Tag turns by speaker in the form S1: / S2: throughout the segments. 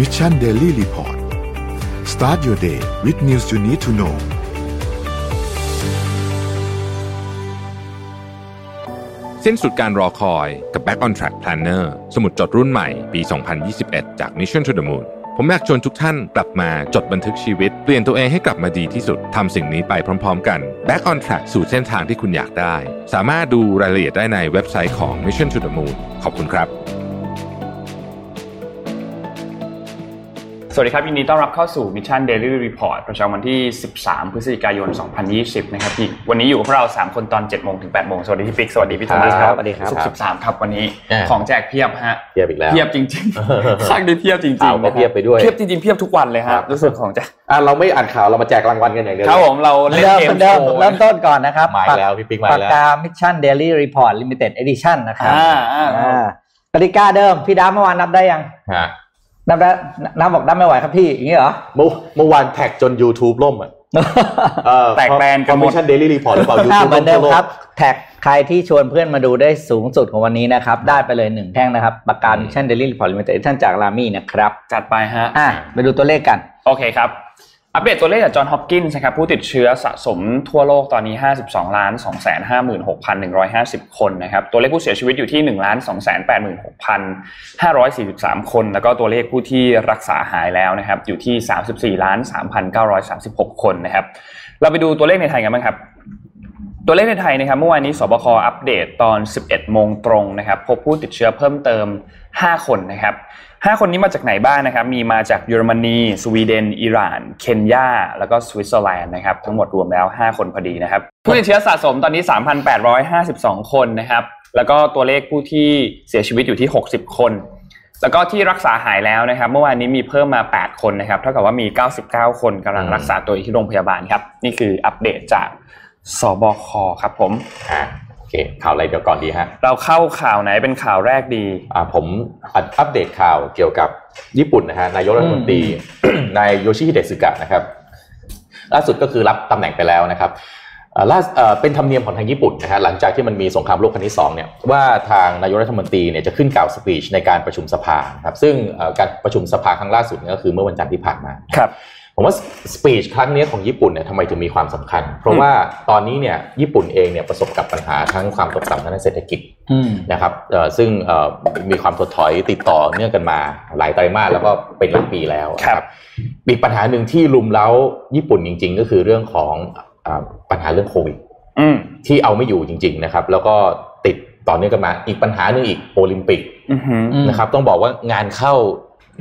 S1: Mission Daily Report start your day with news you need to know
S2: สิ้นสุดการรอคอยกับ Back on Track Planner สมุดจดรุ่นใหม่ปี 2021 จาก Mission to the Moon ผมอยากชวนทุกท่านกลับมาจดบันทึกชีวิต เปลี่ยนตัวเองให้กลับมาดีที่สุด ทำสิ่งนี้ไปพร้อมๆกัน Back on Track สู่เส้นทางที่คุณอยากได้ สามารถดูรายละเอียดได้ในเว็บไซต์ของ Mission to the Moon ขอบคุณครับ
S3: สวัสดีครับยินดีต้อนรับเข้าสู่ Mission Daily Report ประจำวันที่ 13 พฤศจิกายน 2020 นะครับพี่วันนี้อยู่กับพวกเรา 3 คนตอน7โมงถึง8โมงสวัสดีพี่ปิ๊กสวัสดีพี่โทมัสค
S4: ครั
S3: รับบ
S4: สวัสดีครับ
S3: สุข13 ครับวันนี้
S4: อ่า
S3: ของแจกเพียบฮะ
S4: เทียบอีกแล้ว
S3: เพียบจริง ๆ ข้างได้เพียบจริงๆ
S4: เปล่าก็
S3: นะครั
S4: เพียบไปด้วย
S3: เพียบจริงๆเพียบทุกวันเลย
S4: ครั
S3: ฮะ
S4: บ
S3: รู้สึกของแจก
S4: อ่ะเราไม่อ่านข่าวเรามาแจกรางวัลกันอย่างเดียว
S3: ครับผมเรา
S5: เหมือน
S3: เล่น
S5: เดิม
S3: เกม
S5: เหมือนเดิม
S3: โชว์
S5: เริ่มต้นก่อนนะครับ
S4: มาอีกแล้วพี่ปิ๊กมา
S5: ปาก
S4: อีกแล้ว
S5: กา Mission Daily Report Limited Edition นะครับ
S3: อ่าอ่า
S5: อ่ากติกาเดิม พี่ดาเมื่อวานนับได้ยัง
S4: ฮะ
S5: นับได้นับบอกนับไม่ไหวครับพี่ อย่างนี้เหรอ
S4: เมื่อเมื่อวานแท็กจน YouTube ล่มอ่ะเออ
S3: แตกแบรนด์กันหม
S4: มิ
S3: ด
S4: ชั่นเดลี่รีพอร์ตหรือเปล่า
S5: ถ้า
S4: YouTube
S5: เหมือนเดิ
S4: ล่
S5: ม
S4: ม
S5: ครับ แท็กใครที่ชวนเพื่อนมาดูได้สูงสุดของวันนี้นะครับ ได้ไปเลยหนึ่งแท่งนะครับปากกา Mission Daily Report Limited Edition จากรามี่นะครับ
S3: จัดไปฮะ
S5: อ่ะไปดูตัวเลขกัน
S3: โอเคครับ อัปเดตตัวเลขจากจอห์นฮอปกินส์นะครับผู้ติดเชื้อสะสมทั่วโลกตอนนี้ 52ล้าน2 5 6 1 5 0 คนนะครับตัวเลขผู้เสียชีวิตอยู่ที่ 1 2 8 6 5 4 3 คน แล้วก็ตัวเลขผู้ที่รักษาหายแล้วนะครับอยู่ที่ 34ล้าน3,936 คนนะครับเราไปดูตัวเลขในไทยกันบ้างครับ ตัวเลขในไทยนะครับเมื่อวานนี้สบคอัปเดตตอน 11 โมงตรงนะครับพบผู้ติดเชื้อเพิ่มเติม 5 คนนะครับ 5 คนนี้มาจากไหนบ้างนะครับ มีมาจากเยอรมนี สวีเดน อิหร่าน เคนยา แล้วก็สวิตเซอร์แลนด์นะครับ ทั้งหมดรวมแล้ว 5 คนพอดีนะครับ ผู้ติดเชื้อสะสมตอนนี้ 3,852 คนนะครับ แล้วก็ตัวเลขผู้ที่เสียชีวิตอยู่ที่ 60 คน แล้วก็ที่รักษาหายแล้วนะครับ เมื่อวานนี้มีเพิ่มมา 8 คนนะครับ เท่ากับว่ามี 99 คนกำลังรักษาตัวอยู่ที่โรงพยาบาลครับ นี่คืออัปเดตจากสบคครับผม
S4: อ่ะโอเคข่าวอะไรเดี๋ยวก่อนดีฮะ
S3: เราเข้าข่าวไหนเป็นข่าวแรกดี
S4: อ่ะผมอัปอัปเดตข่าวเกี่ยวกับญี่ปุ่นนะฮะนายกรัฐมนตรี นายโยชิฮิเดสึกะนะครับ ล่าสุดก็คือรับตำแหน่งไปแล้วนะครับเอ่อล่าเอ่อเป็นธรรมเนียมของทางญี่ปุ่นนะฮะหลังจากที่มันมีสงครามโลกครั้งที่2เนี่ยว่าทางนายกรัฐมนตรีเนี่ยจะขึ้นกล่าวสปีชในการประชุมสภานะครับซึ่งเอ่อการประชุมสภาครั้งล่าสุดเนี่ยก็คือเมื่อวันจันทร์ที่ผ่านมา
S3: ครับ
S4: ผมว่าสปีชครั้งนี้ของญี่ปุ่นเนี่ยทำไมถึงมีความสำคัญ เพราะว่าตอนนี้เนี่ยญี่ปุ่นเองเนี่ยประสบกับปัญหาทั้งความตกต่ำทางด้านเศรษฐกิจ
S5: อืม
S4: นะครับเอ่อซึ่งเอ่อมีความถดถอยติดต่อเนื่องกันมาหลายไตรมาสแล้วก็เป็นหลายปีแล้วนะครับ อีกปัญหาหนึ่งที่ลุมเล้าญี่ปุ่นจริง ๆ ก็คือเรื่องของอ่าปัญหาเรื่องโควิด
S3: อืม
S4: ที่เอาไม่อยู่จริง ๆนะครับ แล้วก็ติดต่อเนื่องกันมาอีกปัญหาหนึ่งอีกโอลิมปิก
S3: อือหือ
S4: นะครับต้องบอกว่างานเข้า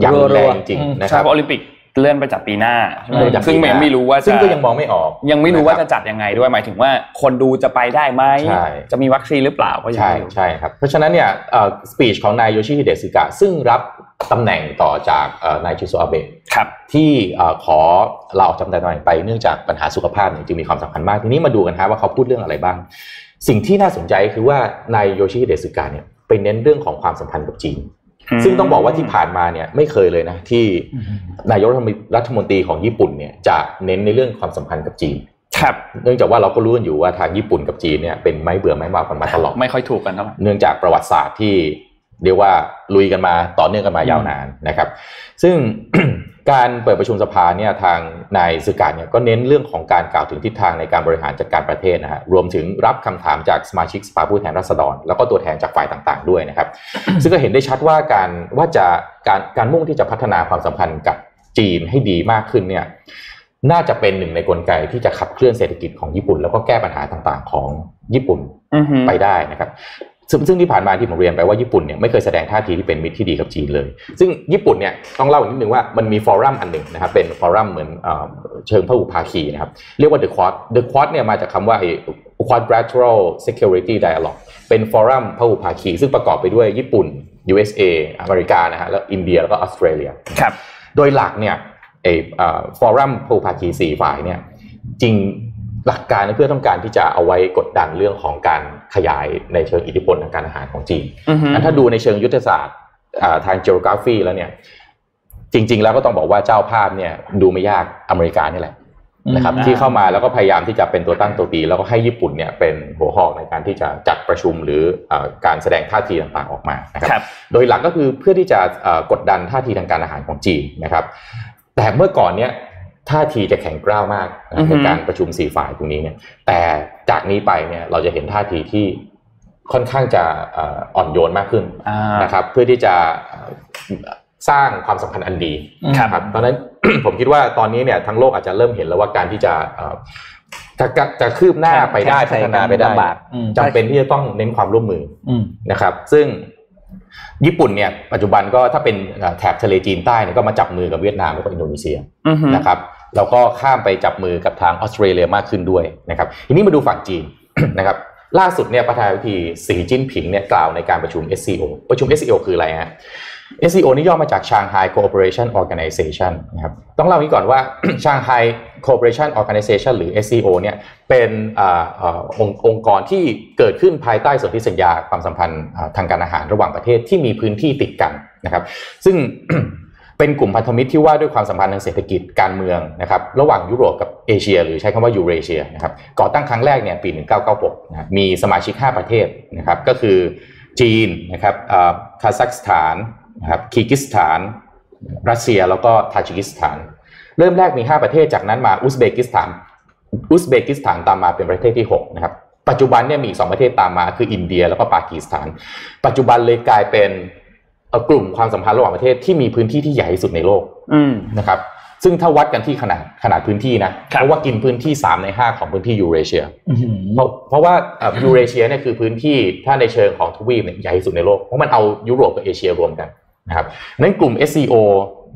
S4: อย่างรุนแรงจริงๆนะค
S3: ใช่
S4: รับ
S3: เพราะโอลิมปิกเลื่อนไปจัดปีหน้าใช่ไหม
S4: เลื่อนจาก
S3: ซึ่ง
S4: ปีหน้า
S3: ไม่รู้ว่าจะ
S4: ซึ่งก็ยังมองไม่ออก
S3: ยังไม่รู้ว่าจะจัดยังไงด้วยหมายถึงว่าคนดูจะไปได้ไหม
S4: ใช่
S3: จะมีวัคซีนหรือเปล่าก็ยัง
S4: ใช่
S3: ไม่รู้
S4: ใช่ครับ เพราะฉะนั้นเนี่ยสปีชของนายโยชิฮิเดสึกะซึ่งรับตำแหน่งต่อจากเอ่อนายชิโซอาเบะ
S3: ครับ
S4: ที่เอ่อขอลาออกจากตำแหน่งไปเนื่องจากปัญหาสุขภาพเนี่ยจึงมีความสำคัญมาก ทีนี้มาดูกันฮะว่าเขาพูดเรื่องอะไรบ้าง สิ่งที่น่าสนใจคือว่านายโยชิฮิเดสึกะเนี่ยไปเน้นเรื่องของความสัมพันธ์กับจีน ซึ่งต้องบอกว่าที่ผ่านมาเนี่ยไม่เคยเลยนะที่นายกรัฐมนตรีของญี่ปุ่นเนี่ยจะเน้นในเรื่องความสัมพันธ์กับจีน
S3: ครับ
S4: เนื่องจากว่าเราก็รู้กันอยู่ว่าทางญี่ปุ่นกับจีนเนี่ยเป็นไม้เบื่อไม้เมากันมาตลอด
S3: ไม่ค่อยถูกกันเท่าไหร่
S4: เนื่องจากประวัติศาสตร์ที่เรียกว่าลุยกันมาต่อเนื่องกันมายาวนานนะครับ ซึ่ง การเปิดประชุมสภาเนี่ยทางนายสุการเนี่ยก็เน้นเรื่องของการกล่าวถึงทิศทางในการบริหารจัดการประเทศนะฮะรวมถึงรับคำถามจากสมาชิกสภาผู้แทนราษฎร แล้วก็ตัวแทนจากฝ่ายต่างๆด้วยนะครับ ซึ่งก็เห็นได้ชัดว่าการว่าจะการการมุ่งที่จะพัฒนาความสัมพันธ์กับจีนให้ดีมากขึ้นเนี่ยน่าจะเป็นหนึ่งในกลไกที่จะขับเคลื่อนเศรษฐกิจของญี่ปุ่น แล้วก็แก้ปัญหาต่างๆ ของญี่ปุ่น
S3: อือหือ
S4: ไปได้นะครับซึ่งซึ่งที่ผ่านมาที่ผมเรียนไปว่าญี่ปุ่นเนี่ยไม่เคยแสดงท่าทีที่เป็นมิตรที่ดีกับจีนเลย ซึ่งญี่ปุ่นเนี่ยต้องเล่าอีกนิดนึงว่ามันมีฟอรัมอันหนึ่งนะครับเป็นฟอรัมเหมือนเอ่อเชิงพหุภาคีนะครับเรียกว่า The Quad The Quad เนี่ยมาจากคำว่าไอ้ Quadrilateral Security Dialogue เป็นฟอรัมพหุภาคี ซึ่งประกอบไปด้วยญี่ปุ่น USA อเมริกานะฮะแล้วอินเดียแล้วก็ออสเตรเลีย
S3: ครับ
S4: โดยหลักเนี่ยไอ้ฟอรัมภูภาคีสี่ฝ่ายเนี่ยจริงหลักการเพื่อต้องการที่จะเอาไว้กดดันเรื่องของการขยายในเชิงอิทธิพลทางการอาหารของจีน
S3: อือหือ
S4: งั้นถ้าดูในเชิงยุทธศาสตร์อ่าทาง geography แล้วเนี่ยจริง ๆ แล้วก็ต้องบอกว่าเจ้าภาพเนี่ยดูไม่ยากอเมริกานี่แหละ นะครับ
S3: อืม
S4: ที่เข้ามาแล้วก็พยายามที่จะเป็นตัวตั้งตัวตี แล้วก็ให้ญี่ปุ่นเนี่ยเป็นหัวหอกในการที่จะจัดประชุมหรือเอ่อการแสดงท่าทีต่างๆออกมานะครับ
S3: ครับ
S4: โดยหลักก็คือเพื่อที่จะเอ่อกดดันท่าทีทางการอาหารของจีนนะครับ แต่เมื่อก่อนเนี่ยท่าทีจะแข็งกร้าวมาก
S3: อื
S4: นะ
S3: อฮึ
S4: ในการประชุมสี่ฝ่ายตรงนี้เนี่ย แต่จากนี้ไปเนี่ยเราจะเห็นท่าทีที่ค่อนข้างจะเอ่ออ่อนโยนมากขึ้น
S3: อ่า
S4: นะครับ เพื่อที่จะเอ่อสร้างความสัมพันธ์อันดี
S3: ครับ
S4: นะครับเพราะฉะนั้น ผมคิดว่าตอนนี้เนี่ยทั้งโลกอาจจะเริ่มเห็นแล้วว่าการที่จะเอ่อจะจะจะคืบหน้าไปได้พัฒนาไปได้
S5: ลำบากอืม
S4: จำเป็นที่จะต้องเน้นความร่วมมือ
S5: อืม
S4: นะครับซึ่งญี่ปุ่นเนี่ยปัจจุบันก็ถ้าเป็นเอ่อแถบทะเลจีนใต้เนี่ยก็มาจับมือกับเวียดนามแล้วก็อินโดนีเซีย
S3: อือฮึ
S4: นะครับแล้วก็ข้ามไปจับมือกับทางออสเตรเลียมากขึ้นด้วยนะครับทีนี้มาดูฝั่งจีน นะครับล่าสุดเนี่ยประธานาธิบดีสีจิ้นผิงเนี่ยกล่าวในการประชุม SCO ประชุม SCO คืออะไรฮะ SCO นี่ย่อมาจาก Shanghai Cooperation Organization นะครับต้องเล่าอย่างนี้ก่อนว่า Shanghai Cooperation Organization หรือ SCO เนี่ยเป็นอ่าอ่าองค์องค์กรที่เกิดขึ้นภายใต้สนธิสัญญาความสัมพันธ์อ่าทางการอาหารระหว่างประเทศที่มีพื้นที่ติดกันนะครับซึ่ง เป็นกลุ่มพันธมิตรที่ว่าด้วยความสัมพันธ์ทางเศรษฐกิจการเมืองนะครับระหว่างยุโรปกับเอเชีย หรือใช้คำว่ายูเรเชียนะครับก่อตั้งครั้งแรกเนี่ยปี 1996นะครับมีสมาชิก 5 ประเทศนะครับก็คือจีนนะครับเอ่อคาซัคสถานนะครับคีร์กิสถาน รัสเซียแล้วก็ทาจิกิสถาน เริ่มแรกมี 5 ประเทศจากนั้นมาอุซเบกิสถานอุซเบกิสถานตามมาเป็นประเทศที่ 6 นะครับ ปัจจุบันเนี่ยมีอีกสองประเทศตามมาคืออินเดียแล้วก็ปากีสถาน ปัจจุบันเลยกลายเป็นเอ่อกลุ่มความสัมพันธ์ระหว่างประเทศที่มีพื้นที่ที่ใหญ่ที่สุดในโลก
S3: อืม
S4: นะครับ ซึ่งถ้าวัดกันที่ขนาดขนาดพื้นที่นะครับ เพราะว่ากินพื้นที่ 3 ใน 5 ของพื้นที่ยูเรเชีย
S5: อื้อหือ
S4: เพราะเพราะว่าเอ่อยูเรเชียเนี่ยคือพื้นที่ถ้าในเชิงของทวีปเนี่ยใหญ่ที่สุดในโลก เพราะมันเอายุโรปกับเอเชียรวมกันนะครับนั้นกลุ่ม SCO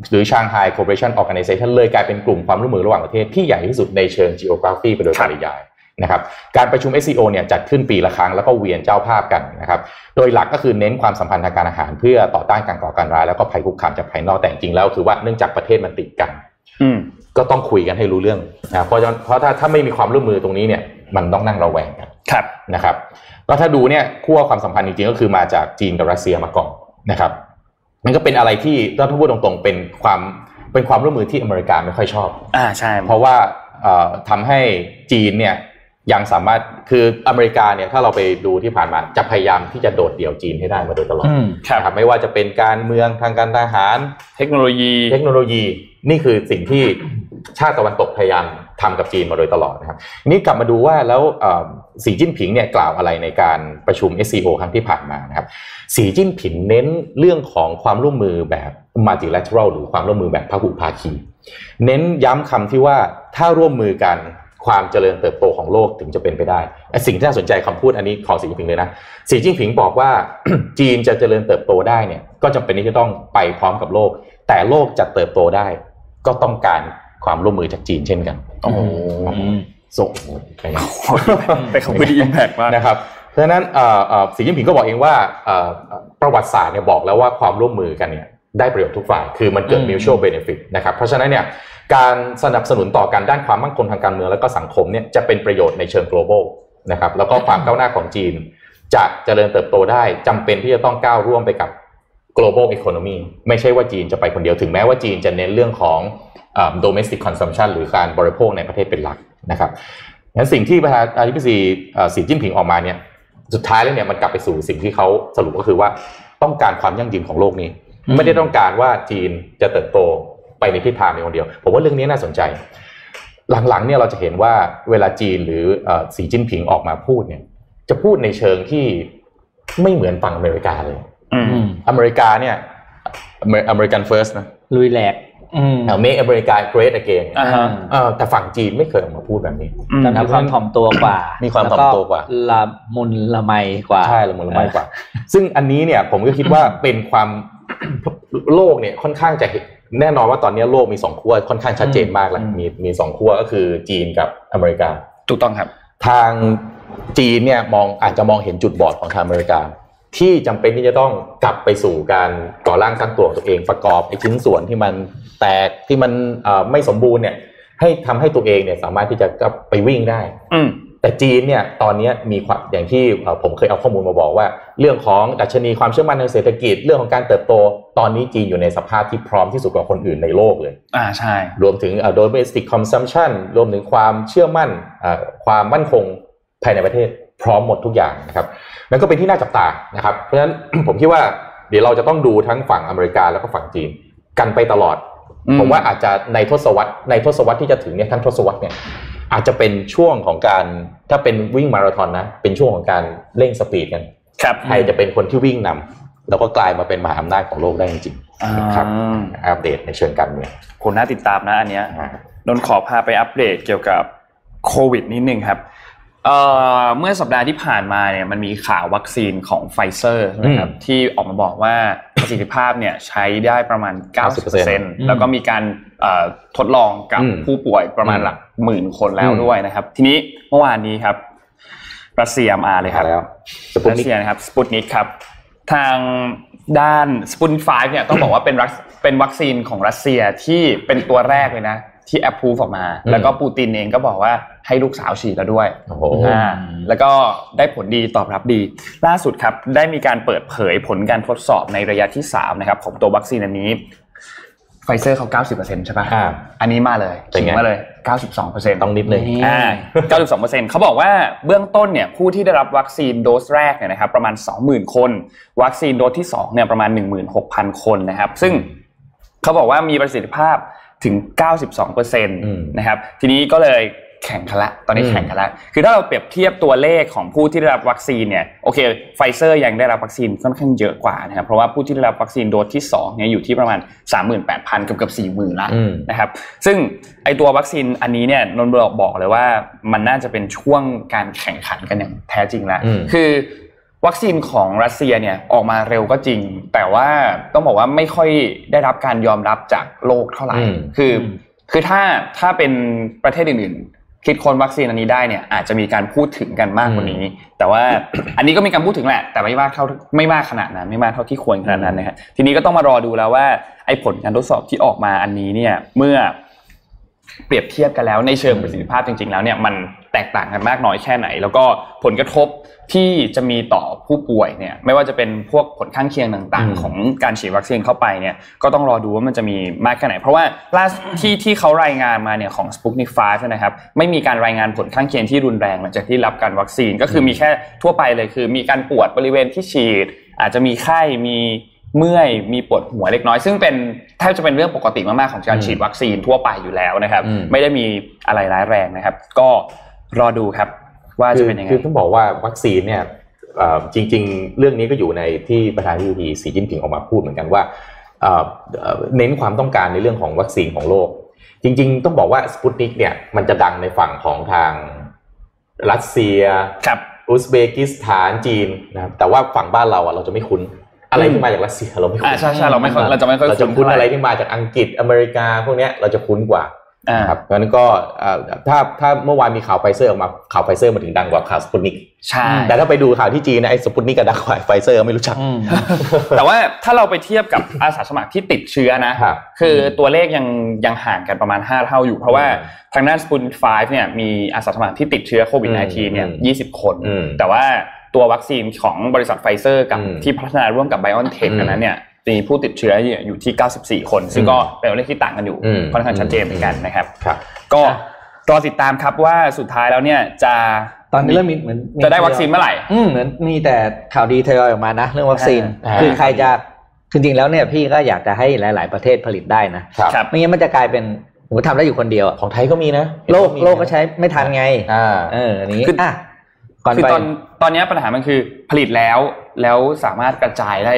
S4: หรือ Shanghai Cooperation Organization เลยกลายเป็นกลุ่มความร่วมมือระหว่างประเทศที่ใหญ่ที่สุดในเชิง geography ไปโดยปริยายนะครับการประชุม SCO เนี่ยจัดขึ้นปีละครั้งแล้วก็เวียนเจ้าภาพกันนะครับโดยหลักก็คือเน้นความสัมพันธ์ทางการอาหาร เพื่อต่อต้านการก่อการร้ายแล้วก็ภัยคุกคามจากภายนอกแต่จริงๆแล้วคือว่าเนื่องจากประเทศมันติดกัน
S3: อืม
S4: ก็ต้องคุยกันให้รู้เรื่องนะเพราะฉะนั้นเพราะถ้าถ้าไม่มีความร่วมมือตรงนี้เนี่ยมันต้องนั่งระแวงกัน
S3: ครับ
S4: นะครับก็ถ้าดูเนี่ยขั้วความสัมพันธ์จริงๆก็คือมาจากจีนกับรัสเซียมาก่อนนะครับมันก็เป็นอะไรที่ต้องพูดตรงๆเป็นความเป็นความร่วมมือที่อเมริกาไม่ค่อยชอบ
S3: อ่าใช่
S4: เพราะว่าเอ่อทำให้จีนเนี่ยยังสามารถคืออเมริกาเนี่ยถ้าเราไปดูที่ผ่านมาจะพยายามที่จะโดดเดี่ยวจีนให้ได้มาโดยตลอด
S5: อืม
S3: ครับ
S4: นะครับไม่ว่าจะเป็นการเมืองทางการทหาร
S3: เทคโนโลยี
S4: เทคโนโลยีนี่คือสิ่งที่ชาติตะวันตกพยายามทำกับจีนมาโดยตลอดนะครับนี่กลับมาดูว่าแล้วเอ่อสีจิ้นผิงเนี่ยกล่าวอะไรในการประชุม SCO ครั้งที่ผ่านมานะครับสีจิ้นผิงเน้นเรื่องของความร่วมมือแบบ multilateral หรือความร่วมมือแบบพหุภาคี เน้นย้ำคำที่ว่าถ้าร่วมมือกันความเจริญเติบโตของโลกถึงจะเป็นไปได้และสิ่งที่น่าสนใจคำพูดอันนี้ของสีจิ้นผิงเลยนะ สีจิ้นผิงบอกว่า จีนจะเจริญเติบโตได้เนี่ยก็จำเป็นที่จะต้องไปพร้อมกับโลก แต่โลกจะเติบโตได้ ก็ต้องการความร่วมมือจากจีนเช่นกัน
S3: โอ้โห
S4: ส่งไปนะ
S3: แต่เขาไม่ได้อิมแพกมาก
S4: นะครับเพราะฉะนั้นเอ่อเอ่อสีจิ้นผิงก็บอกเองว่าเอ่อเอ่อประวัติศาสตร์เนี่ยบอกแล้วว่าความร่วมมือกันเนี่ยได้ประโยชน์ทุกฝ่าย คือมันเกิด
S5: อืม
S4: mutual benefit นะครับเพราะฉะนั้นเนี่ยการสนับสนุนต่อกันด้านความมั่นคงทางการเมืองและก็สังคมเนี่ยจะเป็นประโยชน์ในเชิง global นะครับแล้วก็ความก้าวหน้าของจีน จะเจริญเติบโตได้จำเป็นที่จะต้องก้าวร่วมไปกับ global economy ไม่ใช่ว่าจีนจะไปคนเดียวถึงแม้ว่าจีนจะเน้นเรื่องของเอ่อ domestic consumption หรือการบริโภคในประเทศเป็นหลักนะครับงั้นสิ่งที่ประธานาธิบดีเอ่อสีจิ้นผิงออกมาเนี่ยสุดท้ายแล้วเนี่ยมันกลับไปสู่สิ่งที่เขาสรุปก็คือว่าต้องการความยั่งยืนของโลกนี้
S5: อืม
S4: ไม่ได้ต้องการว่าจีนจะเติบโตไปในทิศทางเดียวคนเดียว ผมว่าเรื่องนี้น่าสนใจ หลังๆเนี่ยเราจะเห็นว่าเวลาจีนหรือเอ่อสีจิ้นผิงออกมาพูดเนี่ยจะพูดในเชิงที่ไม่เหมือนฝั่งอเมริกาเลย
S3: อืม
S5: อืม
S4: อเมริกาเนี่ยอเมริกันเฟิร์สนะ
S5: ลุยแหลกอืม
S4: เมกอเมริกา great again
S3: อ่าฮะ
S4: เออแต่ฝั่งจีนไม่เคยออกมาพูดแบบนี้
S3: อืม
S5: แต่มีความถ่อมตัวกว่า มี
S4: ความถ่อมตัวกว่า
S5: ละมุนละไมกว่า
S4: ใช่ละมุนละไมกว่า ซึ่งอันนี้เนี่ยผมก็คิดว่าเป็นความ โลกเนี่ยค่อนข้างจะเห็นแน่นอนว่าตอนนี้โลกมีสองขั้วค่อนข้างชัดเจนมากแล้ว
S3: อืม
S4: มีมีสองขั้วก็คือจีนกับอเมริกา
S3: ถูกต้องครับ
S4: ทางจีนเนี่ยมองอาจจะมองเห็นจุดบอดของทางอเมริกา ที่จำเป็นที่จะต้องกลับไปสู่การก่อร่างสร้างตัวของตัวเองประกอบไอ้ชิ้นส่วนที่มันแตกที่มันเอ่อไม่สมบูรณ์เนี่ยให้ทำให้ตัวเองเนี่ยสามารถที่จะกลับไปวิ่งได้
S3: อืม
S4: แต่จีนเนี่ยตอนเนี้ยมีความอย่างที่เอ่อผมเคยเอาข้อมูลมาบอกว่า เรื่องของดัชนีความเชื่อมั่นทางเศรษฐกิจเรื่องของการเติบโต ตอนนี้จีนอยู่ในสภาพที่พร้อมที่สุดกว่าคนอื่นในโลกเลย
S3: อ่าใช่
S4: รวมถึง domestic consumption รวมถึงความเชื่อมั่นเอ่อความมั่นคงภายในประเทศพร้อมหมดทุกอย่างนะครับนั่นก็เป็นที่น่าจับตานะครับเพราะฉะนั้น ผมคิดว่าเดี๋ยวเราจะต้องดูทั้งฝั่งอเมริกาแล้วก็ฝั่งจีนกันไปตลอด
S3: อืม
S4: ผมว่าอาจจะในทศวรรษในทศวรรษที่จะถึงเนี่ยทั้งทศวรรษเนี่ยอาจจะเป็นช่วงของการถ้าเป็นวิ่งมาราธอนนะเป็นช่วงของการเร่งสปีดกัน
S3: ครับ
S4: ใครจะเป็นคนที่วิ่งนำแล้วก็กลายมาเป็นมหาอำนาจของโลกได้จริง
S3: อ่า
S4: ๆครับอัปเดตในเชิงการเมือง
S3: คนน่าติดตามนะอันเนี้ย
S4: นะครับ
S3: นนท์ขอพาไปอัปเดตเกี่ยวกับโควิดนิดนึงครับเอ่อเมื่อสัปดาห์ที่ผ่านมาเนี่ยมันมีข่าววัคซีนของไฟเซอร์นะครับ
S4: อืม
S3: ที่ออกมาบอกว่าประสิทธิภาพเนี่ยใช้ได้ประมาณ 90%แล้วก็มีการเอ่อทดลองกับ
S4: อืม
S3: ผู้ป่วยประมาณ
S4: อืม
S3: หลักหมื่นคนแล้ว
S4: อืม
S3: ด้วยนะครับ ทีนี้เมื่อวานนี้ครับรัสเซียมาเลยครับ
S4: แล้วสปุ
S3: รั
S4: ต
S3: ส
S4: นิก
S3: เซียนะครับสปุตนิกครับ ทางด้านสปุตนิก5เนี่ยต้องบอกว่าเป็นรัสเป็นวัคซีนของรัสเซียที่เป็นตัวแรกเลยนะ ที่แอปพูฟออกมา
S4: อืม
S3: แล้วก็ปูตินเองก็บอกว่าให้ลูกสาวฉีดแล้วด้วย
S4: โอ้โห
S3: อ่าแล้วก็ได้ผลดีตอบรับดี ล่าสุดครับได้มีการเปิดเผยผลการทดสอบในระยะที่ 3 นะครับ ของตัววัคซีนอันนี้ไฟเซอร์เขา 90%ใช่ปะ
S4: อ่า
S3: อันนี้มาเลย
S4: เป็นไง
S3: ขิมาเลย 92%
S4: ต้องนิดนึง
S3: อ่า92%เขาบอกว่าเบื้องต้นเนี่ยผู้ที่ได้รับวัคซีนโดสแรกเนี่ยนะครับประมาณ 20,000 คน วัคซีนโดสที่2เนี่ยประมาณ 16,000 คนนะครับ ซึ่งเขาบอกว่ามีประสิทธิภาพถึง 92%
S4: ม
S3: นะครับ ทีนี้ก็เลยแข่งกันละ ตอนนี้
S4: อืม
S3: แข่งกันละ คือถ้าเราเปรียบเทียบตัวเลขของผู้ที่ได้รับวัคซีนเนี่ยโอเคไฟเซอร์ยังได้รับวัคซีนค่อนข้างเยอะกว่านะครับเพราะว่าผู้ที่ได้รับวัคซีนโดสที่สองเนี่ยอยู่ที่ประมาณ 38,000กับเกือบ40,000ละ
S4: อืม
S3: นะครับซึ่งไอตัววัคซีนอันนี้เนี่ยนนท์บอกบอกเลยว่ามันน่าจะเป็นช่วงการแข่งขันกันอย่างแท้จริงแล้ว
S4: อืม
S3: คือวัคซีนของรัสเซียเนี่ยออกมาเร็วก็จริง แต่ว่าต้องบอกว่าไม่ค่อยได้รับการยอมรับจากโลกเท่าไหร่
S4: อืม
S3: คืออ
S5: ม
S3: คือถ้าถ้าเป็นประเทศอื่นๆ คิดคนวัคซีนอันนี้ได้เนี่ยอาจจะมีการพูดถึงกันมากกว่านี้ แต่ว่า อันนี้ก็มีการพูดถึงแหละ แต่ไม่มากเท่าไม่มากขนาดนั้น ไม่มากเท่าที่ควรขนาดนั้นนะฮะทีนี้ก็ต้องมารอดูแล้วว่าไอ้ผลการทดสอบที่ออกมาอันนี้เนี่ยเมื่อเปรียบเทียบกันแล้วในเชิงประสิทธิภาพจริง ๆ แล้วเนี่ยมันแตกต่างกันมากน้อยแค่ไหน แล้วก็ผลกระทบที่จะมีต่อผู้ป่วยเนี่ยไม่ว่าจะเป็นพวกผลข้างเคียงต่าง
S4: อืม
S3: ๆ ของการฉีดวัคซีนเข้าไปเนี่ยก็ต้องรอดูว่ามันจะมีมากแค่ไหน เพราะว่าล่าสุดที่ที่เขารายงานมาเนี่ยของ Sputnik 5นะครับไม่มีการรายงานผลข้างเคียงที่รุนแรงหลังจากที่รับการวัคซีนก็คือมีแค่ทั่วไปเลยคือ มีการปวดบริเวณที่ฉีด อาจจะมีไข้มีเมื่อยมีปวดหัวเล็กน้อย ซึ่งเป็นแทบจะเป็นเรื่องปกติมากๆของการ
S4: อืม
S3: ฉีดวัคซีนทั่วไปอยู่แล้วนะครับ
S4: อืม
S3: ไม่ได้มีอะไรร้ายแรงนะครับ ก็รอดูครับว่าจะเป็นยังไง
S4: คือคือต้องบอกว่าวัคซีนเนี่ยเอ่อจริง ๆ เรื่องนี้ก็อยู่ในที่ประธานาธิบดีสีจิ้นผิงออกมาพูดเหมือนกันว่าเอ่อเอ่อเน้นความต้องการในเรื่องของวัคซีนของโลก จริง ๆ ต้องบอกว่าสปุตนิกเนี่ยมันจะดังในฝั่งของทางรัสเซีย
S3: ครับ
S4: อุซเบกิสถานจีนนะครับแต่ว่าฝั่งบ้านเราอะเราจะไม่คุ้นอะไรที่มาจากรัสเซียเราไม่คุ้น
S3: อ่าใช่ใช่เราไม่ค่อยเราจะไม่ค่อย
S4: เราจะ
S3: คุ้
S4: คุ้
S3: น
S4: น
S3: เท่าไหร่
S4: อะไรที่มาจากอังกฤษอเมริกาพวกเนี้ยเราจะคุ้นกว่า
S3: อ่า
S4: ครับเพราะฉะนั้นก็เอ่อถ้าถ้าเมื่อวานมีข่าวไฟเซอร์ออกมาข่าวไฟเซอร์มันถึงดังกว่าข่าวสปุตนิก
S3: ใช่
S4: แต่ถ้าไปดูข่าวที่จีนนะไอ้สปุตนิกกับดังกว่า ไฟเซอร์ไม่รู้จัก
S3: แต่ว่าถ้าเราไปเทียบกับ อาสาสมัครที่ติดเชื้อนะ
S4: ครับ
S3: คือตัวเลขยังยังห่างกันประมาณ 5 เท่าอยู่ เพราะว่า
S4: อืม
S3: ทางด้าน Spoon 5เนี่ยมีอาสาสมัครที่ติดเชื้อโควิด -19 เนี่ย
S4: อืม
S3: 20 คน
S4: อืม
S3: แต่ว่าตัววัคซีนของบริษัทไฟเซอร์กับ
S4: อืม
S3: ที่พัฒนาร่วมกับ b i o n t e c h
S4: อืม
S3: นั้นเนี่ยมีผู้ติดเชื้ออยู่ที่ 94 คน ซึ่งก็เป็นตัวเลขที่ต่างกันอยู่
S4: อืม
S3: ค่อนข้างชัดเจนเหมือนกันนะครับ
S4: ครับ
S3: ก็รอติดตามครับว่าสุดท้ายแล้วเนี่ยจะ
S5: ตอนนี้เริ่มมีเหมือนมี
S3: จะได้วัคซีนเมื่อไหร่
S5: อืมเหมือนมีแต่ข่าวดีทยอยออกมานะ เรื่องวัคซีน
S4: อ่า
S5: คือใครจะคือจริงๆแล้วเนี่ยพี่ก็อยากจะให้หลาย ๆ ประเทศผลิตได้นะ
S3: ค
S4: ค
S3: รั
S4: รับ บ
S5: ไม่งั้นมันจะกลายเป็นโหทำได้อยู่คนเดียวอะ
S4: ของไทยก็มีนะ
S5: โลกโลกก็ใช้ไม่ทันไง
S4: อ่า
S5: เอออันนี้
S3: คืออ่
S5: อ่ะก่อน
S3: คือ
S5: ไป
S3: ตอนตอนเนี้ยปัญหามันคือผลิตแล้วแล้วสามารถกระจายได้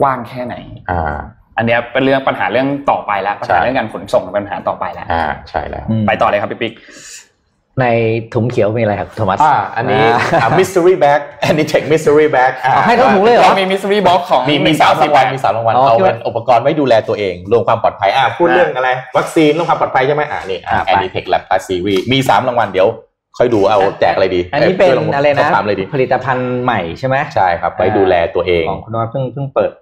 S3: กว้างแค่ไหน
S4: อ่า
S3: อันเนี้ยเป็นเรื่องปัญหาเรื่องต่อไปแล้วปัญหา
S4: ใช่
S3: เรื่องการขนส่งเป็นปัญหาต่อไปแล้ว
S4: อ่าใช่แล้ว
S5: อืม
S3: ไปต่อเลยครับพี่ปิ๊ก
S5: ในถุงเขียวมีอะไรครับโทมัส
S4: อ่าอันนี้
S5: อ่า
S4: มิสซิรี่แบ็ก อันนี้เทคมิสซิรี่แบ็ก
S5: เอาให้ทั้งถุงเลยเหรอ
S3: มีมิสซิรี่บ็อกของ
S4: มีมีสามรางวัลมีสามรางวัล
S5: อ๋อ
S4: เอา
S5: คิดว่า
S4: อุปกรณ์ไว้ดูแลตัวเองรวมความปลอดภัยอ่าพูดเรื่องอะไร วัคซีนเรื่องความปลอดภัยใช่ไหมอ่านี่แอนดี้เทคแลบตาซีรีมีสามรางวัลเดี๋ยว ค่อยดูเอาแจกอะไรดี
S5: อันนี้เป็น
S4: ยลง
S5: อะไรนะ
S4: ถามอะไรดี
S5: ผลิตภัณฑ์ใหม่ใช่ไหม
S4: ใช่ครับไว้ดูแลตัวเอง
S5: ของคุณนวัดเพิ่งเพิ่งเปิด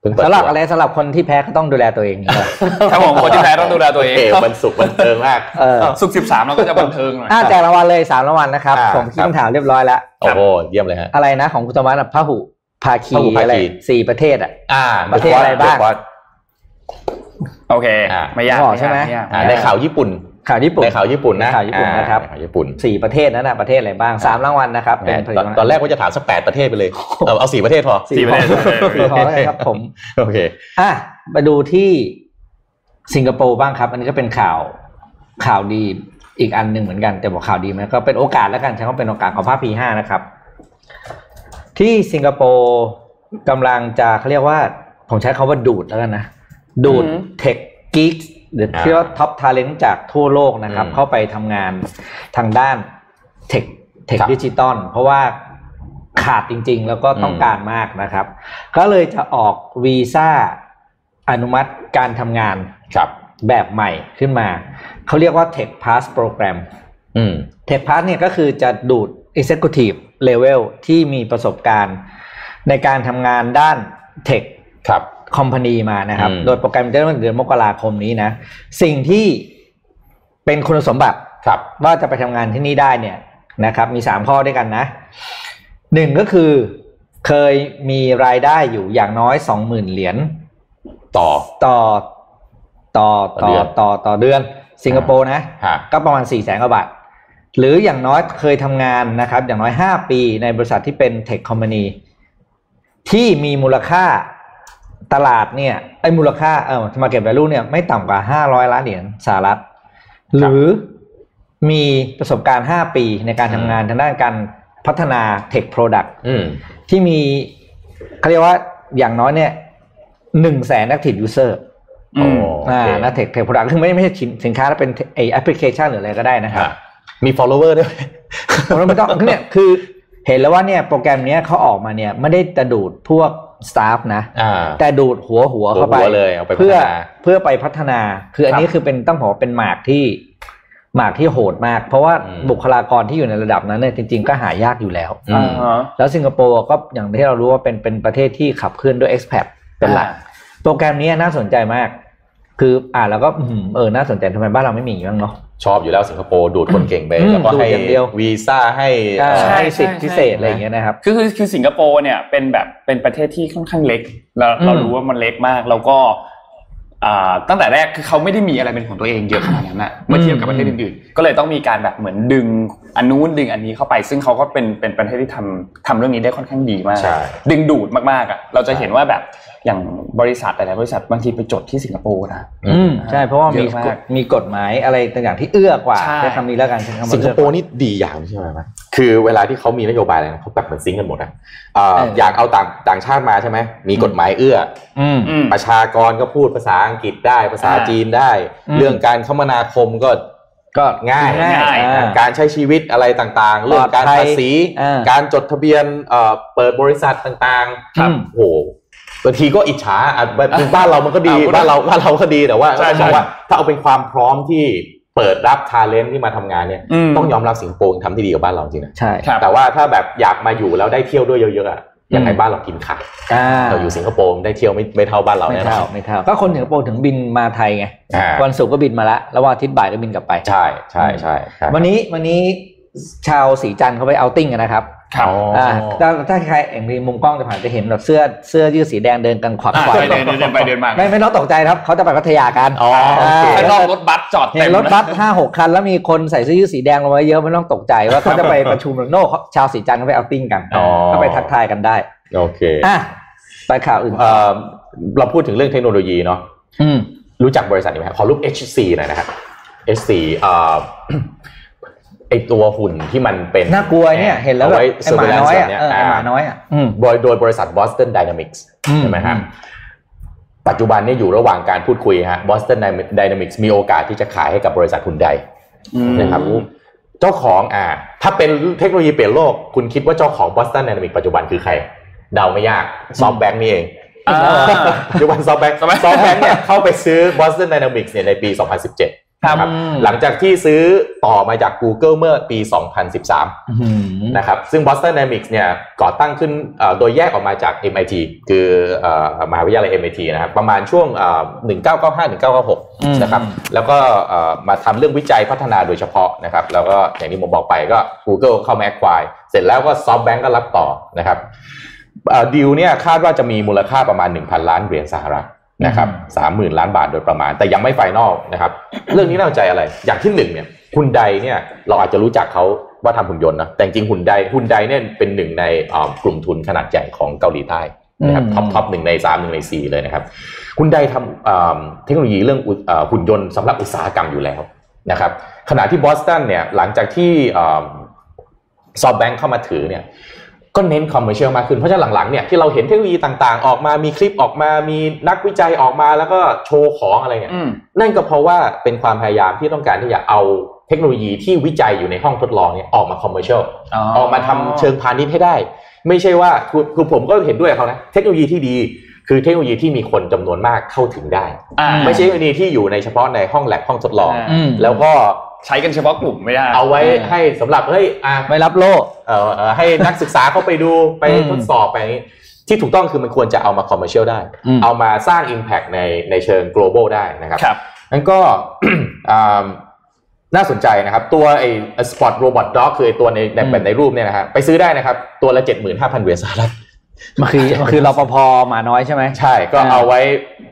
S4: เ พิ่งเปิด
S5: สำหรับ
S4: ตัว
S5: อะไรสำหรับคนที่แพ้ก็ต้องดูแลตัวเองนะครับ
S3: ครับผมคนที่แพ้ต้องดูแลตัวเอง
S4: โคมันสุกมันเติงมาก
S5: เออ
S3: สุกสิบสามเราก็จะบันเทิงหน่อย
S5: อ่ะแจกรางวัลเลยสามรางวัลนะครับ
S4: อ่า
S5: ผมคิ
S4: ค
S5: ด
S4: รับ
S5: คำถามเรียบร้อยแล้ว
S4: โอ้โหเยี่ยมเลยฮะ
S5: อะไรนะของคุณสมัติพหุภาคี
S4: พหุภาคี
S5: อะไรสี่ประเทศอ่ะ
S4: อ่า
S5: ประเทศอะไรบ้าง
S4: เดควอต
S3: โอเค
S4: อ่ะ
S3: ไม่ยาก
S5: บอกใช่ไหม
S3: ยาก
S4: อ่า
S3: ไม่
S4: ใน
S3: ยาก
S4: ข่าวญี่ปุ่น
S5: ข่าวญี่ปุ่น
S4: ในข่าวญี่ปุ่นนะ
S5: ในข่าวญี่ปุ่น
S4: อ่า
S5: นะครับ
S4: ใข่าวญี่ปุ่น
S5: สี่ประเทศนั้นนะประเทศอะไรบ้างสามรางวัลนะครับเป็นผลิ
S4: ต
S5: ต
S4: อน
S5: ภัณฑ์
S4: ตอนแรกว่าจะถามสักแปดประเทศไปเลยเอาเอาสี่ประเทศพอ
S3: สี่ประเทศ
S5: สี่ขอเลยครับผม
S4: โอเค
S5: อ่ะมาดูที่สิงคโปร์บ้างครับ อันนี้ก็เป็นข่าวข่าวดีอีกอันหนึ่งเหมือนกัน แต่บอกข่าวดีไหมก็เป็นโอกาสแล้วกันใช้คำว่าเป็นโอกาสของภาค P5 นะครับ ที่สิงคโปร์กำลังจะเขาเรียกว่า ผมใช้คาว่าดูดแล้วกันนะ ดูดเทคกิกหรือ
S4: อ่า
S5: ที่ว่าท็อปทาเลนต์จากทั่วโลกนะครับ
S4: อืม
S5: เข้าไปทำงานทางด้านเทคเทค
S4: ครับ
S5: ดิจิตอลเพราะว่าขาดจริง ๆ แล้วก็ต้อง
S4: อืม
S5: การมากนะครับ ก็เลยจะออกวีซ่าอนุมัติการทำงาน
S4: ครับ
S5: แบบใหม่ขึ้นมา เขาเรียกว่า Tech Pass Program
S4: อืม
S5: Tech Pass เนี่ยก็คือจะดูด Executive Level ที่มีประสบการณ์ ในการทำงานด้าน Tech
S4: ครับ
S5: คอมพานีมานะครับ
S4: อืม
S5: โดยโปรแกรมจะเริ่มเดือนมกราคมนี้นะ สิ่งที่เป็นคุณสมบัติ
S4: ครับ
S5: ว่าจะไปทำงานที่นี่ได้เนี่ยนะครับ มีสามข้อด้วยกันนะหนึ่งก็คือเคยมีรายได้อยู่อย่างน้อยสองหมื่นเหรียญ
S4: ต่อ
S5: ต่อต่อ
S4: ต่อ
S5: ต่
S4: เดื
S5: อ
S4: อน
S5: ต่อต่อเดือน สิงคโปร์นะ
S4: ฮะ
S5: ก็ประมาณ4ี่แสนกว่าบาท หรืออย่างน้อยเคยทำงานนะครับ อย่างน้อย 5 ปีในบริษัทที่เป็นเทคคอมพานีที่มีมูลค่าตลาดเนี่ยไอ้มูลค่าเออมาเก็บ value เนี่ยไม่ต่ำกว่า 500 ล้านเหรียญสหรัฐ หรือมีประสบการณ์ 5 ปีในการทำงานทางด้านการพัฒนาเทคโปรดัก
S4: อืม
S5: ที่มีเขาเรียกว่าอย่างน้อยเนี่ยหนึ่งแสน active user
S3: อืม
S4: โอเค
S5: อ่านะเทคเทคโปรดักต์คือไม่ไม่ใช่สินค้าแล้วเป็นไอแอปพลิเคชันหรืออะไรก็ได้นะครับ
S4: ฮะมี follower ด้วย
S5: ผมว่ามันต้องคือเนี่ยคือเห็นแล้วว่าเนี่ยโปรแกรมเนี้ยเขาออกมาเนี่ยไม่ได้จะดูดพวกสตาฟนะ
S4: อ่า
S5: แต่ดูดหัวหัวเข้าไป
S4: หัวหัวเลยเอาไปพัฒนา
S5: อเพื่อไปพัฒนา คืออันนี้
S4: ครับ
S5: คือเป็นต้องบอกว่าเป็นหมากที่หมากที่โหดมาก เพราะว่า
S4: อืม
S5: บุคลากรที่อยู่ในระดับนั้นเนี่ยจริง ๆ ก็หายากอยู่แล้ว
S4: อืม
S3: อ่าฮะ
S5: แล้วสิงคโปร์ก็อย่างที่เรารู้ว่าเป็นเป็นประเทศที่ขับเคลื่อนด้วย expat เป็นหลัก โปรแกรมนี้น่าสนใจมาก คืออ่านแล้วก็อืมเออน่าสนใจทำไมบ้านเราไม่มีบ้างเนาะ
S4: ชอบอยู่แล้วสิงคโปร์ดูดคนเก่งไป
S5: อืม
S4: แล้วก็ให้
S5: ดูดอย่างเดียว
S4: วีซ่าให้เอ่อ
S5: ใช่สิทธิพิเศษอะไรอย่างเงี้ยนะครับ
S3: คือคือคือสิงคโปร์เนี่ยเป็นแบบเป็นประเทศที่ค่อนข้างเล็ก แล้วเรา
S5: อืม
S3: รู้ว่ามันเล็กมาก แล้วก็อ่าตั้งแต่แรกคือเขาไม่ได้มีอะไรเป็นของตัวเองเย อะขนาดนั้นอะเมื่อเทียบกับประเทศอื่นๆ ก็เลยต้องมีการแบบเหมือนดึงอันนู้นดึงอันนี้เข้าไป ซึ่งเขาก็เป็นเป็นประเทศที่ทำทำเรื่องนี้ได้ค่อนข้างดีมาก
S4: ใช่
S3: ดึงดูดมากๆอ่ะเราจะเห็นว่าแบบอย่างบริษัทหลายๆบริษัทบางทีไปจดที่สิงคโปร์นะ
S4: อืม
S5: อืมใช่เพราะว่ามี
S3: เยอะมาก
S5: กฎมีกฎหมายอะไรต่างๆที่เอื้อกว่า
S3: ใช่
S5: ใช้คำนี้แล้วกันใช้คำว่า
S4: สิงค
S5: เอื้อก
S4: โป
S5: ว่า
S4: ร์นี่ดีอย่างใช่ไหมนะคือเวลาที่เขามีนโยบายอะไรนะเขาแบบเหมือนซิงค์กันหมดอะเอ่อ
S5: เออ
S4: อ
S5: อ
S4: ยากเอาต่างต่างชาติมาใช่ไหม มีกฎหมายเอื้อ
S5: อืม
S3: อืม
S4: อประชากรก็พูดภาษาอังกฤษได้ ภาษา
S3: อ่า
S4: จีนได้
S5: อืม
S4: เรื่องการคมนาคมก็
S5: ก็
S4: ง่าย
S5: ง่าย
S4: อ่า
S5: อ่า
S4: การใช้ชีวิตอะไรต่างๆ เรื่องการ
S5: ปลอดภัย
S4: ภาษี
S5: อ่า
S4: การจดทะเบียนเอ่อเปิดบริษัทต่างๆ
S5: ครับ
S4: โอ้โหบางทีก็อิจฉาอ่ะบ้านบ้านเรามันก็ดี
S3: อ่า
S4: บ้านเราบ้านเราก็ดีแต่ว่า
S3: ใช่
S4: ต้อง
S3: ใช่
S4: บอกว่าถ้าเอาเป็นความพร้อมที่เปิดรับทาเลนที่มาทำงานเนี่ย
S3: ม
S4: ต้องยอมรับสิงคโปร์ทำที่ดีกว่าบ้านเราจริงนะ
S5: ใช่
S3: ครับ
S4: แต่ว่าถ้าแบบอยากมาอยู่แล้วได้เที่ยวด้วยเยอะๆอะยังไงบ้านเรากินขาด
S5: อ่า
S4: เราอยู่สิงคโปร์ได้เที่ยวไม่ไม่เท่าบ้านเรา
S5: ไม่
S4: แน่นอ
S5: เท่าน ไม่เท่าก็คนสิงคโปร์ถึงบินมาไทยไง
S4: อ่า
S5: วันศุกร์ก็บินมาละแล้ววันอาทิตย์บ่ายก็บินกลับไป
S4: ใช่ใช่ใช่ใช่
S5: วันนี้วันนี้ชาวสีจันทร์เขาไปเอาท์ติ้งกันนะครับ
S3: ครับ
S4: อ๋ออ
S5: อ่าถ้าถ้าใครเอ็งรีมุมกล้องจะผ่านจะเห็นแบบเสื้อเสื้อยืดสีแดงเดินกันขวัก
S3: อ่ะ
S5: ขวาย
S3: ไปเดินเดินไปเดินมา
S5: ไม่ไม่ต้องตกใจครับเขาจะไปพัทยากัน
S4: อ๋อโอเค
S3: ข้างนอกรถบัสจอด
S5: เห็
S3: เต็
S5: น
S3: ม
S5: รถบัสห้าหกคันแล้วมีคนใส่เสื้อยืดสีแดงลงมาเยอะไม่ต้องตกใจว่าเขาจะไปประชุมหรือโน่เขาชาวสีจันทร์เขาไปเอาท์ติ้งกัน
S4: อ๋อ
S5: เขาไปทักทายกันได้
S4: โอเค
S5: อ่ะไปข่าวอื่น
S4: เอ่อเราพูดถึงเรื่องเทคโนโลยีเนาะ
S5: อืม
S4: รู้จักบริษัทนี้ไหมครับขอรูป HC หน่อยนะครับ HC เอ่ อ ไอตัวหุ่นที่มันเป็น
S5: น่ากลัวเนี่ยเห็นแล้วแบบ
S4: อา
S5: ไอ้หมาน้อยอ่ะ
S4: เนี่
S5: เออไอ้หมาน้อยอ่ะอืม
S4: โดยโดยบริษัท Boston Dynamics
S5: อืม
S4: ใช่ไหมฮะปัจจุบันเนี่ยอยู่ระหว่างการพูดคุยฮะ Boston Dynamics มีโอกาสที่จะขายให้กับบริษัท Hyundai
S3: อืม
S4: นะครับเจ้าของอ่า ถ้าเป็นเทคโนโลยีเปลี่ยนโลก คุณคิดว่าเจ้าของ Boston Dynamics ปัจจุบันคือใคร เดาไม่ยากซอฟแบง n ์นี่เอง
S3: อ่า
S4: ปัจจุบันซอฟแบง n ์
S3: SoftBank
S4: ซอฟแบง n ์เนี่ยเข้าไปซื้อ Boston Dynamics เนี่ยในปี 2017
S3: ครับ
S4: นะครับ
S5: อืม
S4: หลังจากที่ซื้อต่อมาจาก Google เมื่อปี 2013
S5: อื้อหือ
S4: นะครับซึ่ง Boston Dynamics เนี่ยก่อตั้งขึ้นเอ่อโดยแยกออกมาจาก MIT คือเอ่อมหาวิทยาลัย MIT นะครับประมาณช่วงเอ่อ
S5: อืม
S4: 1995-1996 นะครับแล้วก็เอ่อมาทำเรื่องวิจัยพัฒนาโดยเฉพาะนะครับแล้วก็อย่างที่ผมบอกไปก็ Google เข้ามา acquire เสร็จแล้วก็ SoftBank ก็รับต่อนะครับดีลเนี่ยคาดว่าจะมีมูลค่าประมาณ 1,000 ล้านเหรียญสหรัฐนะครับสามหมื่นล้านบาทโดยประมาณ แต่ยังไม่ไฟนอลนะครับ เรื่องนี้น่าสนใจอะไร อย่างที่หนึ่งเนี่ยหุ่นใดเนี่ยเราอาจจะรู้จักเขาว่าทำหุ่นยนต์นะ แต่จริงๆหุ่นใดหุ่นใดเนี่ยเป็นหนึ่งในเอ่อกลุ่มทุนขนาดใหญ่ของเกาหลีใต้นะครับ
S5: อืม
S4: ท็อปท็อปหนึ่งในสามหนึ่งในสี่เลยนะครับหุ่นใดทำเอ่อเทคโนโลยีเรื่องอุเอ่อหุ่นยนต์สำหรับอุตสาหกรรมอยู่แล้วนะครับ ขณะที่บอสตันเนี่ยหลังจากที่ซอฟแบงค์เข้ามาถือเนี่ยก็เน้นคอมเมอร์เชียลมากขึ้น เพราะฉะนั้นหลังๆเนี่ยที่เราเห็นเทคโนโลยีต่างๆ ออกมามีคลิปออกมามีนักวิจัยออกมาแล้วก็โชว์ของอะไรเนี่ย
S3: อืม
S4: นั่นก็เพราะว่าเป็นความพยายามที่ต้องการที่จะเอาเทคโนโลยีที่วิจัยอยู่ในห้องทดลองเนี่ยออกมาคอมเมอร์เชียลออกมาทำเชิงพาณิชย์ให้ได้ ไม่ใช่ว่าคือคือผมก็เห็นด้วยกับเขานะเทคโนโลยีที่ดีคือเทคโนโลยีที่มีคนจำนวนมากเข้าถึงได้
S3: อ่า
S4: ไม่ใช่เทคโนโลยีที่อยู่ในเฉพาะในห้องแลบห้องทดลอง
S3: า
S5: อืม
S4: แล้วก็
S3: ใช้กันเฉพาะกลุ่มไม่ได้
S4: เอาไว้ให้สำหรับเฮ้ยอ่ะ
S5: ไม่รับโลก
S4: เอ่อเอ่อให้นักศึกษาเข้าไปดูไป
S5: อืม
S4: ทดสอบไปอย่างนี้ที่ถูกต้องคือมันควรจะเอามาคอมเมอร์เชียลได้
S5: อืม
S4: เอามาสร้าง Impact ในในเชิง global ได้นะครับ
S3: ครับ
S4: นั่นก็ อ่าน่าสนใจนะครับ ตัวไอ้ spot robot dog คือไอ้ตัวในในแบบในรูปเนี่ยนะฮะไปซื้อได้นะครับ ตัวละ 75,000เหรียญสหรัฐ
S5: มันคือมันคือรปภหมาน้อยใช่ไหม
S4: ใช่ก็
S5: อ่า
S4: เอาไว้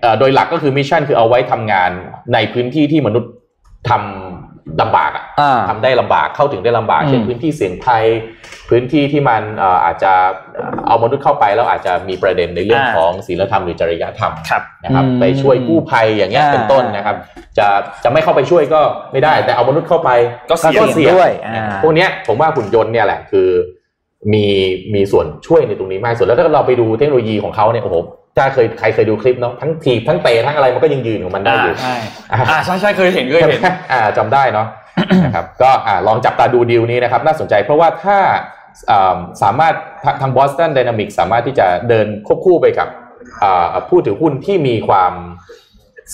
S4: เอ่อโดยหลักก็คือมิชชั่นคือเอาไว้ทำงานในพื้นที่ที่มนุษย์ทำลำบากอะ
S5: อ่า
S4: ทำได้ลำบากเข้าถึงได้ลำบาก
S5: อืม
S4: เช่นพื้นที่เสี่ยงภัยพื้นที่ที่มันเอ่ออาจจะเอ่อเอามนุษย์เข้าไปแล้วอาจจะมีประเด็นในเรื่องของศีลธรรมหรือจริยธรรม
S3: ครับ
S4: นะครับ
S5: อืม
S4: ไปช่วยกู้ภัยอย่างเงี้ย
S5: อ่า
S4: เป็นต้นนะครับ จะจะไม่เข้าไปช่วยก็ไม่ได้ แต่เอามนุษย์เข้าไป
S3: ก็เสีย
S5: ก็
S3: ง
S5: เสี่ยง ด้วยอ่า
S4: พวกเนี้ยผมว่าหุ่นยนต์เนี่ยแหละคือมีมีส่วนช่วยในตรงนี้มากส่วนแล้วถ้าเราไปดูเทคโนโลยีของเขาเนี่ยโอ้โหถ้าเคยใครเคยดูคลิปเนาะทั้งถีบทั้งเตะทั้งอะไรมันก็ยังยืนของมันได้อยู่
S3: อ่าใช่อ่าใช่ใช่เคยเห็นเคย
S4: ใช่ไหม
S3: เห็น
S4: อ่าจำได้เนาะ นะครับก็อ่าลองจับตาดูดีลนี้นะครับ น่าสนใจเพราะว่าถ้าอ่าสามารถทาทางบอสตันไดนามิกสามารถที่จะเดินควบคู่ไปกับอ่าผู้ถือหุ้นที่มีความ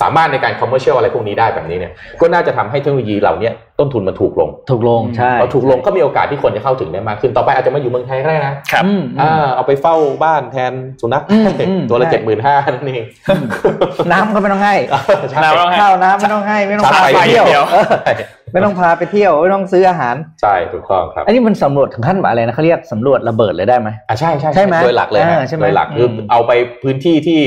S4: สามารถในการคอมเมอร์เชียลอะไรพวกนี้ได้แบบนี้เนี่ยก็น่าจะทำให้เทคโนโลยีเหล่านี้ต้นทุนมันถูกลง
S5: ถูกลง ใช่
S4: พอถูกลงก็มีโอกาสที่คนจะเข้าถึงได้มากขึ้นต่อไปอาจจะมาอยู่เมืองไทยก็ได้นะ
S3: ครับ
S5: อืมอื
S4: อ่าม เอาไปเฝ้าบ้านแทนสุนัข
S5: อืมอืม
S4: ตัวละ
S5: ใช่
S4: เจ็ดหมื่นห้านั่นเอง
S5: น้ำก็ไม่ต้องให้
S4: ใช่
S3: น้ำต้องให้
S5: ข้าวน้ำไม่ต้องให้ไม่ต้อง
S4: น้ำ
S5: พา
S4: ไป
S5: ไปเที่ยว
S3: เดียว
S5: เออไม่ต้องพาไปเที่ยวไม่ต้องซื้ออาหาร
S4: ใช่ถูกต้องครับ
S5: อันนี้มันสำรวจถึงขั้นอะไรนะเขาเรียกสำรวจระเบิดเลยได้ไหม
S4: อ่ะใช่ใช่
S5: ใช่ไหม
S4: โดยหลักเลยฮะ
S5: อ่าใช่ไหม
S4: โดยหลัก
S5: อืม
S4: คือเอาไปพื้นที่ที่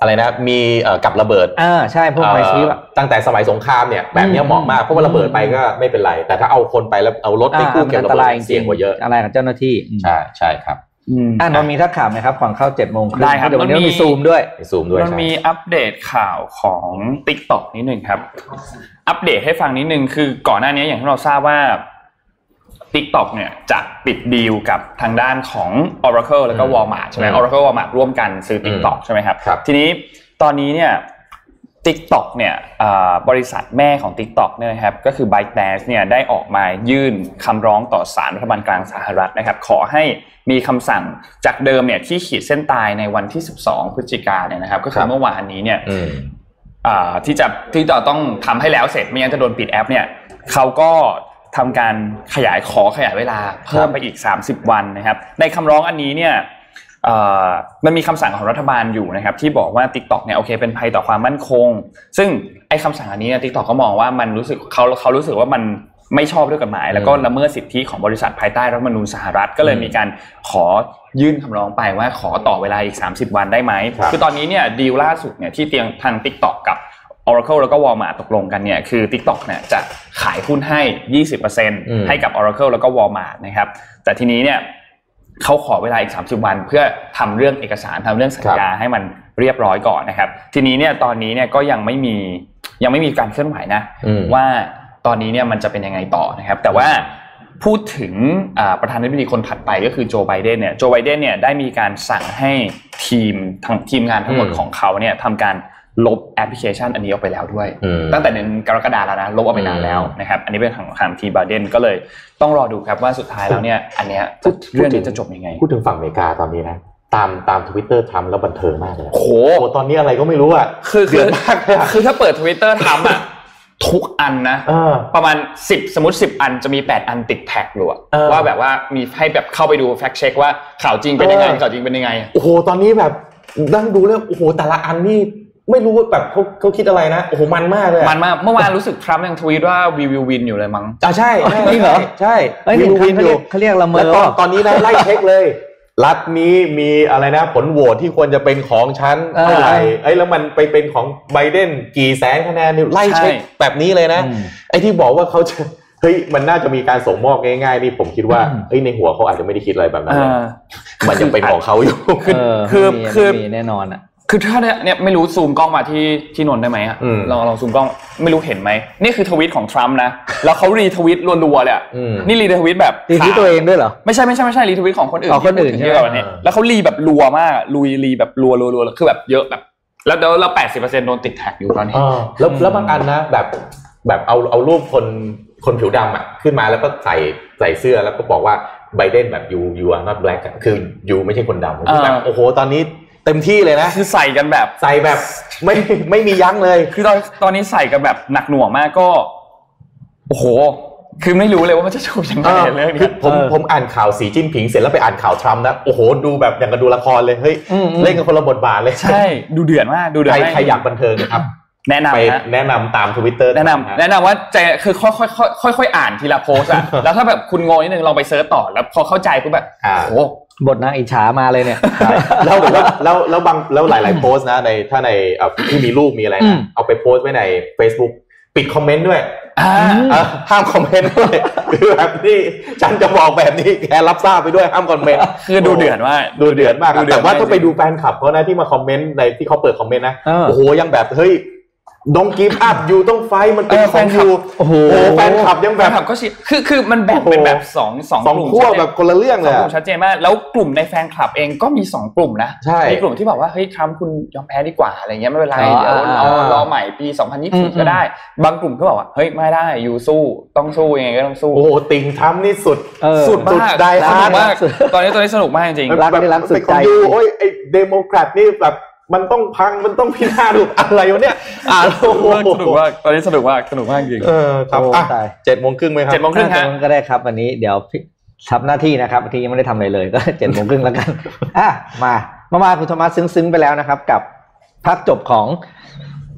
S4: อะไรนะมีเอ่อกับระเบิด
S5: อ่าใช่พวกไมซีฟ
S4: เอ่อ
S5: อ่ะ
S4: ตั้งแต่สมัยสงครามเนี่ยแบบเนี้ย
S5: อืม
S4: เหมาะมากเพราะว่าระเบิดไปก็ไม่เป็นไร แต่ถ้าเอาคนไปแล้วเอารถไปกู้
S5: า
S4: เก็บระ
S5: มันอันต
S4: เบิ
S5: รา
S4: ด
S5: ยจริ
S4: เสี่ยงกว่าเยอะ
S5: อะไรกับเจ้าหน้าที่อืม
S4: ใช่ใช่ครับ
S3: อืม
S5: อ่านนมีทักข่าวไหมครับก่อนเข้าเจ็ดโมง
S3: ได้ครับ
S5: เดี๋ยววันนี้
S3: มันมี
S5: มีซูมด้วย
S4: ไปซูมด้วย
S3: มัน
S4: ใช่
S3: มีอัปเดตข่าวของ t ิ k t o k นิดหนึ่งครับ อัปเดตให้ฟังนิดหนึ่งคือก่อนหน้านี้อย่างที่เราทราบว่า t ิ k t o k เนี่ยจะปิดดีลกับทางด้านของ Oracle แล้วก็
S4: อืม
S3: Walmart ใช่ไหม
S4: อืม
S3: Oracle Walmart ร่วมกันซื้อ t ิ k t o k ใช่ไหมครับ
S4: ครับ
S3: ทีนี้ตอนนี้เนี่ย TikTok เนี่ยอ่าบริษัทแม่ของ TikTok เนี่ยนะครับก็คือ ByteDance เนี่ยได้ออกมายื่นคำร้องต่อศาลรัฐบาลกลางสหรัฐนะครับขอให้มีคำสั่งจากเดิมเนี่ยที่ขีดเส้นตายในวันที่ 12 พฤศจิกาเนี่ยนะครับก็คื
S4: ครั
S3: อบ เมื่อวานนี้เนี่ย
S4: อืม
S3: อ่าที่จะที่เราต้องทำให้แล้วเสร็จไม่งั้นจะโดนปิดแอปเนี่ยเขาก็ทำการขยายขอขยายเวลาเพิ่มไปอีก 30 วันนะครับ ในคำร้องอันนี้เนี่ยเอ่อมันมีคำสั่งของรัฐบาลอยู่นะครับ ที่บอกว่า t ิ k t o k เนี่ยโอเคเป็นภัยต่อความมั่นคง ซึ่งไอ้คำสั่งอันนี้เนี่ยทิกตอกก็มองว่ามันรู้สึกเขาเขารู้สึกว่ามันไม่ชอบด้วยกฎหมาย แล้วก็
S4: อืม
S3: ละเมิดสิทธิของบริษัทภายใต้รัฐธรรมนูญสหรัฐก็เลยมีการขอยื่นคำร้องไปว่าขอต่อเวลาอีก 30 วันได้ไหม
S4: ครับ
S3: คือตอนนี้เนี่ยดีลล่าสุดเนี่ยที่เตียงทาง TikTok กับ Oracle แล้วก็ Walmart ตกลงกันเนี่ยคือ TikTok เนี่ยจะขายหุ้นให้ 20%ให้กับ Oracle แล้วก็ Walmart นะครับแต่ทีนี้เนี่ยเขาขอเวลาอีก 30 วันเพื่อทำเรื่องเอกสารทำเรื่องสัญญาให้มันเรียบร้อยก่อนนะครับ ทีนี้เนี่ยตอนนี้เนี่ยก็ยังไม่มียังไม่มีการเคลื่อนไหวนะ
S4: อืม
S3: ว่าตอนนี้เนี่ยมันจะเป็นยังไงต่อนะครับ แต่ว่าพูดถึงอ่าประธานาธิบดีคนถัดไปก็คือโจไบเดนเนี่ยโจไบเดนเนี่ยได้มีการสั่งให้ทีมทางทีมงานทั้งหมด
S4: อืม
S3: ของเขาเนี่ยทำการลบแอปพลิเคชันอันนี้ออกไปแล้วด้วย
S4: อืม
S3: ตั้งแต่เดือนกรกฎาแล้วนะลบออกไปนานแล้วนะครับ อันนี้เป็นของทางทีมไบเดนก็เลยต้องรอดูครับว่าสุดท้ายแล้วเนี่ยอันเนี้ย
S4: พูด
S3: เรื่องนี้จะจบยังไง
S4: พูดถึงฝั่งอเมริกาตอนนี้นะ ตามตามทวิตเตอร์ทำแล้วบันเทิงมากเลยนะ
S3: โอ้โห
S4: โอ้โหตอนนี้อะไรก็ไม่รู้อะ
S3: คือ
S4: เดื
S3: คือ อ
S4: ดมากเลยอะ
S3: คือถ้าเปิดทวิตเตอร์ทำอ่ะ ทุกอันนะ
S4: เออ
S3: ประมาณ 10 สมมติ 10 อันจะมี 8 อันติดแท็กหลว
S4: เออ
S3: ว่าแบบว่ามีให้แบบเข้าไปดูแฟกเช็คว่าข่าวจริงเป็นยังไง
S4: เออ
S3: ข่าวจริงเป็นยังไง
S4: โอ้โห ตอนนี้แบบนั่งดูแล้วโอ้โห แต่ละอันนี่ไม่รู้ว่าแบบเขาเขาคิดอะไรนะ โอ้โห มันมากเลยอะ
S3: มันมากเมื่อวานรู้สึกทรัมป์ยังทวีตว่า we will win อยู่เลยมั้ง
S4: อ่ะใช่ใช่
S5: จริงเหรอ
S4: ใช่
S5: เอ้ยเห็น
S4: วิน
S5: คำ
S4: อ
S5: เขาเรีย
S4: ยู่
S5: กเขาเรียกละเม
S4: แล้
S5: อ
S4: วตอน
S5: วะ
S4: ตอนนี้นะไล่เช็คเลย รัฐนี้มีอะไรนะ ผลโหวตที่ควรจะเป็นของฉันเท่าไหร่เอ้ยแล้วมันไปเป็นของไบเดนกี่แสนคะแนนเนี่ยไล่เช็ค
S3: ใช่
S4: แบบนี้เลยนะ
S5: อืม
S4: ไอ้ที่บอกว่าเขาจะ เฮ้ยมันน่าจะมีการส่งมอบง่ายๆนี่ผมคิดว่าเอ้ยในหัวเขาอาจจะไม่ได้คิดอะไรแบบนั้นหรอกมันยังเป็นของเขาอยู่
S5: เออ
S3: คือ
S5: มี
S3: คือ
S5: มีแน่นอนอ่ะ
S3: คือถ้าเนี่ยเนี่ยไม่รู้ซูมกล้องมาที่ที่นนท์ได้ไหมอะ
S4: อืม
S3: ลองลองซูมกล้องไม่รู้เห็นไหมนี่คือทวิตของทรัมป์นะ แล้วเขารีทวิตรัวๆเลยอะ
S4: อืม
S3: นี่รีทวิตแบบ
S5: ตีที่ตัวเองด้วยเหรอ
S3: ไม่ใช่ไม่ใช่ไม่ใช่รีทวิตของคนอื่น
S5: อ๋อคนอื่น
S3: ที่
S5: ใช่
S3: พูดถึงเยอะ
S5: ไหม
S3: กว่านี้แล้วเขารีแบบรัวมากลุยรีแบบรัวรัวรัวๆๆคือแบบเยอะแบบ แล้วแล้วเราแปดสิบเปอร์เซ็นต์โดนติดแท็กอยู่ตอนนี้
S4: แล้วแล้วบางอันนะแบบแบบเอาเอารูปคนคนผิวดำอ่ะขึ้นมาแล้วก็ใส่ใส่เสื้อแล้วก็บอกว่าไบเดนแบบยูยูอาร์นอตแบล็กคือยูไม่ใช่คนดำ
S3: อ่า
S4: แบบโอ้โห ตอนนี้เต็มที่เลยนะ
S3: คือใส่กันแบบ
S4: ใส่แบบไม่ไม่มียั้งเลย
S3: คือตอนตอนนี้ใส่กันแบบหนักหน่วงมากก็ โอ้โห คือไม่รู้เลยว่ามันจะจบยัง ไง
S4: เออ
S3: เรื่อง
S4: คื
S3: เนี้
S4: อย ผม
S5: เออ
S4: ผมอ่านข่าวสีจิ้นผิงเสร็จแล้วไปอ่านข่าวทรัมป์นะ โอ้โห ดูแบบอย่างกับดูละครเลยเฮ้ย
S5: อืมอืม
S4: เล่นกันคนละบทบาทเลย
S3: ใช่ ดูเดือดมากดูเดือด
S4: ใคร
S3: มาก
S4: ใครอยากบันเทิงนะครับ
S3: แนะ
S4: ไป
S3: นำฮะ
S4: แนะนำตามทวิตเตอร์
S3: แนะนำแนะนำว่าใจคือค่อยค่อยค่อยค่อยค่อยอ่านทีละโพสต์อะ แล้วถ้าแบบคุณงงนิดนึงลองไปเซิร์ชต่อแล้วพอเข้าใจปุ๊บแบบ
S4: อ่า
S3: โอ้โห
S5: บทนางอิจฉามาเลยเนี่ย
S4: แล้วแบบว่าแล้วแล้วบางแล้วหลาย ๆ โพสต์นะในถ้าในเอ่อที่มีรูปมีอะไร
S5: อื
S4: นะ
S5: ม
S4: เอาไปโพสต์ไว้ใน Facebook ปิดคอมเมนต์ด้วย
S3: อ่า
S4: เออห้ามคอมเมนต์ด้วย คือแบบนี่ฉันจะบอกแบบนี้แกรับทราบไปด้วยห้ามคอมเมนต์
S3: คือดูเดือดมาก
S4: ดูเดือดมาก
S3: ดูเดือด
S4: แต่ว่า
S3: จริง
S4: ถ้าไปดูแฟนคลับเขานะที่มาคอมเมนต์ในที่เขาเปิดคอมเมนต์นะ
S5: เออ
S4: โอ้โหยังแบบเฮ้ยดงกีบอัพอยู่ต้องไฟมันเป็น
S3: เออ
S4: ของ
S3: แฟนค
S4: อ
S3: ลับ
S4: ยู่
S5: โอ้โห
S4: โอ้โหแฟนคลับยัง
S3: แบ
S4: แบบ บ
S3: ก็ชิคือคือมันแบ่งเป็นแบบ
S4: โอ้โห
S3: สองสอง
S4: สอง
S3: กลุ่ม
S4: ขั้ว
S3: ชัดเจน
S4: แบบคนละเรื่อง
S3: ส
S4: เล
S3: อง
S4: ย
S3: ก
S4: อะ
S3: ลุ่มชัดเจนมาก แล้วกลุ่มในแฟนคลับเองก็มีสองกลุ่มนะ
S4: ใช่
S3: มีกลุ่มที่บอกว่าเฮ้ยทรัมป์คุณยอมแพ้ดีกว่าอะไรเงี้ยไม่เป็นไร
S5: อ๋อ
S3: เดี๋ยวรอ
S5: อ่าร
S3: อใหม่ปี
S5: อืม
S3: 2024 ก็ได้ บางกลุ่มก็บอกว่าเฮ้ยไม่ได้อยู่สู้ต้องสู้ยังไงก็ต้องสู้
S4: โอ้โหติงทำนี่สุด
S5: เออ
S4: สุด
S3: มาก
S4: ได
S3: ส
S4: ฮา
S3: นุก
S4: ร์ด
S3: มากตอนนี้ตอนนี้สนุกมากจริง
S5: รักนี่รักสุดใจ
S4: เป็นของยูโอ้ยไอ้เดโมแครตนี่แบบมันต้องพังมันต้องพินาศ หรืออะไรวะเนี่ยอ่าโอ้โห
S3: สนุกมากตอนนี้สนุกมากสนุกมากจริง
S4: เออครับ
S5: โอ้
S4: อ่ะ
S5: ตาย
S4: เจ็ดโมงครึ่งไหมครับ
S3: เจ็ดโมงครึ่ง ฮะ
S5: อ่ะก็ได้ครับวันนี้เดี๋ยวพี่ทับหน้าที่นะครับที่ยังไม่ได้ทำอะไรเลยก็ เจ็ดโมงครึ่งแล้วกัน อ่ะมามามาคุณโทมัสซึ้งๆไปแล้วนะครับ กับพักจบของ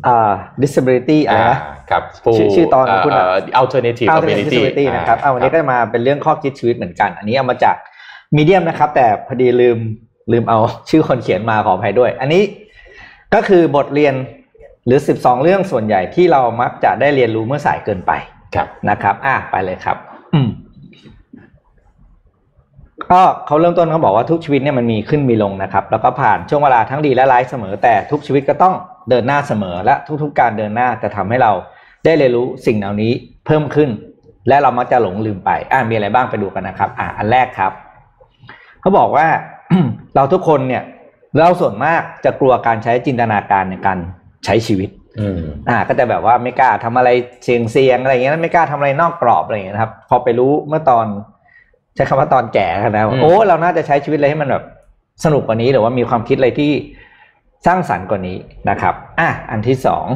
S5: อ่า disability อะไร
S4: อ่า
S5: นะ
S4: ครับผู้
S5: ชื่อชื่อตอนของคุณอะ
S4: เอ่อ alternative
S5: เอา
S4: community
S5: ที่ disability นะครับ
S4: อ่า
S5: เอาวันนี้ก็มาเป็นเรื่องข้อคิดชีวิตเหมือนกัน อันนี้เอามาจากมีเดียมนะครับ แต่พอดีลืมลืมเอา ชื่อคนเขียนมาขออภัยด้วย อันนี้ก็คือบทเรียนหรือ 12 เรื่องส่วนใหญ่ที่เรามักจะได้เรียนรู้เมื่อสายเกินไป
S4: ครับ
S5: นะครับ อ่ะ ไปเลยครับ อืม ก็เขาเริ่มต้นเขาบอกว่าทุกชีวิตเนี่ยมันมีขึ้นมีลงนะครับ แล้วก็ผ่านช่วงเวลาทั้งดีและร้ายเสมอ แต่ทุกชีวิตก็ต้องเดินหน้าเสมอ และทุกๆ การเดินหน้าจะทำให้เราได้เรียนรู้สิ่งเหล่านี้เพิ่มขึ้น และเรามักจะหลงลืมไป อ่ะมีอะไรบ้างไปดูกันนะครับ อ่ะอันแรกครับ เขาบอกว่า เราทุกคนเนี่ย เราส่วนมากจะกลัวการใช้จินตนาการในการใช้ชีวิต
S4: อืม
S5: อ่าก็จะแบบว่าไม่กล้าทำอะไรเสียงเสียงๆอะไรอย่างเงี้ยไม่กล้าทำอะไรนอกกรอบอะไรอย่างเงี้ยนะครับ พอไปรู้เมื่อตอน ใช้คำว่าตอนแก่กันนะครับ
S4: อืม
S5: โอ้เราน่าจะใช้ชีวิตอะไรให้มันแบบสนุกกว่านี้หรือว่ามีความคิดอะไรที่สร้างสรรค์กว่านี้นะครับ อ่ะอันที่สอง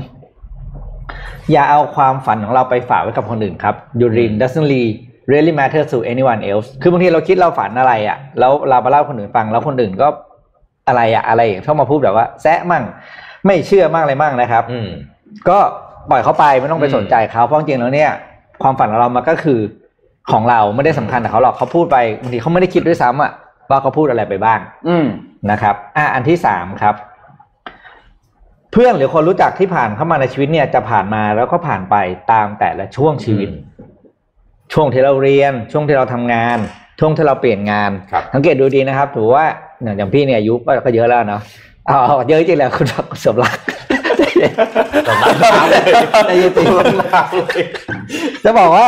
S5: อย่าเอาความฝันของเราไปฝากไว้กับคนอื่นครับ you dream doesn't really really matter to anyone else คือบางทีเราคิดเราฝันอะไรอะ่ะแล้วเรามาเล่าคนอื่นฟังแล้วคนอื่นก็อะไรอะ่ะอะไรอย่างเงี้ยเข้ามาพูดแบบว่าแซะมั่งไม่เชื่อมั่งอะไรมั่งนะครับ
S4: อืม
S5: ก็ปล่อยเขาไปไม่ต้องไป
S4: อืม
S5: สนใจเขาเพราะจริงๆแล้วเนี่ย ความฝันของเรามันก็คือของเราไม่ได้สำคัญกับเขาหรอกเขาพูดไปบางทีเขาไม่ได้คิดด้วยซ้ำอะว่าเขาพูดอะไรไปบ้าง
S3: อืม
S5: นะครับ อ่ะอันที่สามครับ เพื่อนหรือคนรู้จักที่ผ่านเข้ามาในชีวิตเนี่ยจะผ่านมาแล้วก็ผ่านไปตามแต่ละช่วงชีวิต ช่วงที่เราเรียน ช่วงที่เราทำงาน ช่วงที่เราเปลี่ยนงาน
S4: ครับ
S5: สังเกตดูดีนะครับถือว่าเนี่ยอย่างพี่เนี่ยอายุก็ก็เยอะแล้วเนาะเอาเอาเยอะจริงๆแหละคุณสมรัก
S4: สำนักข่าวเลย
S5: ใจเย็น
S4: สำนักข่าวเลย
S5: จะบอกว่า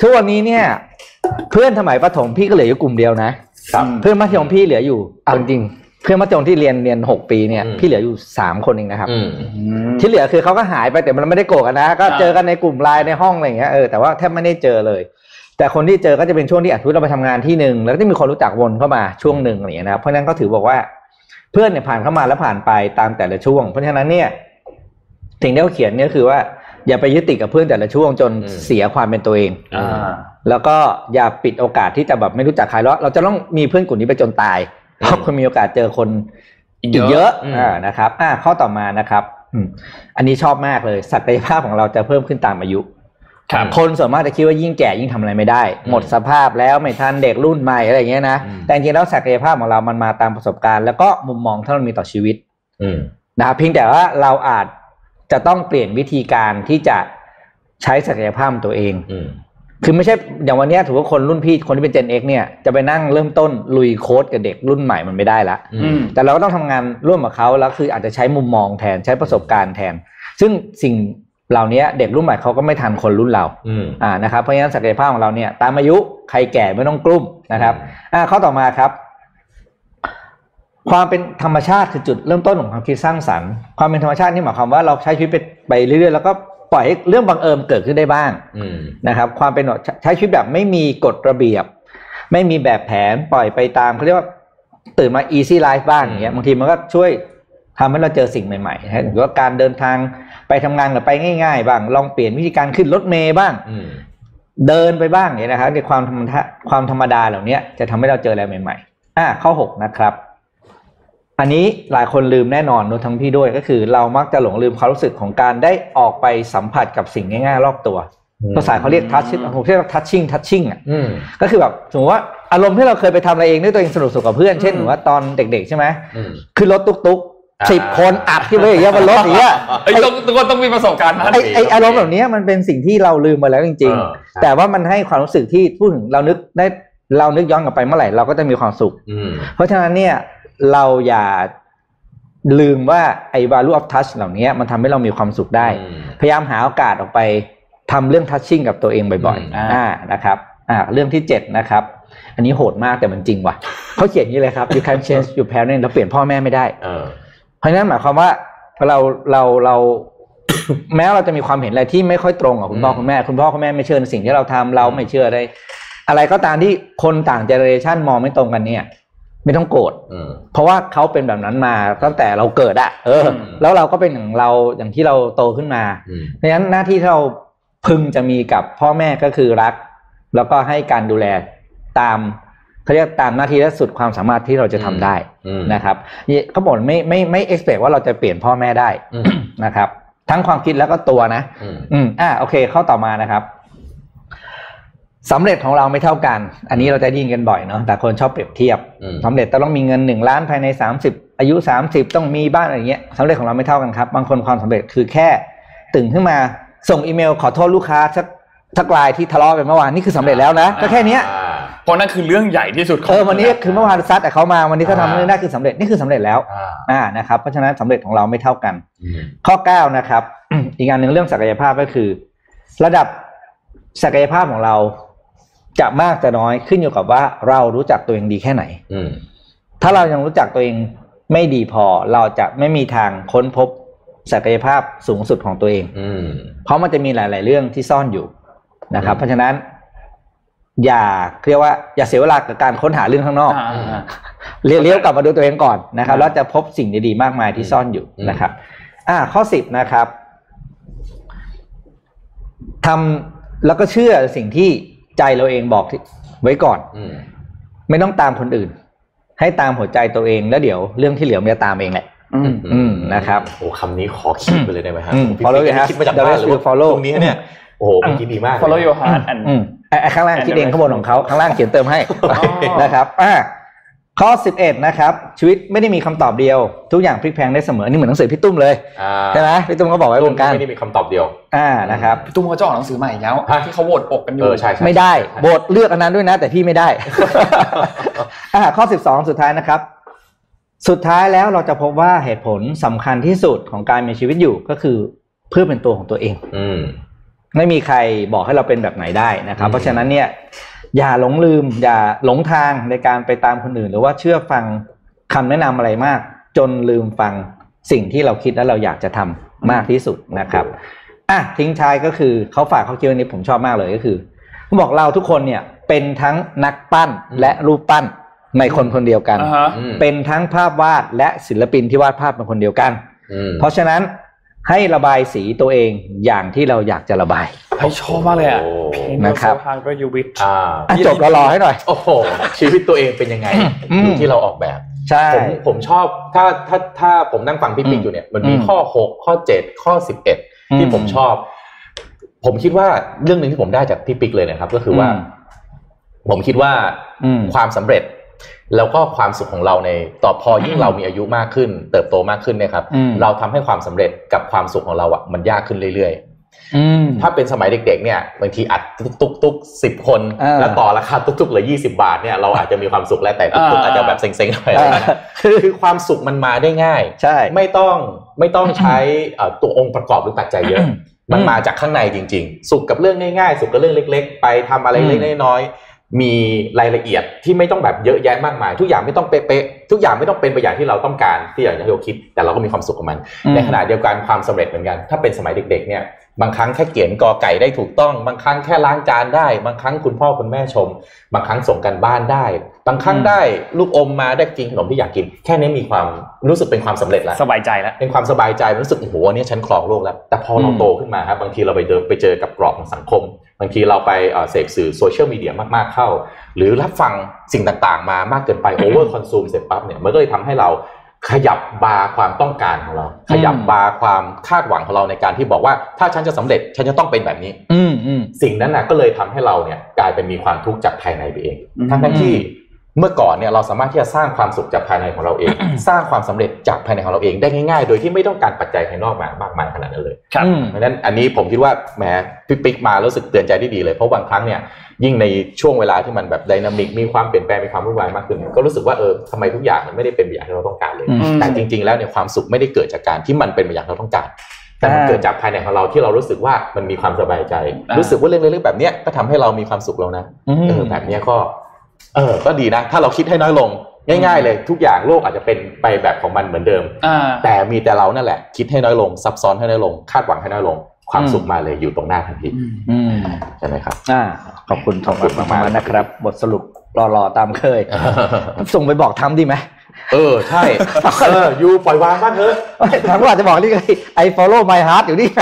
S5: ทุกวันนี้เนี่ย เพื่อนสมัยประถมพี่ก็เหลืออยู่กลุ่มเดียวนะ
S4: ครับ
S5: เพื่อนมัธยมพี่เหลืออยู่เอาจริงๆเพื่อนมัธยมที่เรียนเรียนหกปีเนี่ย
S4: อืม
S5: พี่เหลืออยู่สามคนเองนะครับ
S4: อืม
S5: ที่เหลือคือเขาก็หายไปแต่มันไม่ได้โกรธกันนะ ก็เจอกันในกลุ่มไลน์ในห้องอะไรอย่างเงี้ยเออแต่ว่าแทบไม่ได้เจอเลย แต่คนที่เจอก็จะเป็นช่วงที่อาจจะเราไปทำงานที่หนึ่งแล้วก็จะมีคนรู้จักวนเข้ามาช่วงหนึ่งอะไรอย่างเงี้ยนะครับเพราะฉะนั้นก็ถือบอกว่าเพื่อนเนี่ยผ่านเข้ามาแล้วผ่านไปตามแต่ละช่วง เพราะฉะนั้นเนี่ยสิ่งที่เขาเขียนเนี่ยคือว่า อย่าไปยึดติดกับเพื่อนแต่ละช่วงจน
S4: อืม
S5: เสียความเป็นตัวเอง
S3: อ่า
S5: แล้วก็อย่าปิดโอกาสที่จะแบบไม่รู้จักใครแล้วเราจะต้องมีเพื่อนกลุ่มนี้ไปจนตาย เพราะคุณมีโอกาสเจอคนอีกเยอะ
S4: อืม
S5: อ่านะครับ อ่าข้อต่อมานะครับอืมอันนี้ชอบมากเลยศักยภาพของเราจะเพิ่มขึ้นตามอายุ
S3: ครับ
S5: คนส่วนมากจะคิดว่ายิ่งแก่ยิ่งทำอะไรไม่ได้ หมดสภาพแล้วไม่ทันเด็กรุ่นใหม่อะไรอย่างเงี้ยนะ
S4: อืม
S5: แต่จริงๆแล้วศักยภาพของเรามันมาตามประสบการณ์แล้วก็มุมมองที่เรามีต่อชีวิต
S4: อืม
S5: นะครับเพียงแต่ว่าเราอาจจะต้องเปลี่ยนวิธีการที่จะใช้ศักยภาพตัวเอง
S4: อืม
S5: คือไม่ใช่อย่างวันเนี้ยถือว่าคนรุ่นพี่คนที่เป็น Gen X เนี่ยจะไปนั่งเริ่มต้นลุยโค้ดกับเด็กรุ่นใหม่มันไม่ได้ละ
S3: อืม
S5: แต่เราก็ต้องทำงานร่วมกับเขาแล้วคืออาจจะใช้มุมมองแทนใช้ประสบการณ์แทน ซึ่งสิ่งเหล่านี้เด็กรุ่นใหม่เขาก็ไม่ทันคนรุ่นเรา
S4: อืม
S5: อ่านะครับเพราะฉะนั้นศักยภาพของเราเนี่ยตามอายุใครแก่ไม่ต้องกลุ้มนะครับ อ่าข้อต่อมาครับ ความเป็นธรรมชาติคือจุดเริ่มต้นของความคิดสร้างสรรค์ความเป็นธรรมชาตินี่หมายความว่าเราใช้ชีวิตไปไปเรื่อยๆแล้วก็ปล่อยให้เรื่องบังเอิญเกิดขึ้นได้บ้าง
S4: อืม
S5: นะครับ ความเป็นใช้ชีวิตแบบไม่มีกฎระเบียบ ไม่มีแบบแผนปล่อยไปตามเขาเรียกว่าตื่นมา easy life บ้างอย่างเงี้ย
S4: อืม
S5: บางทีมันก็ช่วยทำให้เราเจอสิ่งใหม่ๆนะฮะหรือว่าการเดินทางไปทำงานหรือไปง่ายๆบ้าง ลองเปลี่ยนวิธีการขึ้นรถเมย์บ้าง
S4: อืม
S5: เดินไปบ้างเนี่ยนะครับในความธรรมดาความธรรมดาเหล่าเนี้ยจะทำให้เราเจออะไรใหม่ ๆ อ่าข้อหกนะครับ อันนี้หลายคนลืมแน่นอนรวมทั้งพี่ด้วยก็คือ เรามักจะหลงลืมความรู้สึกของการได้ออกไปสัมผัสกับสิ่งง่ายๆรอบตัว
S4: อืม
S5: ภาษาเขาเรียกทัชชิ่งผมเรียกว่าทัชชิ่งทัชชิ่งอ่ะ
S4: อืม
S5: ก็คือแบบสมมติว่าอารมณ์ที่เราเคยไปทำอะไรเองด้วยตัวเองสนุกๆกับเพื่อนเช่นหนูว่าตอนเด็ก ๆ ใช่ไหม
S4: อืม
S5: ขึ้นรถตุ๊ก
S4: อ่า
S5: ๆสิบคนอัดขึ้นไปอย่างเงี้ยบนรถอย่างเงี้ย
S3: เอ้ยต้องต้องต้องมีประสบการณ์นั้น
S5: ไอไออารมณ์แบบเนี้ยมันเป็นสิ่งที่เราลืมไปแล้วจริง
S4: เออใช่
S5: ๆ แต่ว่ามันให้ความรู้สึกที่พูดถึงเรานึกได้เรานึกย้อนกลับไปเมื่อไหร่เราก็จะมีความสุข
S4: อืม
S5: เพราะฉะนั้นเนี่ยเราอย่าลืมว่าไอ้ value of touch เหล่าเนี้ยมันทำให้เรามีความสุขได้ พยายามหาโอกาสออกไปทำเรื่อง touching กับตัวเองบ่อย
S3: อืม
S5: ๆอ่านะครับอ่าเรื่องที่เจ็ดนะครับ อันนี้โหดมากแต่มันจริงว่ะเขาเขียนอย่างนี้เลยครับ you can change your parents เราเปลี่ยนพ่อแม่ไม่ได้
S4: เออ
S5: เพราะฉะนั้นหมายความว่าเราเราเรา แม้เราจะมีความเห็นอะไรที่ไม่ค่อยตรงกับคุณพ่อ
S4: อืม
S5: คุณแม่ คุณพ่อคุณแม่ไม่เชื่อในสิ่งที่เราทำเราไม่เชื่อได้อะไรก็ตามที่คนต่างเจเนอเรชันมองไม่ตรงกันเนี่ย ไม่ต้องโกรธ
S4: อืม
S5: เพราะว่าเขาเป็นแบบนั้นมาตั้งแต่เราเกิดอะเออ
S3: อืม
S5: แล้วเราก็เป็นอย่างเราอย่างที่เราโตขึ้นมา
S4: อืม
S5: เพราะฉะนั้นหน้าที่ที่เราพึงจะมีกับพ่อแม่ก็คือรัก แล้วก็ให้การดูแลตามเขาเรียกตามหน้าที่และสุดความสามารถที่เราจะทำได้
S4: อืม
S5: นะครับเขาบอกไม่ไม่ไม่เอ็กซ์ว่าเราจะเปลี่ยนพ่อแม่ได้
S4: อืม
S5: นะครับ ทั้งความคิดแล้วก็ตัวนะ
S4: อืม
S5: อืมอ่าโอเคเข้าต่อมานะครับสำเร็จของเราไม่เท่ากัน อันนี้เราจะได้ยินกันบ่อยเนาะแต่คนชอบเปรียบเทียบ
S4: อืม
S5: สำเร็จต้องมีเงินหนึ่งล้านภายในสามสิบอายุสามสิบต้องมีบ้านอะไรเงี้ยสำเร็จของเราไม่เท่ากันครับ บางคนความสำเร็จคือแค่ตื่นขึ้นมาส่งอีเมลขอโทษลูกค้าสักสักรายที่ทะเลาะไปเมื่อวานนี่คือสำเร็จแล้วนะก็แค่เนี้ย
S4: อ่า
S3: เพราะนั่นคือเรื่องใหญ่ที่สุดของ
S5: เออวันนี้คือเมื่อวานซัดแต่เขามาวันนี้ถ้า
S4: อ่า
S5: ทำเรื่องได้คือสำเร็จนี่คือสำเร็จแล้ว
S4: อ่า
S5: อ่านะครับเพราะฉะนั้นสำเร็จของเราไม่เท่ากัน
S4: อืม
S5: ข้อ 9 นะครับ อีกอันหนึ่งเรื่องศักยภาพก็คือ ระดับศักยภาพของเรา จะมากจะน้อยขึ้นอยู่กับว่าเรารู้จักตัวเองดีแค่ไหน
S4: อืม
S5: ถ้าเรายังรู้จักตัวเองไม่ดีพอ เราจะไม่มีทางค้นพบศักยภาพสูงสุดของตัวเอง
S4: อืม
S5: เพราะมันจะมีหลาย ๆ เรื่องที่ซ่อนอยู่นะครับ
S4: อืม
S5: เพราะฉะนั้น อย่าเรียกว่า อย่าเสียเวลากับการค้นหาเรื่องข้างนอก
S3: อ่า
S5: เลี้ยวเลี้ยวกลับมาดูตัวเองก่อนนะครับ
S3: อ่า
S5: แล้วจะพบสิ่งดีๆมากมายที่ซ่อนอยู่
S4: อืม
S5: นะครับ อ่า ข้อสิบนะครับทำแล้วก็เชื่อสิ่งที่ใจเราเองบอกที่ไว้ก่อน
S4: อืม
S5: ไม่ต้องตามคนอื่น ให้ตามหัวใจตัวเองแล้วเดี๋ยวเรื่องที่เหลือมันจะตามเองแหละ
S3: อืม
S5: อืมนะครับ
S4: โอ้คำนี้ขอคิดไปเลยได้ไหมฮะ
S5: อืม
S4: ผม
S5: follow
S4: พี่
S5: your heart
S4: คิดมาจากบ้านหรือว่า
S5: follow
S4: ตรงนี้เนี่ย โอ้โหเมื่อกี้ดีมากเลย
S3: follow your heart and
S5: อืมไอ้ไอ้ข้างล่างคิดเองข้างบนของเขาข้างล่างเขียนเติมให้
S3: อ๋อ
S5: นะครับ อ่า ข้อสิบเอ็ดนะครับ ชีวิตไม่ได้มีคำตอบเดียว ทุกอย่างพลิกแพลงได้เสมออันนี่เหมือนหนังสือพี่ตุ้มเลย
S4: อ่า
S5: ใช่ไหมพี่ตุ้มก็บอกไว้เหมือนกัน
S4: ไม่ได้มีคำตอบเดียว
S5: อ่านะครับ
S3: พี่ตุ้มเขาจะออกหนังสือใหม่อีกแล้ว
S4: ฮะ
S3: ที่เขาโหวตปกกันอ
S4: เอยู่ อใช่ใช่
S5: ไม่ได้โบทเลือกอันนั้นด้วยนะ แต่พี่ไม่ได้ อ่าข้อ 12 สุดท้ายนะครับ สุดท้ายแล้วเราจะพบว่าเหตุผลสำคัญที่สุดของการมีชีวิตอยู่ก็คือเพื่อเป็นตัวของตัวเอง
S4: อืม
S5: ไม่มีใครบอกให้เราเป็นแบบไหนได้นะครับ
S4: อืม
S5: เพราะฉะนั้นเนี่ยอย่าหลงลืม อย่าหลงทางในการไปตามคนอื่น หรือว่าเชื่อฟังคำแนะนำอะไรมาก จนลืมฟังสิ่งที่เราคิดและเราอยากจะทำมากที่สุดนะครับอ่ะทิ้งท้ายก็คือเขาฝากเขาคิดวันนี้ผมชอบมากเลยก็คือเขาบอกเราทุกคนเนี่ยเป็นทั้งนักปั้นและรูปปั้นในคนคนเดียวกัน
S3: อ่าฮะ
S4: อืม
S5: เป็นทั้งภาพวาดและศิลปินที่วาดภาพเป็นคนเดียวกัน
S4: อืม
S5: เพราะฉะนั้น ให้ระบายสีตัวเองอย่างที่เราอยากจะระบาย
S3: ไอชอบมากเลยอ่ะ
S4: โอ้
S5: นะครับ
S3: ฮาร์ดยูวิท
S4: อ่า
S5: อ่ะจบแล้วรอให้หน่อย
S4: โอ้โห ชีวิตตัวเองเป็นยังไง
S5: อืม
S4: อยู่ที่เราออกแบบ
S5: ใช่
S4: ผมผมชอบถ้าถ้าถ้าผมนั่งฟังพี่ปิ๊ก
S5: อืม
S4: อยู่เนี่ยมันมี
S5: อืม
S4: ข้อหกข้อเจ็ดข้อสิบเอ็ดที่
S5: อืม
S4: ผมชอบ ผมคิดว่าเรื่องหนึ่งที่ผมได้จากพี่ปิ๊กเลยนะครับ ก็คือว่า
S5: อืม
S4: ผมคิดว่า
S5: อืม
S4: ความสำเร็จ แล้วก็ความสุขของเราในต่อพอยิ่งเรามีอายุมากขึ้น เติบโตมากขึ้นเนี่ยครับ
S5: อืม
S4: เราทำให้ความสำเร็จกับความสุขของเราอ่ะมันยากขึ้นเรื่อยๆ
S5: อืม
S4: ถ้าเป็นสมัยเด็กๆ เนี่ยบางทีอัดตุกๆตุกสิบคน
S5: เออ
S4: แล้วต่อราคาตุกๆเหลือยี่สิบาทเนี่ยเราอาจจะมีความสุขแล้วแต่ตุกๆ
S3: อ่า
S4: อาจจะแบบเซ็งๆหน่อย
S5: อ่า
S4: คือความสุขมันมาได้ง่าย
S5: ใช่
S4: ไม่ต้องไม่ต้องใช้เอ่อตัวองค์ประกอบหรือปัจจัยเยอะ มันมาจากข้างในจริง ๆ สุขกับเรื่องง่ายๆ สุขกับเรื่องเล็ก ๆ ไปทำอะไร
S5: อืม
S4: เล็กๆน้อยๆมีรายละเอียดที่ไม่ต้องแบบเยอะแยะมากมาย ทุกอย่างไม่ต้องเป๊ะๆทุกอย่างไม่ต้องเป็นไปอย่างที่เราต้องการที่อย่างที่เราคิด แต่เราก็มีความสุขกับมัน ในขณะเดียวกันความสำเร็จเหมือนกัน ถ้าเป็นสมัยเด็กๆเนี่ยบางครั้งแค่เขียนกอไก่ได้ถูกต้อง บางครั้งแค่ล้างจานได้ บางครั้งคุณพ่อคุณแม่ชม บางครั้งส่งกันบ้านได้ บางครั้ง
S3: อืม
S4: ได้ลูกอมมาได้กินขนมที่อยากกิน แค่นี้มีความรู้สึกเป็นความสำเร็จแล้ว
S3: สบายใจแล้ว
S4: เป็นความสบายใจมันรู้สึกโอ้โหอันเนี่ยฉันครองโลกแล้ว แต่พอเรา
S3: อืม
S4: โตขึ้นมาครับบางทีเราไปเดินไปเจอกับกรอบของสังคม บางทีเราไปเอ่อเสพสื่อโซเชียลมีเดียมากๆเข้า หรือรับฟังสิ่งต่างๆ มามากเกินไปโอเวอร์คอนซูมเสร็จปั๊บเนี่ยมันก็เลยทำให้เราขยับบาร์ความต้องการของเรา ขยับบาร์ความคาดหวังของเราในการที่บอกว่าถ้าฉันจะสำเร็จฉันจะต้องเป็นแบบนี้
S5: อืมอืม
S4: สิ่งนั้นน่ะก็เลยทำให้เราเนี่ยกลายเป็นมีความทุกข์จากภายในไปเอง
S3: อืม
S4: ทั้งทั้งที่เมื่อก่อนเนี่ยเราสามารถที่จะสร้างความสุขจากภายในของเราเอง สร้างความสำเร็จจากภายในของเราเองได้ง่ายๆ โดยที่ไม่ต้องการปัจจัยภายนอกมามากมายขนาดนั้นเลย
S3: ครับ
S5: อืม
S4: เพราะฉะนั้นอันนี้ผมคิดว่าแหมพี่ปิ๊กมารู้สึกเตือนใจได้ดีเลย เพราะบางครั้งเนี่ยยิ่งในช่วงเวลาที่มันแบบไดนามิกมีความเปลี่ยนแปลงมีความวุ่นวายมากขึ้น ก็รู้สึกว่าเออทำไมทุกอย่างมันไม่ได้เป็นไปอย่างที่เราต้องการเลย
S5: อืม
S4: แต่จริง ๆแล้วเนี่ยความสุขไม่ได้เกิดจากการที่มันเป็นไปอย่างที่เราต้องการ แต่มันเกิดจากภายในของเราที่เรารู้สึกว่ามันมีความสบายใจ
S3: อ่ารู้
S4: รู้สึกว่าเรื่องเล็กๆแบบเนี้ยก็ทำให้เรามีความสุขแล้วนะ
S5: อืม
S4: เออแบบเนี้ยก็เออก็ดีนะ ถ้าเราคิดให้น้อยลงง่าย ๆ เลยทุกอย่างโลกอาจจะเป็นไปแบบของมันเหมือนเดิม
S3: อ่า
S4: แต่มีแต่เรานั่นแหละ คิดให้น้อยลง ซับซ้อนให้น้อยลง คาดหวังให้น้อยลง ความสุขมาเลยอยู่ตรงหน้าทันที
S5: อืม
S4: ใช่ไหม ครับ
S5: อ่าขอบคุณทอม
S4: ขอบคุณมากๆ
S5: นะครับ บทสรุปรอๆตามเคย ส่งไปบอกทำดีไหม
S4: เออใช่เอออยู่ปล่อยวางบ้างเถอะ
S5: ทางว่าจะบอกนี่ไงไอ follow my heart อยู่นี่ไง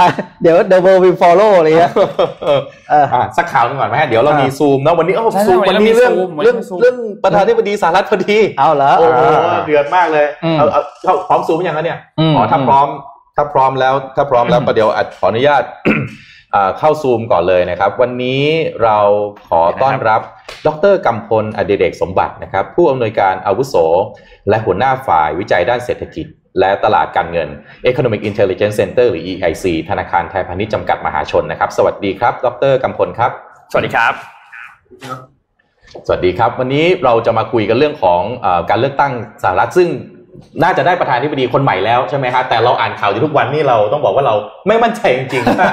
S5: อ่ะเดี๋ยว the world will follow อะไรเงี้ยเออ
S4: อ่ะสักข่าวหนึงก่อนไหมฮะเดี๋ยวเรามีซูมนะวันนี้โอ้
S3: ใช่
S4: ซูม
S3: ใช่
S4: วัน
S3: วัน
S4: นี้
S3: นี้
S4: เรื่อง
S3: ซูมวันนี้
S4: เรื่อง
S3: ซูม
S4: เรื่องประธานาธิบดีสหรัฐพอดี
S5: เอาเหรอ
S4: โอ้โห
S5: อ่า
S4: เดือดมากเลย
S5: อืม
S4: เอาเอาเอาพร้อมซูมหรือยังคะเนี่ย
S5: อืม
S4: อ๋อถ้าพร้อมถ้าพร้อมแล้วถ้าพร้อมแล้วก็เดี๋ยวอ่ะขออนุญาต อ่าเข้าซูมก่อนเลยนะครับ วันนี้เราขอต้อนรับดรกำพลอดิเดกสมบัตินะครับ ผู้อำนวยการอาวุโส และหัวหน้าฝ่ายวิจัยด้านเศรษฐกิจ และตลาดการเงิน Economic Intelligence Center หรือ EIC ธนาคารไทยพาณิชย์จำกัดมหาชนนะครับ สวัสดีครับ ดรกำพลครับ
S3: สวัสดีครับ
S4: สวัสดีครับ วันนี้เราจะมาคุยกันเรื่องของเออการเลือกตั้งสหรัฐซึ่งน่าจะได้ประธานาธิบดีคนใหม่แล้วใช่ไหมครับแต่เราอ่านข่าวอยู่ทุกวันนี่เราต้องบอกว่าเราไม่มั่นใจจริง ๆว่า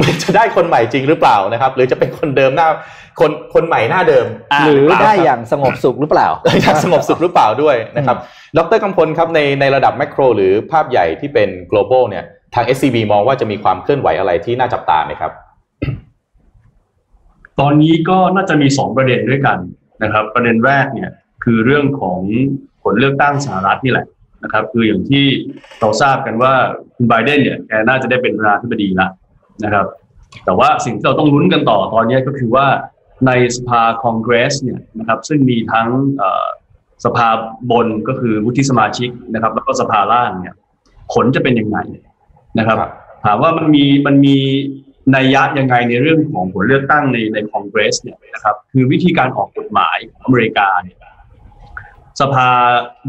S4: มันจะได้คนใหม่จริงหรือเปล่านะครับ หรือจะเป็นคนเดิมหน้าคนคนใหม่หน้าเดิม
S3: อ่า
S5: หรือได้อย่างสงบสุขหรือเปล่า
S4: อยากสงบ สุขหรือเปล่าด้วยนะครับ ดรกำพลครับในในระดับแมกโรหรือภาพใหญ่ที่เป็น global เนี่ยทาง SCB มองว่าจะมีความเคลื่อนไหวอะไรที่น่าจับตาไหมครับ
S6: ตอนนี้ก็น่าจะมี 2 ประเด็นด้วยกันนะครับ ประเด็นแรกเนี่ยคือเรื่องของผลเลือกตั้งสหรัฐนี่แหละนะครับ คืออย่างที่เราทราบกันว่าคุณไบเดนเนี่ยแกน่าจะได้เป็นประธานาธิบดีละนะครับ แต่ว่าสิ่งที่เราต้องลุ้นกันต่อตอนนี้ก็คือว่าในสภาคองเกรสเนี่ยนะครับซึ่งมีทั้งเอ่อสภาบนก็คือวุฒิสมาชิกนะครับ แล้วก็สภาล่างเนี่ยผลจะเป็นยังไงนะครับ
S4: ครับ
S6: ถามว่ามันมีมันมีนัยยะยังไงในเรื่องของผลเลือกตั้งในในคองเกรสเนี่ยนะครับ คือวิธีการออกกฎหมายของอเมริกาเนี่ย สภา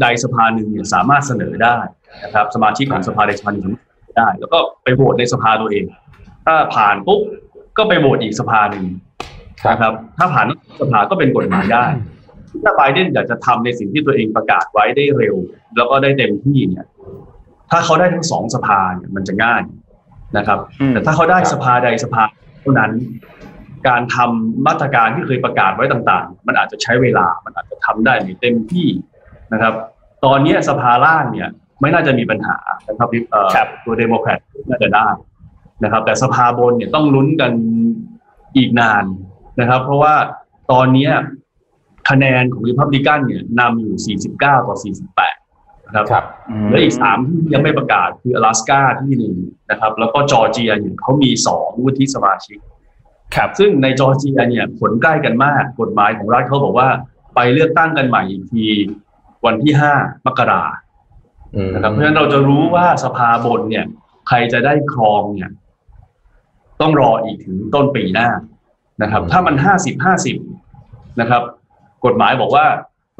S6: ใดสภาหนึ่งเนี่ยสามารถเสนอได้นะครับ สมาชิกของสภาใดสภาหนึ่งสามารถเสนอได้ แล้วก็ไปโหวตในสภาตัวเอง ถ้าผ่านปุ๊บก็ไปโหวตอีกสภาหนึ่งนะครับ ถ้าผ่านสภาก็เป็นกฎหมายได้ ถ้าไบเดนอยากจะทำในสิ่งที่ตัวเองประกาศไว้ได้เร็ว แล้วก็ได้เต็มที่เนี่ย ถ้าเขาได้ทั้งสองสภาเนี่ยมันจะง่ายนะครับ
S3: อืม
S6: แต่ถ้าเขาได้
S4: ครับ
S6: สภาใดสภาเท่านั้น การทำมาตรการที่เคยประกาศไว้ต่างๆ มันอาจจะใช้เวลา มันอาจจะทำได้ไม่เต็มที่นะครับ ตอนเนี้ยสภาล่างเนี่ยไม่น่าจะมีปัญหานะครับเอ่อ
S3: ครับ
S6: ตัวเดโมแครตน่าจะได้นะครับ แต่สภาบนเนี่ยต้องลุ้นกันอีกนานนะครับ เพราะว่าตอนเนี้ยคะแนนของริพับลิกันเนี่ยนำอยู่ 49 ต่อ 48 นะครับ
S4: ครับ
S6: และอีกสามที่ยังไม่ประกาศคืออลาสก้าที่หนึ่งนะครับ แล้วก็จอร์เจียเนี่ยเขามีสองวุฒิสมาชิก
S3: ครับ
S6: ซึ่งในจอร์เจียเนี่ยผลใกล้กันมาก กฎหมายของรัฐเขาบอกว่า ไปเลือกตั้งกันใหม่อีกทีวันที่ห้ามกรา
S4: อืม
S6: นะครับเพราะฉะนั้นเราจะรู้ว่าสภาบนเนี่ย ใครจะได้ครองเนี่ย ต้องรออีกถึงต้นปีหน้านะครับ ถ้ามันห้าสิบห้าสิบนะครับ กฎหมายบอกว่า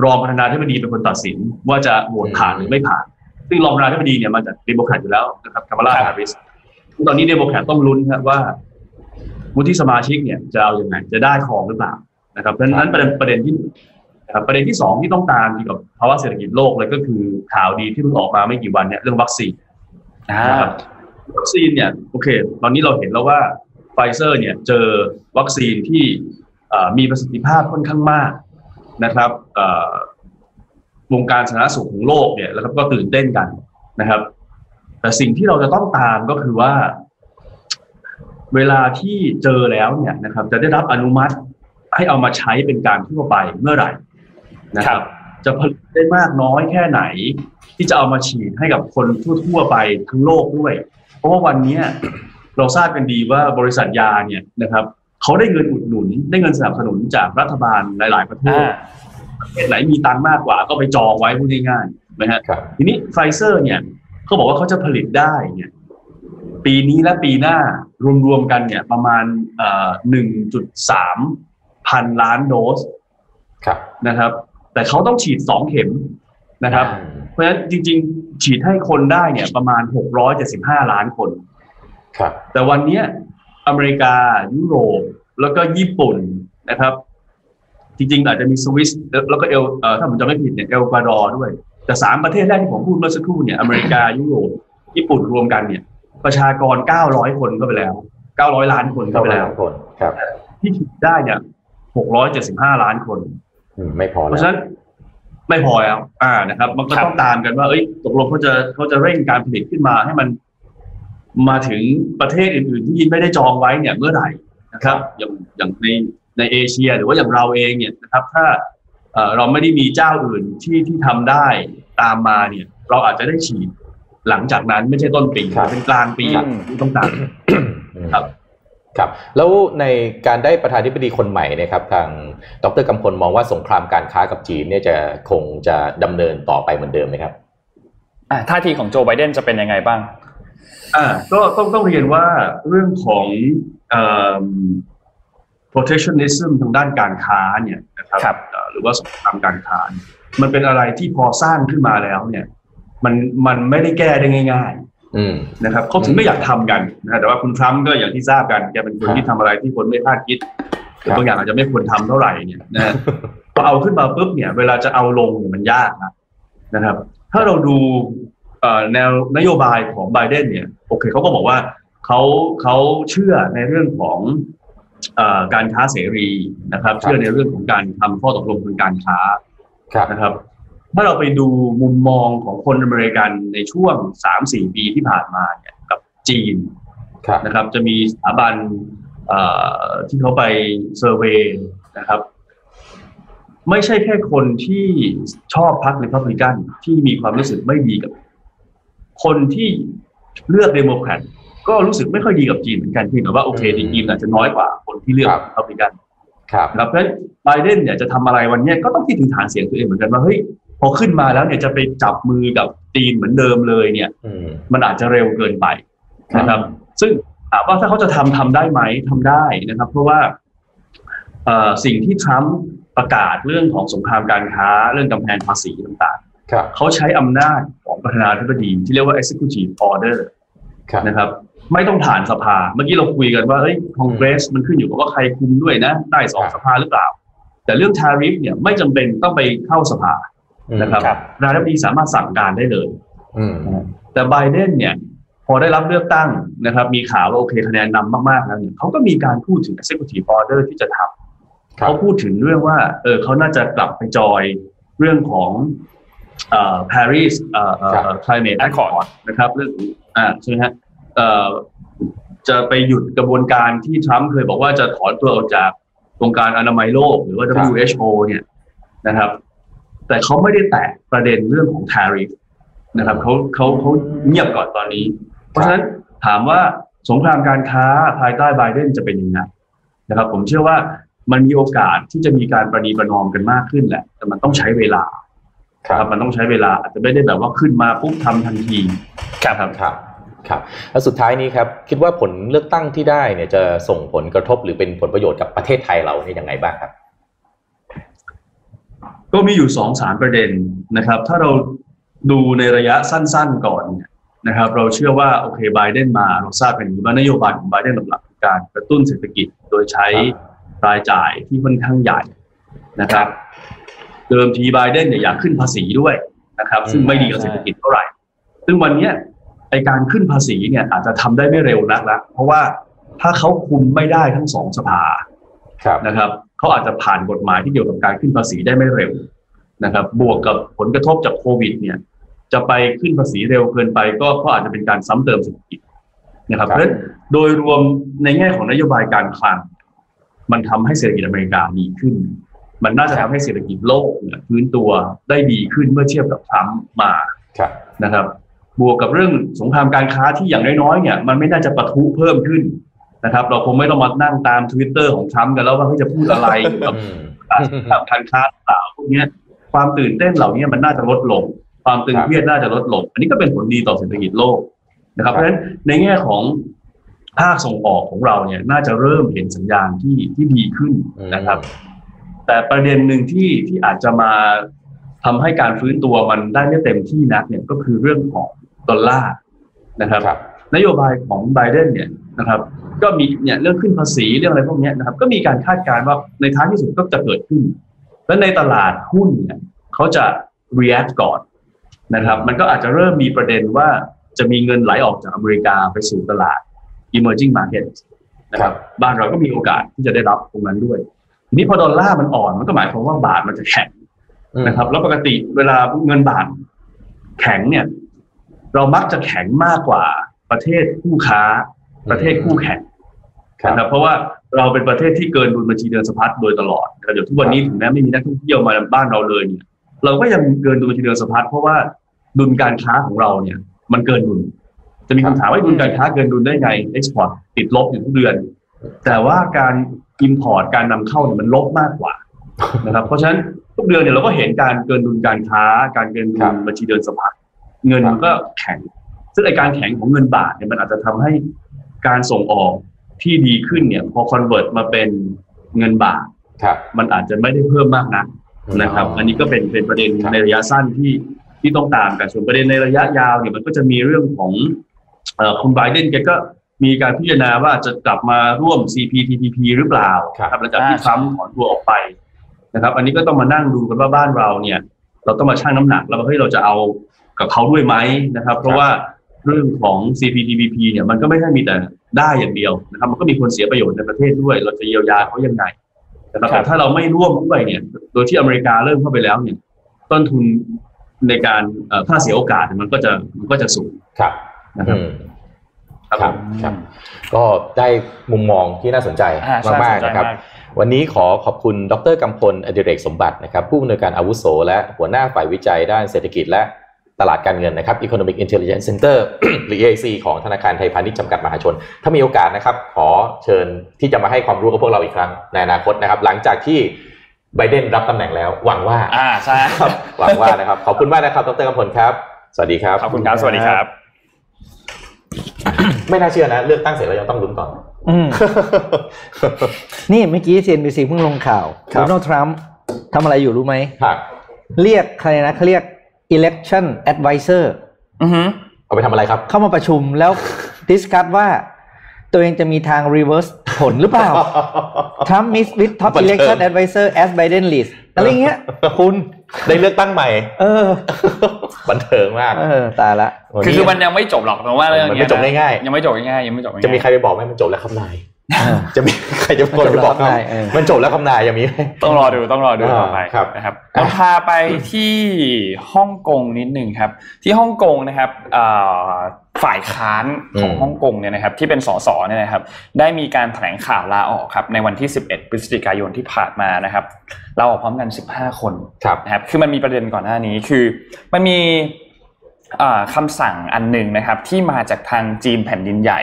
S6: รองประธานาธิบดีเป็นคนตัดสิน ว่าจะโหวตผ่านหรือไม่ผ่าน ซึ่งรองประธานาธิบดีเนี่ยมาจากเดโมแครตอยู่แล้วนะครับคามาลา
S3: ครับ
S6: แฮร์ริสตอนนี้เดโมแครตต้องลุ้นครับว่า วุฒิสมาชิกเนี่ยจะเอาอยัางไงจะได้ของหรือเปล่านะครับเพราะฉะนั้นประเด็นประเด็นที่นะครับประเด็นที่สองที่ต้องตามเกี่ยวกับภาวะเศรษฐกิจโลกเลยก็คือข่าวดีที่เพิ่งออกมาไม่กี่วันเนี่ยเรื่องวัคซีน
S3: อ่า
S6: นะครับวัคซีนเนี่ยโอเค ตอนนี้เราเห็นแล้วว่าไฟเซอร์เนี่ยเจอวัคซีนที่เอ่อมีประสิทธิภาพค่อนข้างมากนะครับเอ่อวงการสาธารณสุขของโลกเนี่ยแล้วก็ตื่นเต้นกันนะครับ แต่สิ่งที่เราจะต้องตามก็คือว่า เวลาที่เจอแล้วเนี่ยนะครับ จะได้รับอนุมัติให้เอามาใช้เป็นการทั่วไปเมื่อไหร่นะครับ จะผลิตได้มากน้อยแค่ไหน ที่จะเอามาฉีดให้กับคนทั่วๆไปทั้งโลกด้วย เพราะว่าวันเนี้ย เราทราบกันดีว่าบริษัทยาเนี่ยนะครับเขาได้เงินอุดหนุน ได้เงินสนับสนุนจากรัฐบาลหลาย ๆ ประเทศ
S3: อ่า
S6: ประเทศไหนมีตังค์มากกว่า ก็ไปจองไว้พูดง่ายๆนะฮะ
S4: ครับ
S6: ทีนี้ไฟเซอร์เนี่ยเขาบอกว่าเขาจะผลิตได้เนี่ย ปีนี้และปีหน้ารวมๆกันเนี่ย ประมาณหนึ่งจุดสามพันล้านโดส
S4: ครับ
S6: นะครับ แต่เขาต้องฉีดสองเข็มนะครับ
S4: อืม
S6: เพราะฉะนั้นจริงๆ ฉีดให้คนได้เนี่ยประมาณ 675 ล้านคน
S4: ครับ
S6: แต่วันเนี้ยอเมริกา ยุโรป แล้วก็ญี่ปุ่นนะครับ จริงๆ อาจจะมีสวิสแล้วก็เอลเอ่อถ้าผมจำไม่ผิดเนี่ยเอลกวาดอร์ด้วย แต่สามประเทศแรกที่ผมพูดเมื่อสักครู่เนี่ยอเมริกา ยุโรป ญี่ปุ่นรวมกันเนี่ย ประชากร 900 คนก็ไปแล้ว 900 ล้านคนก็
S4: เข้า
S6: ไป
S4: ไป
S6: แล้
S4: แล้ว วคนครับ
S6: ที่ฉีดได้เนี่ย 675 ล้านคน
S4: อืมไม่พอ
S6: เพ
S4: แล้
S6: ราะฉะ
S4: ว
S6: นั้นไม่พอแล้ว อ่านะครับ มันก็ต้องตามกันว่า เอ้ยตกลงเขาจะเขาจะเร่งการผลิตขึ้นมาให้มันมาถึงประเทศอื่นๆ ที่ไม่ได้จองไว้เนี่ยเมื่อไหร่นะครับ อย่างอย่างในในเอเชียหรือว่าอย่างเราเองเนี่ยนะครับ ถ้าเอ่อเราไม่ได้มีเจ้าอื่นที่ที่ทำได้ตามมาเนี่ย เราอาจจะได้ฉีดหลังจากนั้นไม่ใช่ต้นปีแต่เป็นกลางปีต้องตาม
S4: อืม
S6: ครับ
S4: ครับ แล้วในการได้ประธานาธิบดีคนใหม่เนะครับ ทางดรกำพลมองว่าสงครามการค้ากับจีนเนี่ยจะคงจะดำเนินต่อไปเหมือนเดิมไหมครับ
S3: อ่าท่าทีของโจไบเดนจะเป็นยังไงบ้าง
S6: อ่าก็ต้องต้องเรียนว่าเรื่องของเอิ่ม protectionism ทางด้านการค้าเนี่ยนะครับ
S3: ครับ
S6: เอ่อหรือว่าสงครามการค้าเนี่ยมันเป็นอะไรที่พอสร้างขึ้นมาแล้วเนี่ย มันมันไม่ได้แก้ได้ง่าย
S4: อืม
S6: ๆ นะครับเขาถึงไม่อยากทำกันนะแต่ว่าคุณทรัมป์ก็อย่างที่ทราบกันแกเป็นคน
S4: ครับ
S6: ที่ทำอะไรที่คนไม่คาดคิด
S4: ครับ
S6: บางอย่างอาจจะไม่ควรทำเท่าไหร่เนี่ยนะฮะ พอเอาขึ้นมาปุ๊บเนี่ย เวลาจะเอาลงเนี่ยมันยากนะนะครับ ถ้าเราดูเอ่อแนวนโยบายของไบเดนเนี่ยโอเคเขาก็บอกว่าเขาเขาเชื่อในเรื่องของเออการค้าเสรีนะครับ เชื่อในเรื่องของการทำข้อตกลงทางการค้า
S4: ครับ
S6: นะครับ ถ้าเราไปดูมุมมองของคนอเมริกันในช่วงสามสี่ปีที่ผ่านมาเนี่ยกับจีน
S4: ครับ
S6: นะครับจะมีสถาบันเอ่อที่เขาไปเซอร์เวยนะครับ ไม่ใช่แค่คนที่ชอบพรรคร p พับลิกันที่มีความรู้สึกไม่ดีกับ คนที่เลือกเดโมแครตก็รู้สึกไม่ค่อยดีกับจีนเหมือนกันเพียงแต่ว่าโอเคในจีนอาจจะน้อยกว่าคนที่เลือกพับลิกัน
S4: ครับ
S6: นะครับเพราะฉะนั้นไบเดนเนี่ยจะทำอะไรวันเนี้ยก็ต้องคิดถึงฐานเสียงตัวเองเหมือนกันว่าเฮ้ยพอขึ้นมาแล้วเนี่ยจะไปจับมือกับจีนเหมือนเดิมเลยเนี่ย
S4: อืม
S6: มันอาจจะเร็วเกินไป
S4: ครับ
S6: นะครับ ซึ่งถามว่าถ้าเขาจะทำทำได้ไหมทำได้นะครับ เพราะว่าเอ่อสิ่งที่ทรัมป์ประกาศเรื่องของสงครามการค้า เรื่องกำแพงภาษีต่าง
S4: ครับ
S6: ๆ เขาใช้อำนาจของประธานาธิบดีที่เรียกว่า executive order
S4: ครับ
S6: นะครับ ไม่ต้องผ่านสภา เมื่อกี้เราคุยกันว่าเอ้ยคองเกรสมันขึ้นอยู่กับว่าใครคุมด้วยนะ ได้สอง
S4: ครับ
S6: สภาหรือเปล่า แต่เรื่องทาริฟเนี่ยไม่จำเป็นต้องไปเข้าสภานะครับ
S4: ครับ
S6: ประธานาธิบดีสามารถสั่งการได้เลย
S4: อืม
S6: แต่ไบเดนเนี่ย พอได้รับเลือกตั้งนะครับ มีข่าวว่าโอเคคะแนนนำมากๆแล้วเนี่ยเขาก็มีการพูดถึง executive order ที่จะทำ
S4: ครับ
S6: เขาพูดถึงเรื่องว่า เออเขาน่าจะกลับไปจอยเรื่องของเอ่อ Paris เอ่อเอ่อ climate accord นะครับเรื่องอ่าใช่ไหมฮะเอ่อจะไปหยุดกระบวนการที่ทรัมป์เคยบอกว่าจะถอนตัวออกจากองค์การอนามัยโลกหรือว่า WHO เนี่ยนะครับ แต่เขาไม่ได้แตะประเด็นเรื่องของ tariff นะครับเขาเขาเขาเงียบก่อนตอนนี้ เพราะฉะนั้นถามว่าสงครามการค้าภายใต้ไบเดนจะเป็นยังไงนะครับ ผมเชื่อว่ามันมีโอกาสที่จะมีการประนีประนอมกันมากขึ้นแหละ แต่มันต้องใช้เวลา
S4: ครั
S6: ครับ บมันต้องใช้เวลาอาจจะไม่ได้แบบว่าขึ้นมาปุ๊บทำทันทีครับครับ
S4: ครับ ครับ แล้วสุดท้ายนี้ครับ คิดว่าผลเลือกตั้งที่ได้เนี่ยจะส่งผลกระทบหรือเป็นผลประโยชน์กับประเทศไทยเราเนี่ยยังไงบ้างครับ
S6: ก็มีอยู่สองสามประเด็นนะครับ ถ้าเราดูในระยะสั้นๆก่อนเนี่ยนะครับ เราเชื่อว่าโอเคไบเดนมาเราทราบกันดีว่านโยบายของไบเดนหลักๆคือการกระตุ้นเศรษฐกิจโดยใช้รายจ่ายที่ค่อนข้างใหญ่นะครับ เดิมทีไบเดนเนี่ยอยากขึ้นภาษีด้วยนะครับ ซึ่งไม่ดีกับเศรษฐกิจเท่าไหร่ ซึ่งวันเนี้ยไอการขึ้นภาษีเนี่ยอาจจะทำได้ไม่เร็วนักละเพราะว่าถ้าเขาคุมไม่ได้ทั้งสองสภา
S4: ครับ
S6: นะครับเขาอาจจะผ่านกฎหมายที่เกี่ยวกับการขึ้นภาษีได้ไม่เร็วนะครับ บวกกับผลกระทบจากโควิดเนี่ย จะไปขึ้นภาษีเร็วเกินไป ก็ก็อาจจะเป็นการซ้ำเติมเศรษฐกิจนะครับ
S4: ค
S6: เพ
S4: รับ
S6: ราะฉะนั้นโดยรวมในแง่ของนโยบายการคลังมันทำให้เศรษฐกิจอเมริกาดีขึ้น มันน่าจะทำให้เศรษฐกิจโลกเนี่ยฟื้นตัวได้ดีขึ้นเมื่อเทียบกับทรัมป์มา
S4: ครับ
S6: นะครับ บวกกับเรื่องสงครามการค้าที่อย่างน้อยๆเนี่ยมันไม่น่าจะปะทุเพิ่มขึ้นนะครับ เราคงไม่ต้องมานั่งตาม Twitter ของทรัมป์กันแล้วว่าเขาจะพูดอะไรเกี่ยวกับ
S4: อืม
S6: สงคราม การค้าหรือเปล่าพวกเนี้ยความตื่นเต้นเหล่านี้มันน่าจะลดลง ความตึงเครียดน่าจะลดลง อันนี้ก็เป็นผลดีต่อเศรษฐกิจโลกนะครับ
S4: ค
S6: เพ
S4: รับ
S6: ราะฉะนั้นในแง่ของภาคส่งออกของเราเนี่ยน่าจะเริ่มเห็นสัญญาณที่ที่ดีขึ้นนะครับ แต่ประเด็นหนึ่งที่ที่อาจจะมาทำให้การฟื้นตัวมันได้ไม่เต็มที่นักเนี่ยก็คือเรื่องของดอลลาร์นะครับ
S4: ครับ
S6: นโยบายของไบเดนเนี่ยนะครับ ก็มีเนี่ยเรื่องขึ้นภาษีเรื่องอะไรพวกเนี้ยนะครับ ก็มีการคาดการณ์ว่าในท้ายที่สุดก็จะเกิดขึ้น และในตลาดหุ้นเนี่ยเขาจะ react ก่อนนะครับ มันก็อาจจะเริ่มมีประเด็นว่าจะมีเงินไหลออกจากอเมริกาไปสู่ตลาด emerging market นะค
S4: ค
S6: รั
S4: รับ บ
S6: บ้านเราก็มีโอกาสที่จะได้รับตรงนั้นด้วย ทีนี้พอดอลลาร์มันอ่อนมันก็หมายความว่าบาทมันจะแข็ง นะครับแล้วปกติเวลาเงินบาทแข็งเนี่ย เรามักจะแข็งมากกว่าประเทศคู่ค้า ประเทศคู่แข่ง
S4: ครับ
S6: นะครับ เพราะว่าเราเป็นประเทศที่เกินดุลบัญชีเดินสะพัดโดยตลอดนะครับเดี๋ยวทุกวันนี้ถึงแม้ไม่มีนักท่องเที่ยวมาบ้านเราเลยเนี่ย เราก็ยังเกินดุลบัญชีเดินสะพัดเพราะว่าดุลการค้าของเราเนี่ย มันเกินดุลจะมีคำถามว่าดุลการค้าเกินดุลได้ไงเอ็กซ์พอร์ตติดลบอยู่ทุกเดือน แต่ว่าการอินพอร์ตการนำเข้าเนี่ยมันลบมากกว่า นะครับเพราะฉะนั้นทุกเดือนเนี่ยเราก็เห็นการเกินดุลการค้า การเกินดุ
S4: ครั
S6: ล
S4: บ
S6: บัญชีเดินสะพัดเงินมันก็แข็ง ซึ่งไอการแข็งของเงินบาทเนี่ยมันอาจจะทำให้การส่งออกที่ดีขึ้นเนี่ย พอคอนเวิร์ตมาเป็นเงินบาท
S4: ครับ
S6: มันอาจจะไม่ได้เพิ่มมากนักนะครับ
S4: อ๋ออั
S6: อันนี้ก็เป็นเป็นประเด็น
S4: ครับ
S6: ในระยะสั้นที่ที่ต้องตามกันส่วนประเด็นในระยะยาวเนี่ยมันก็จะมีเรื่องของเอ่อคุณไบเดนแกก็มีการพิจารณาว่าจะกลับมาร่วม CPTPP หรือเปล่าหลังจากที่
S3: อ่า
S6: ทรัมป์ถอนตัวออกไปนะครับ อันนี้ก็ต้องมานั่งดูกันว่าบ้านเราเนี่ย เราต้องมาชั่งน้ำหนักแล้วว่าเฮ้ยเราจะเอากับเขาด้วยไหมนะครับ เพราะว่าเรื่องของ CPTPP เนี่ยมันก็ไม่ใช่มีแต่ได้อย่างเดียวนะครับ มันก็มีคนเสียประโยชน์ในประเทศด้วย เราจะเยียวยาเขายังไงนะครับ
S3: ครับ
S6: แต่ถ้าเราไม่ร่วมด้วยเนี่ย โดยที่อเมริกาเริ่มเข้าไปแล้วเนี่ย ต้นทุนในการเอ่อค่าเสียโอกาสเนี่ยมันก็จะมันก็จะสูง
S4: ครับ
S6: นะครับ
S4: อืมครับครับ ก็ได้มุมมองที่น่าสนใจ
S3: อ่าใช่
S4: มาก
S3: สน
S4: ๆ
S3: ใจ
S4: นะครับ
S3: มาก
S4: วันนี้ขอขอบคุณดรกำพลอดิเรกสมบัตินะครับ ผู้อำนวยการอาวุโส และหัวหน้าฝ่ายวิจัยด้านเศรษฐกิจและตลาดการเงินนะครับ Economic Intelligence Center หรือ EIC ของธนาคารไทยพาณิชย์จำกัดมหาชน ถ้ามีโอกาสนะครับ ขอเชิญที่จะมาให้ความรู้กับพวกเราอีกครั้งในอนาคตนะครับ หลังจากที่ไบเดนรับตำแหน่งแล้ว หวังว่า
S3: อ่าใช่
S4: ครับหวังว่านะครับ ขอบคุณมากนะครับดรกำพลครับ สวัสดีครับ
S3: ขอบคุณครับ สวัสดีครับ
S4: ไม่น่าเชื่อนะ เลือกตั้งเสร็จแล้วยังต้องลุ้นต่อ
S5: อืม นี่เมื่อกี้ CNBC เพิ่งลงข่าว
S4: ครับ
S5: โดนัลด์ทรัมป์ทำอะไรอยู่รู้ไหม
S4: ครับ
S5: เรียกใครนะเขาเรียก election advisor
S3: อือหือ
S4: เอาไปทำอะไรครับ
S5: เข้ามาประชุมแล้วดิสคัตว่า ตัวเองจะมีทาง reverse ผลหรือเปล่า ทรัมป์มิสวิดท็อป
S4: บันเทิง
S5: election advisor as Biden leads อะไรเงี้ย คุณ
S4: ได้เลือกตั้งใหม่
S5: เออ
S4: บันเทิงมาก
S5: เออ ตายละ
S3: คือคือมัน
S4: วั
S3: ยังไม่จบหรอกผมว่าเรื่อง
S4: มัน
S3: เนี้
S4: ไม่
S3: ย
S4: จบง่ายๆ
S3: ยังไม่จบง่ายๆยังไม่จบง่ายๆ
S4: จะมีใครไปบอกไหมมันจบแล้วครับนาย จะมี ใครจะเป็นคน
S5: มั
S4: ไป
S5: นจบแล้ว
S4: บอก
S5: ครับนาย
S4: ครับ
S5: เออ
S4: มันจบแล้วครับนายยังมีไหม
S3: ต้องรอดูต้องรอดู
S4: อ่า
S3: ต่อไป
S4: ครับ
S3: นะครับ
S4: อ่ะ
S3: เราพาไปที่ฮ่องกงนิดหนึ่งครับ ที่ฮ่องกงนะครับอ่าฝ่ายค้านของฮ่องกงเนี่ยนะครับ ที่เป็นสสเนี่ยนะครับ ได้มีการแถลงข่าวลาออกครับในวันที่ 11 พฤศจิกายนที่ผ่านมานะครับลาออกพร้อมกัน 15 คน
S4: ครับ
S3: นะครับ คือมันมีประเด็นก่อนหน้านี้ คือ มันมี อ่าคำาสั่งอันหนึ่งนะครับที่มาจากทางจีนแผ่นดินใหญ่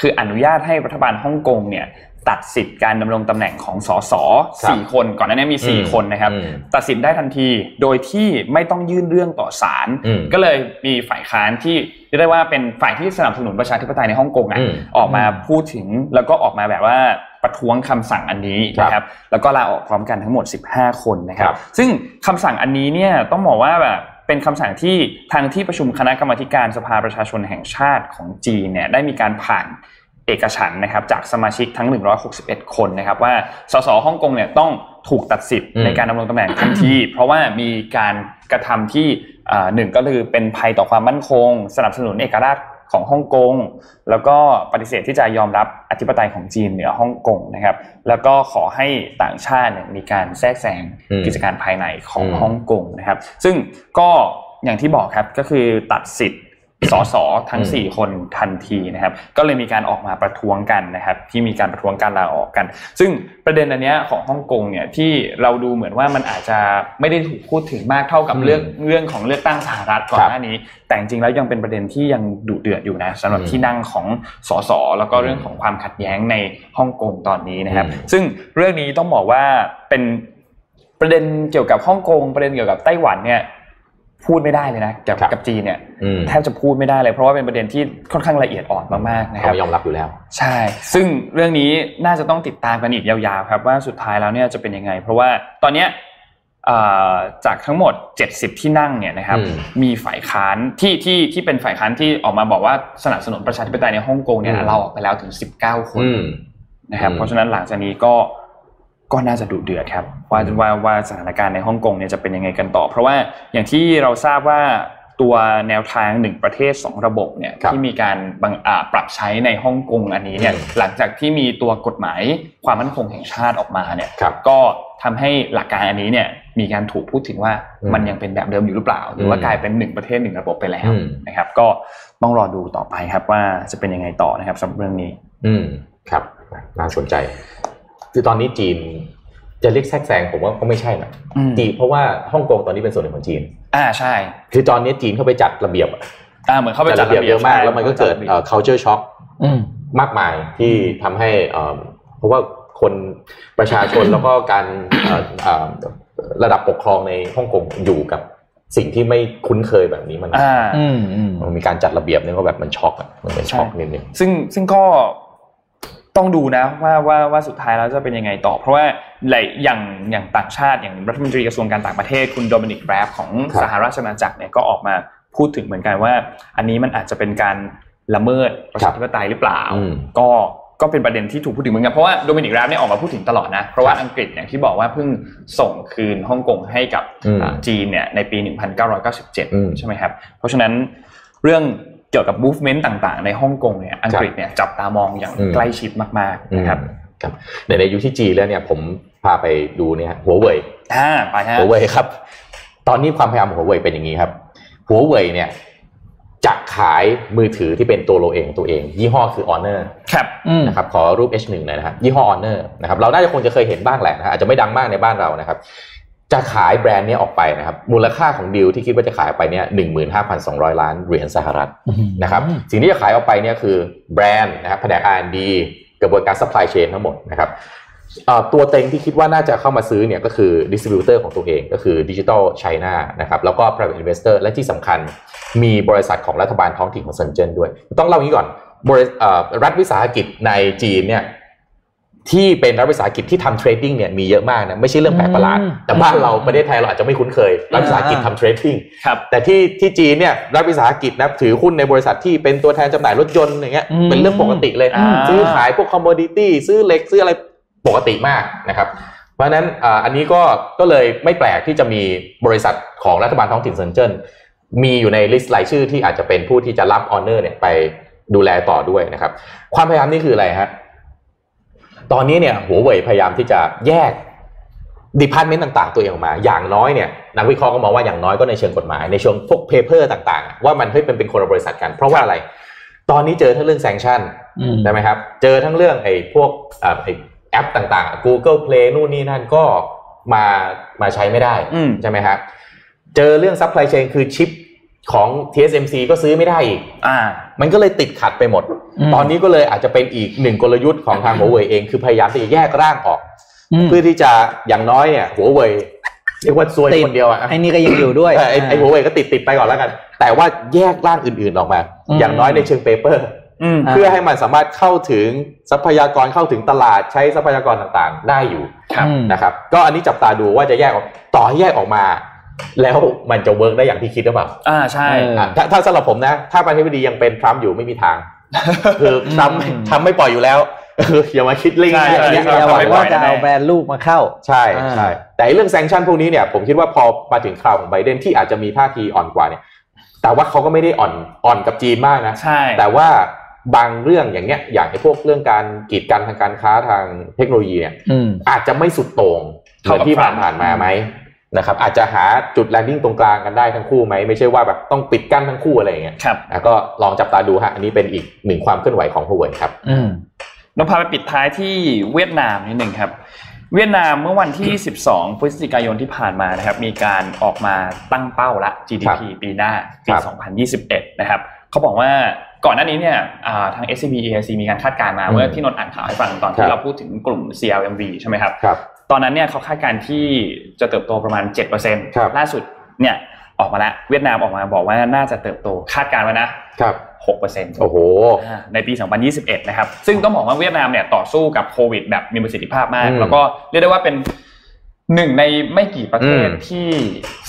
S3: คืออนุญาตให้รัฐบาลฮ่องกงเนี่ยตัดสิทธิ์การดำรงตำแหน่งของสสสี่คนก่อนหน้านี้มีสี่
S4: อืม
S3: คนนะครับ
S4: อืม
S3: ตัดสินได้ทันทีโดยที่ไม่ต้องยื่นเรื่องต่อศาล
S4: อืม
S3: ก็เลยมีฝ่ายค้านที่เรียกได้ว่าเป็นฝ่ายที่สนับสนุนประชาธิปไตยในฮ่องกงอะ
S4: อืม
S3: ออกมาพูดถึงแล้วก็ออกมาแบบว่าประท้วงคำสั่งอันนี้นะครับแล้วก็ลาออกพร้อมกันทั้งหมด 15 คนนะครับ
S4: ครับ
S3: ซึ่งคำสั่งอันนี้เนี่ยต้องบอกว่าแบบเป็นคำสั่งที่ทางที่ประชุมคณะกรรมาธิการสภาประชาชนแห่งชาติของจีนเนี่ยได้มีการผ่านเอกฉันท์นะครับจากสมาชิกทั้ง 161 คนนะครับว่าสสฮ่องกงเนี่ยต้องถูกตัดสิทธิ์
S4: อืม
S3: ในการดำรงตำแหน่งทัน ที เพราะว่ามีการกระทำที่อ่าหนึ่งก็คือเป็นภัยต่อความมั่นคง สนับสนุนเอกราชของฮ่องกง แล้วก็ปฏิเสธที่จะยอมรับอธิปไตยของจีนเหนือฮ่องกงนะครับ แล้วก็ขอให้ต่างชาติเนี่ยมีการแทรกแซง
S4: อืม
S3: กิจการภายในของ
S4: อืม
S3: ฮ่องกงนะครับ ซึ่งก็อย่างที่บอกครับก็คือตัดสิทธิ์ สสทั้ง
S4: อืม
S3: 4 คนทันทีนะครับ ก็เลยมีการออกมาประท้วงกันนะครับ ที่มีการประท้วงการลาออกกัน ซึ่งประเด็นอันเนี้ยของฮ่องกงเนี่ยที่เราดูเหมือนว่ามันอาจจะไม่ได้ถูกพูดถึงมากเท่ากับ
S4: อืม
S3: เรื่องเรื่องของเลือกตั้งสหรัฐก่อ
S4: ครั
S3: น
S4: บ
S3: หน้านี้ แต่จริงๆแล้วยังเป็นประเด็นที่ยังดุเดือดอยู่นะสำหรับ
S4: อืม
S3: ที่นั่งของสสแล้วก็เรื่องของความขัดแย้งในฮ่องกงตอนนี้นะครับ
S4: อืม
S3: ซึ่งเรื่องนี้ต้องบอกว่าเป็นประเด็นเกี่ยวกับฮ่องกงประเด็นเกี่ยวกับไต้หวันเนี่ยพูดไม่ได้เลยนะเกี่ยว
S4: ครับ
S3: กับจีนเนี่ย
S4: อืม
S3: แทบจะพูดไม่ได้เลยเพราะว่าเป็นประเด็นที่ค่อนข้างละเอียดอ่อนมากๆนะค
S4: เขา
S3: รับ
S4: ไม่ยอมรับอยู่แล้ว
S3: ใช่ ซึ่งเรื่องนี้น่าจะต้องติดตามกันอีกยาวๆครับว่าสุดท้ายแล้วเนี่ยจะเป็นยังไง เพราะว่าตอนเนี้ยเอ่อจากทั้งหมด 70 ที่นั่งเนี่ยนะครับ
S4: อืม
S3: มีฝ่ายค้านที่ที่ที่เป็นฝ่ายค้านที่ออกมาบอกว่าสนับสนุนประชาธิปไตยในฮ่องกงเนี่ย
S4: อืม
S3: เราออกไปแล้วถึง 19 คน
S4: อืม
S3: นะครับ
S4: อืม
S3: เพราะฉะนั้นหลังจากนี้ก็ก็น่าจะดุเดือดครับว่าว่าว่าสถานการณ์ในฮ่องกงเนี่ยจะเป็นยังไงกันต่อ เพราะว่าอย่างที่เราทราบว่าตัวแนวทางหนึ่งประเทศสองระบบเนี่ย
S4: ครับ
S3: ที่มีการบังอ่าปรับใช้ในฮ่องกงอันนี้เนี่ย
S4: อืม
S3: หลังจากที่มีตัวกฎหมายความมั่นคงแห่งชาติออกมาเนี่ย
S4: ครับ
S3: ก็ทำให้หลักการอันนี้เนี่ยมีการถูกพูดถึงว่า
S4: อืม
S3: มันยังเป็นแบบเดิมอยู่หรือเปล่า หรือว่า
S4: อืม
S3: กลายเป็นหนึ่งประเทศหนึ่งระบบไปแล้ว
S4: อืม
S3: นะครับ ก็ต้องรอดูต่อไปครับว่าจะเป็นยังไงต่อนะครับสำหรับเรื่องนี้
S4: อืมครับน่าสนใจ คือตอนนี้จีนจะเรียกแทรกแซงผมว่าก็ไม่ใช่นะ
S3: อืม
S4: จีนเพราะว่าฮ่องกงตอนนี้เป็นส่วนหนึ่งของจีน
S3: อ่าใช่
S4: คือตอนนี้จีนเข้าไปจัดระเบียบอะ
S3: อ่าเหมือนเข้าไปจัด
S4: ระเบียบเยอะมาก แล้วมันก็เกิดเอ่อ culture shock
S5: อืม
S4: มากมายที่ทำให้เอ่อเพราะว่าคนประชาชน แล้วก็การเอ่อเอ่อระดับปกครองในฮ่องกงอยู่กับสิ่งที่ไม่คุ้นเคยแบบนี้มัน
S3: อ่า
S5: อืมอืม
S4: มันมีการจัดระเบียบเนี่ยก็แบบมันช็อกอะมันเป็นช็อกนิดนึง
S3: ซึ่งซึ่งก็ต้องดูนะว่าว่าว่าสุดท้ายแล้วจะเป็นยังไงต่อ เพราะว่าหลายอย่างอย่างต่างชาติอย่างรัฐมนตรีกระทรวงการต่างประเทศคุณโดมินิกแรบของ
S4: ครับ
S3: สหราชอาณาจักรเนี่ยก็ออกมาพูดถึงเหมือนกันว่า อันนี้มันอาจจะเป็นการละเมิดประชาธิปไตยหรือเปล่า
S4: อืม
S3: ก็ก็เป็นประเด็นที่ถูกพูดถึงเหมือนกันเพราะว่าโดมินิกแรบเนี่ยออกมาพูดถึงตลอดนะ เพราะว่าอังกฤษอย่างที่บอกว่าเพิ่งส่งคืนฮ่องกงให้กับ
S4: อืม
S3: อ่าจีนเนี่ยในปี
S4: อืม
S3: 1997 ใช่ไหมครับ เพราะฉะนั้นเรื่องเกี่ยวกับ movement ต่างๆ ในฮ่องกงเนี่ยอังกฤษเนี่ยจับตามองอย่าง
S4: อืม
S3: ใกล้ชิดมากๆนะครับ
S4: อืมครับในในยุคที่จีนแล้วเนี่ยผมพาไปดูเนี่ยหัวเว่ย
S3: อ่าไปฮะ
S4: หัวเว่ยครับ ตอนนี้ความพยายามของหัวเว่ยเป็นอย่างนี้ครับหัวเว่ยเนี่ยจะขายมือถือที่เป็นตัวเราเองของตัวเอง ยี่ห้อคือ Honor
S3: ครับ
S5: อืม
S4: นะครับขอรูป H1 หน่อยนะครับยี่ห้อ Honor นะครับเราน่าจะคงจะเคยเห็นบ้างแหละนะฮะอาจจะไม่ดังมากในบ้านเรานะครับ จะขายแบรนด์เนี้ออกไปนะครับ มูลค่าของดีลที่คิดว่าจะขายไปเนี่ยหนึ่งหมื่นห้าพันสองร้อยล้านเหรียญสหรัฐ นะครับสิ่งที่จะขายออกไปเนี่ยคือแบรนด์นะครับแผนก R&D กระบวนการ supply chain ทั้งหมดนะครับเอ่อตัวเต็งที่คิดว่าน่าจะเข้ามาซื้อเนี่ยก็คือดิสติบิวเตอร์ของตัวเองก็คือ Digital China นะครับแล้วก็ private investor และที่สำคัญมีบริษัทของรัฐบาลท้องถิ่นของเซินเจิ้นด้วย ต้องเล่าอย่างนี้ก่อนบริเอ่อรัฐวิสาหกิจในจีนเนี่ยที่เป็นรัฐวิสาหกิจที่ทำเทรดดิ้งเนี่ยมีเยอะมากนะไม่ใช่เรื่องแปลกประหลาด
S5: อืม
S4: แต่บ้านเราประเทศไทยเราอาจจะไม่คุ้นเคยรัฐวิสาหกิจทำเทรดดิ้ง
S3: ครับ
S4: แต่ที่ที่จีนเนี่ยรัฐวิสาหกิจนะถือหุ้นในบริษัทที่เป็นตัวแทนจำหน่ายรถยนต์อย่างเงี้ย
S5: อืม
S4: เป็นเรื่องปกติเลย
S3: อ่า
S4: ซื้อขายพวกคอมมดิตี้ซื้อเหล็กซื้ออะไรปกติมากนะครับ เพราะฉะนั้นอ่าอันนี้ก็ก็เลยไม่แปลกที่จะมีบริษัทของรัฐบาลท้องถิ่นเซินเจิ้นมีอยู่ในลิสต์รายชื่อที่อาจจะเป็นผู้ที่จะรับออเนอร์เนี่ยไปดูแลต่อด้วยนะครับ ความพยายามนี่คืออะไรฮะตอนนี้เนี่ยหัวเว่ยพยายามที่จะแยกดิพาร์ตเมนต์ต่าง ๆ ตัวเองออกมา อย่างน้อยเนี่ยนักวิเคราะห์ก็มองว่าอย่างน้อยก็ในเชิงกฎหมายในเชิงพวกเพเปอร์ต่างๆ ว่ามันเฮ้ยเป็นเป็นคนละบริษัทกัน เพราะว่าอะไร ตอนนี้เจอทั้งเรื่องแซงชั่น
S5: อืม
S4: ใช่ไหมครับ เจอทั้งเรื่องไอ้พวกเอ่อไอ้แอปต่างๆ Google Play นู่นนี่นั่นก็มามาใช้ไม่ได้
S3: อืม
S4: ใช่ไหมครับ เจอเรื่องซัพพลายเชนคือชิป ของ TSMC ก็ซื้อไม่ได้อีก
S3: อ่า
S4: มันก็เลยติดขัดไปหมด
S5: อืม
S4: ตอนนี้ก็เลยอาจจะเป็นอีกหนึ่งกลยุทธ์ของทางหัวเว่ยเอง คือพยายามที่จะแยกร่างออก
S5: ม
S4: เพื่อที่จะอย่างน้อยเนี่ยหัวเว่ยเรียกว่าซวย
S5: ติ
S4: คนเดียวอ่ะ
S5: ไอ้นี่ก็ยังอยู่ด้วย
S4: เออไอ้ไอ้หัวเว่ยก็ติดติดไปก่อนแล้วกัน แต่ว่าแยกร่างอื่นๆออกมา
S5: อืม
S4: อย่างน้อยในเชิงเปเปอร์
S3: อืม
S5: อ่า
S4: เพื่อให้มันสามารถเข้าถึงทรัพยากรเข้าถึงตลาดใช้ทรัพยากรต่างๆ ได้อยู่
S3: ครับ
S5: อืม
S4: นะครับ ก็อันนี้จับตาดูว่าจะแยกออกต่อให้แยกออกมา แล้วมันจะเวิร์กได้อย่างที่คิดหรือเปล่า
S3: อ่าใช่
S5: เออ
S4: อ่ะถ้าถ้าสำหรับผมนะ ถ้าประธานาธิบดียังเป็นทรัมป์อยู่ไม่มีทาง คือทรัมป์
S5: อืม
S4: ทรัมป์ไม่ปล่อยอยู่แล้ว คืออย่ามาคิดเล่ง
S3: ใช่
S4: เรื่องอันเนี้
S5: อย่าย อย่าหวังว่าจะเอาแบรนด์ลูกมาเข้า
S4: ใช่
S5: อ่า
S4: ใช่แต่ไอ้เรื่องแซงชันพวกนี้เนี่ยผมคิดว่าพอมาถึงคราวของไบเดนที่อาจจะมีท่าทีอ่อนกว่าเนี่ยแต่ว่าเขาก็ไม่ได้อ่อนอ่อนกับจีนมากนะ
S3: ใช่
S4: แต่ว่าบางเรื่องอย่างเนี้ยอย่างไอ้พวกเรื่องการกีดกันทางการค้าทางเทคโนโลยีเนี่ย
S5: อืม
S4: อาจจะไม่สุดโต่งเท่าที่ผ่านผ่านๆมาไหมนะครับอาจจะหาจุดแลนดิ้งตรงกลางกันได้ทั้งคู่ไหมไม่ใช่ว่าแบบต้องปิดกั้นทั้งคู่อะไรอย่างเงี้ย
S3: ครับ
S4: อ่ะก็ลองจับตาดูฮะอันนี้เป็นอีกหนึ่งความเคลื่อนไหวของ Huawei ครับ
S5: อืม
S3: เราพาไปปิดท้ายที่เวียดนามนิดหนึ่งครับ เวียดนามเมื่อวันที่ 12 พฤศจิกายนที่ผ่านมานะครับ มีการออกมาตั้งเป้าละ GDP ปีหน้าปี
S4: ครับ
S3: 2021 นะครับเขาบอกว่าก่อนหน้านี้เนี่ยอ่าทาง SCB AIC มีการคาดการณ์มา
S4: อืม
S3: เมื่อที่นนท์อ่านข่าวให้ฟังตอน
S4: ครั
S3: ที่
S4: บ
S3: เราพูดถึงกลุ่ม CLMV ใช่ไหมครับ
S4: ครับ
S3: ตอนนั้นเนี่ยเขาคาดการณ์ที่จะเติบโตประมาณ
S4: ครับ
S3: 7%ล่าสุดเนี่ยออกมาแล้วเวียดนามออกมาบอกว่าน่าจะเติบโตคาดการณ์ไว้นะครับ 6%
S4: โอ้โห
S3: อ่าในปี 2021 นะครับ ซึ่งต้องบอกว่าเวียดนามเนี่ยต่อสู้กับโควิดแบบมีประสิทธิภาพมาก
S4: อืม
S3: แล้วก็เรียกได้ว่าเป็นหนึ่งในไม่กี่ประเทศ
S4: อืม
S3: ที่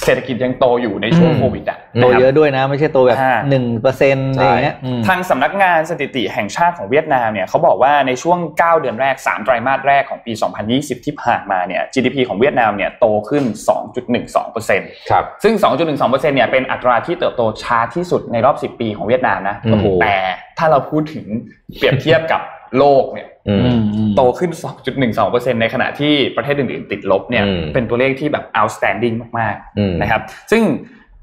S3: เศรษฐกิจยังโตอยู่ในช่วง
S4: อืม
S3: โควิดอ่ะ
S5: โต
S3: นะครับ
S5: เยอะด้วยนะ ไม่ใช่โตแบบ
S3: อ่า
S5: หนึ่งเปอร์เซ็นต์อะไรอย่างเงี้ยอืม
S3: ทางสำนักงานสถิติแห่งชาติของเวียดนามเนี่ยเขาบอกว่าในช่วง 9 เดือนแรก 3 ไตรมาสแรกของปี 2020 ที่ผ่านมาเนี่ย GDP ของเวียดนามเนี่ยโตขึ้น 2.12%
S4: ครับ
S3: ซึ่ง 2.12%เนี่ย เป็นอัตราที่เติบโตช้าที่สุดในรอบ 10 ปีของเวียดนามนะ
S4: อืม
S3: แต่ถ้าเราพูดถึงเปรียบเทียบกับโลกเนี่ย
S4: อืม
S3: โตขึ้น 2.12%ในขณะที่ประเทศอื่นๆ ติดลบเนี่ย
S4: อืม
S3: เป็นตัวเลขที่แบบ outstanding มาก
S4: อืม
S3: ๆ นะครับ ซึ่ง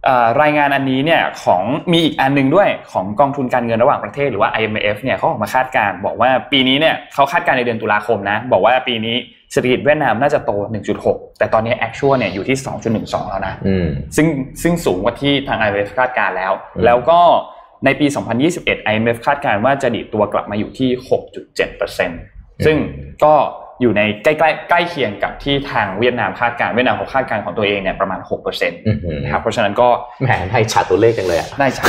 S3: เอ่อรายงานอันนี้เนี่ยของมีอีกอันหนึงด้วยของกองทุนการเงินระหว่างประเทศหรือว่า IMF เนี่ยเขาออกมาคาดการณ์บอกว่าปีนี้เนี่ยเขาคาดการณ์ในเดือนตุลาคมนะ บอกว่าปีนี้เศรษฐกิจเวียดนามน่าจะโต 1.6 แต่ตอนนี้ actual เนี่ยอยู่ที่ 2.12 แล้วนะ
S4: อืม
S3: ซึ่งซึ่งสูงกว่าที่ทาง IMF คาดการณ์แล้ว
S4: อืม
S3: แล้วก็ในปี 2021 IMF คาดการณ์ว่าจะดีดตัวกลับมาอยู่ที่ 6.7%ซึ่งก็อยู่ในใกล้ใกล้ใกล้เคียงกับที่ทางเวียดนามคาดการณ์เวียดนามเขาคาดการณ์ของตัวเองเนี่ยประมาณ 6%น
S4: อื้อหือ
S3: ะครับเพราะฉะนั้นก็
S4: แหมให้ฉาดตัวเลขจังเลยอะ
S3: ได้ใช่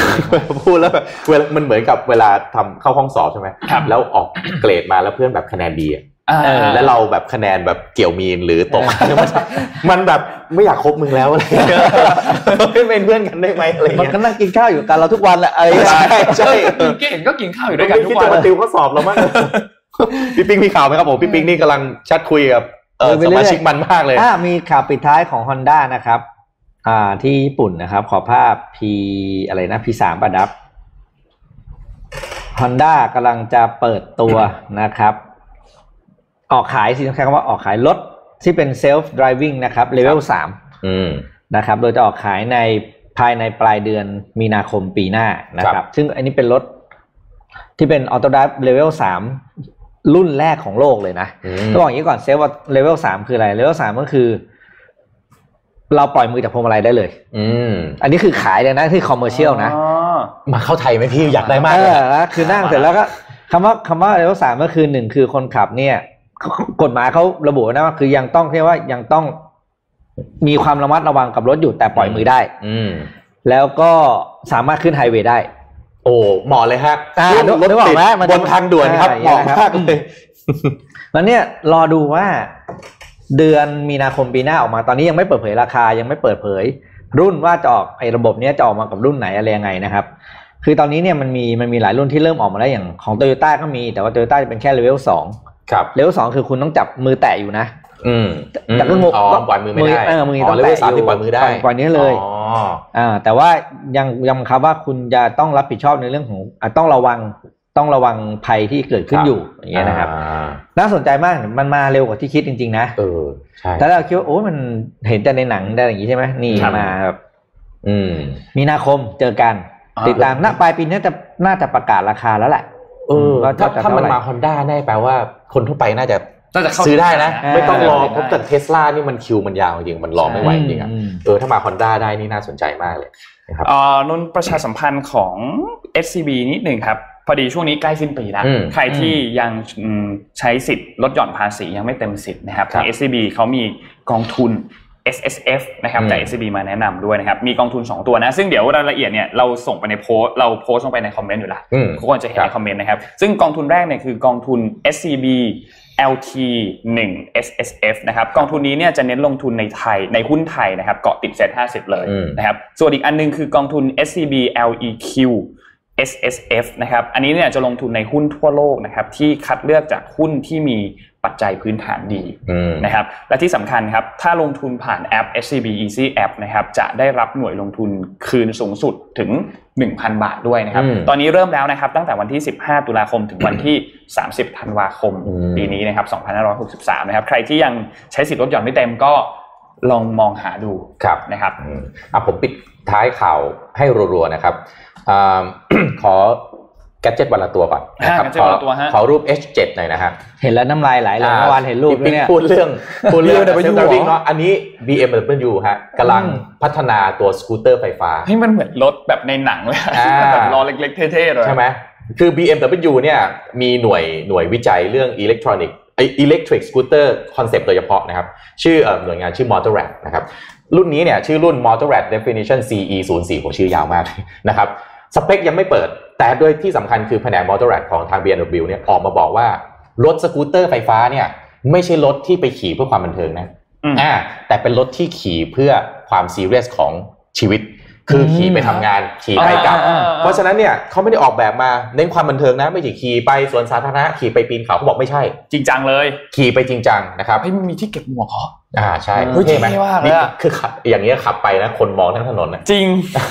S4: พูดแล้วแบบเวลามันเหมือนกับเวลาทำเข้าห้องสอบใช่ไหม
S3: ครับ
S4: แล้วออกเกรดมาแล้วเพื่อนแบบคะแนนดีอะ
S3: อ่า
S5: เออ
S4: แล้วเราแบบคะแนนแบบเกี่ยวมีนหรือตก มันแบบไม่อยากคบมึงแล้วอะไรอย่างเงี้ยเป็นเพื่อนกัน ได้ไหมอะไรอย่าง
S5: มัน
S4: เงี้ย
S5: ก็นั่งกินข้าวอยู่กันเราทุกวันแหละไอ้
S4: ใช่ใช่
S3: เออเก่งก็กินข้าวอยู่ด้วยกัน
S4: ไม่
S3: ทุ
S4: คิด
S3: กวั
S4: จะ
S3: น
S4: มาติวข้อสอบเรามั้ง พี่ปิ๊งมีข่าวไหมครับผมพี่ปิ๊งนี่กำลังแชัดคุยกับเอ่อสมาชิกมันมากเลย
S5: อ่ามีข่าวปิดท้ายของ Honda นะครับ อ่าที่ญี่ปุ่นนะครับ ขอภาพ P อะไรนะ P3 ประดับ Honda กำลังจะเปิดตัวนะครับ ออกขายสินค้าคำว่าออกขายรถที่เป็น self driving นะครับ level 3
S4: อืม
S5: นะครับ โดยจะออกขายในภายในปลายเดือนมีนาคมปีหน้านะ
S4: ค
S5: ค
S4: รั
S5: รับ
S4: บ
S5: ซึ่งอันนี้เป็นรถที่เป็นออโตดับเลเวลสามรุ่นแรกของโลกเลยนะ
S4: อืม
S5: ต้องบอกอย่างนี้ก่อนเซฟว่าเลเวลสามคืออะไรเลเวลสามก็คือ เราปล่อยมือจากพวงมาลัยได้เลย
S4: อืม
S5: อันนี้คือขายเลยนะที่คอมเมอร์เชียลนะ
S3: อ๋อ
S4: มาเข้าไทยไหมพี่อยากได้มาก
S5: เอ
S4: เลย
S5: อแล้วคือนั่งเสร็จแล้วก็คำว่าคำว่าเลเวลสามก็คือหนึ่งคือคนขับเนี่ย กฎหมายเขาระบุไว้นะว่าคือยังต้องเรียกว่ายังต้องมีความระมัดระวังกับรถอยู่แต่ปล่อยมือได้
S4: อืม
S5: แล้วก็สามารถขึ้นไฮเวย์ได้
S4: โอ้เหมาะเลยฮะ
S5: อ่า
S4: เรื่องรถ
S5: นึกออก
S4: ติด
S5: ไหมมัน
S4: บนทางด่วนครับ
S5: อ่า
S4: เหมาะ
S5: อย่างนั้น
S4: มาก
S5: ครับ
S4: เลย
S5: แล้วเนี่ยรอดูว่าเดือนมีนาคมปีหน้าออกมา ตอนนี้ยังไม่เปิดเผยราคา ยังไม่เปิดเผย รุ่นว่าจะออกไอ้ระบบเนี้ยจะออกมากับรุ่นไหนอะไรยังไงนะครับ คือตอนนี้เนี่ยมันมีมันมีหลายรุ่นที่เริ่มออกมาแล้วอย่างของโตโยต้าก็มีแต่ว่าโตโยต้าจะเป็นแค่เลเวลสอง
S4: ครับ
S5: เลเวลสองคือคุณต้องจับมือแตะอยู่นะ
S4: อืม
S5: แต่ก็งง
S4: อ๋อปล่อยมือไม่ได้
S5: มือเออมือ
S4: อ
S5: ต้อง
S4: เลเวล
S5: แตะ
S4: สาม
S5: อยู่
S4: ที่ปล่อยมือได้
S5: ปล่อยปล่อยนิ้วเลย
S4: อ๋อ
S5: อ่าแต่ว่ายังยังบังคับว่าคุณจะต้องรับผิดชอบในเรื่องของอ่ะต้องระวังต้องระวังภัยที่เกิดขึ้นอยู่อย่างเงี้ยนะครับ
S4: อ่า
S5: น่าสนใจมากมันมาเร็วกว่าที่คิดจริงๆนะ
S4: เออใช่
S5: ถ้าเราคิดว่าโอ้ยมันเห็นแต่ในหนังได้อย่างนี้ใช่ไหมนี่
S3: ครับ
S5: มาแบบ
S4: อืม
S5: มีนาคมเจอกัน
S3: อ่า
S5: ติดตามน่าปลายปีน่าจะน่าจะประกาศราคาแล้วแหละ
S4: เออ
S5: ว่า
S4: ถ้า
S5: จะ
S4: ถ้ามัน
S5: เท่ไหร่
S4: มาฮอนด้าได้แปลว่า คนทั่วไปน่าจะ
S3: น่าจะเข้า
S4: ซื้อได้นะ
S5: อ่า
S4: ไม่ต้องรอ
S3: ด้
S4: เพราะแต่เทสลานี่มันคิวมันยาวจริงๆมันรอไม่ไหวจริงๆอะ
S5: อืม
S4: เออถ้ามาฮอนด้าได้นี่น่าสนใจมากเลยนะครับ
S3: เอ่อนนท์ประชาสัมพันธ์ของ SCB นิดหนึ่งครับ พอดีช่วงนี้ใกล้สิ้นปีแล้ว
S4: อืม
S3: ใครที่ยังอืมใช้สิทธิ์ลดหย่อนภาษียังไม่เต็มสิทธิ์นะครับ
S4: ครับ
S3: ทาง SCB เขามีกองทุน S S F นะครับ
S4: อืม
S3: จาก S C B มาแนะนำด้วยนะครับ มีกองทุน 2 ตัวนะ ซึ่งเดี๋ยวรายละเอียดเนี่ยเราส่งไปในโพสต์เราโพสต์ลงไปในคอมเมนต์อยู่แล้ว
S4: อืม
S3: ทุกคนจะเห็น
S4: ครับ
S3: ในคอมเมนต์นะครับ ซึ่งกองทุนแรกเนี่ยคือกองทุน SCB LT 1 SSF นะครับ กองทุนนี้เนี่ยจะเน้นลงทุนในไทยในหุ้นไทยนะครับ เกาะติดเซ็ต50 เลย
S4: อืม
S3: นะครับ ส่วนอีกอันหนึงคือกองทุน SCB LEQ SSF นะครับ อันนี้เนี่ยจะลงทุนในหุ้นทั่วโลกนะครับ ที่คัดเลือกจากหุ้นที่มีปัจจัยพื้นฐานดี
S4: อืม
S3: นะครับและที่สำคัญครับ ถ้าลงทุนผ่านแอป SCB Easy App นะครับจะได้รับหน่วยลงทุนคืนสูงสุดถึง 1,000 บาทด้วยนะครับ
S4: อืม
S3: ตอนนี้เริ่มแล้วนะครับตั้งแต่วันที่ 15 ตุลาคมถึงวันที่ 30 ธันวาคม
S4: อืม
S3: ปีนี้นะครับ 2563 นะครับ ใครที่ยังใช้สิทธิ์ลดหย่อนไม่เต็มก็ลองมองหาดู
S4: ครับ
S3: นะครับ
S4: อืมอ่ะผมปิดท้ายข่าวให้รัวๆนะครับอ่า ขอแกจเจ็ตวันละตัวก่อนนะครับ
S3: อ่า gadget วันละตัวฮะ
S4: ขอขอรูป H7 หน่อยนะฮะ
S5: เห็นแล้วน้ำลายไหลเลยเมื่อวานเห็นรูป
S4: พี่
S5: ด้วยเนี่ย
S4: พูดเรื่อง พูดเรื่อง
S5: BMW
S4: เซลวิ่งเนาะอันนี้ BMW ฮะกำลัง
S5: อืม
S4: พัฒนาตัวสกูตเตอร์ไฟฟ้า
S3: ให้มันเหมือนรถแบบในหนังเลยอะ
S4: อ่า
S3: แบบล้อเล็กๆ เท่ๆเลย
S4: ใช่ไหมคือ BMW เนี่ยมีหน่วยหน่วยวิจัยเรื่องอิเล็กทรอนิกส์อิเล็กทริกสกูตเตอร์คอนเซปต์โดยเฉพาะนะครับ ชื่อเอ่อหน่วยงานชื่อ m o t o r a t นะครับ รุ่นนี้เนี่ยชื่อรุ่น m o t o r a t Definition CE 0 4ผมชื่อยาวมาก นะครับ สเปคยังไม่เปิด แต่โดยที่สำคัญคือแผนก m o t o r a t ของทาง BMW เนี่ยออกมาบอกว่า รถสกูตเตอร์ไฟฟ้าเนี่ยไม่ใช่รถที่ไปขี่เพื่อความบันเทิงนะ
S3: อืม
S4: อ่าแต่เป็นรถที่ขี่เพื่อความซีเรียสของชีวิต คือขี่ไปทำงานขี่ไปกลับ
S3: อ่าๆๆ
S4: เพราะฉะนั้นเนี่ยเขาไม่ได้ออกแบบมาเน้นความบันเทิงนะไม่ใช่ขี่ไปสวนสาธารณะขี่ไปปีนเขาเขาบอกไม่ใช่
S3: จริงจังเลย
S4: ขี่ไปจริงจังนะครับ
S3: เฮ้ยมันมีที่เก็บหมวกเหรอ
S4: อ่าใช่
S3: เฮ้ย
S4: ท่ไหม
S3: เท่มากเลย
S4: นี่
S3: อะ
S4: คือขั บอย่างเงี้ยขับไปนะคนมองทั้งถนนนะ
S3: จริง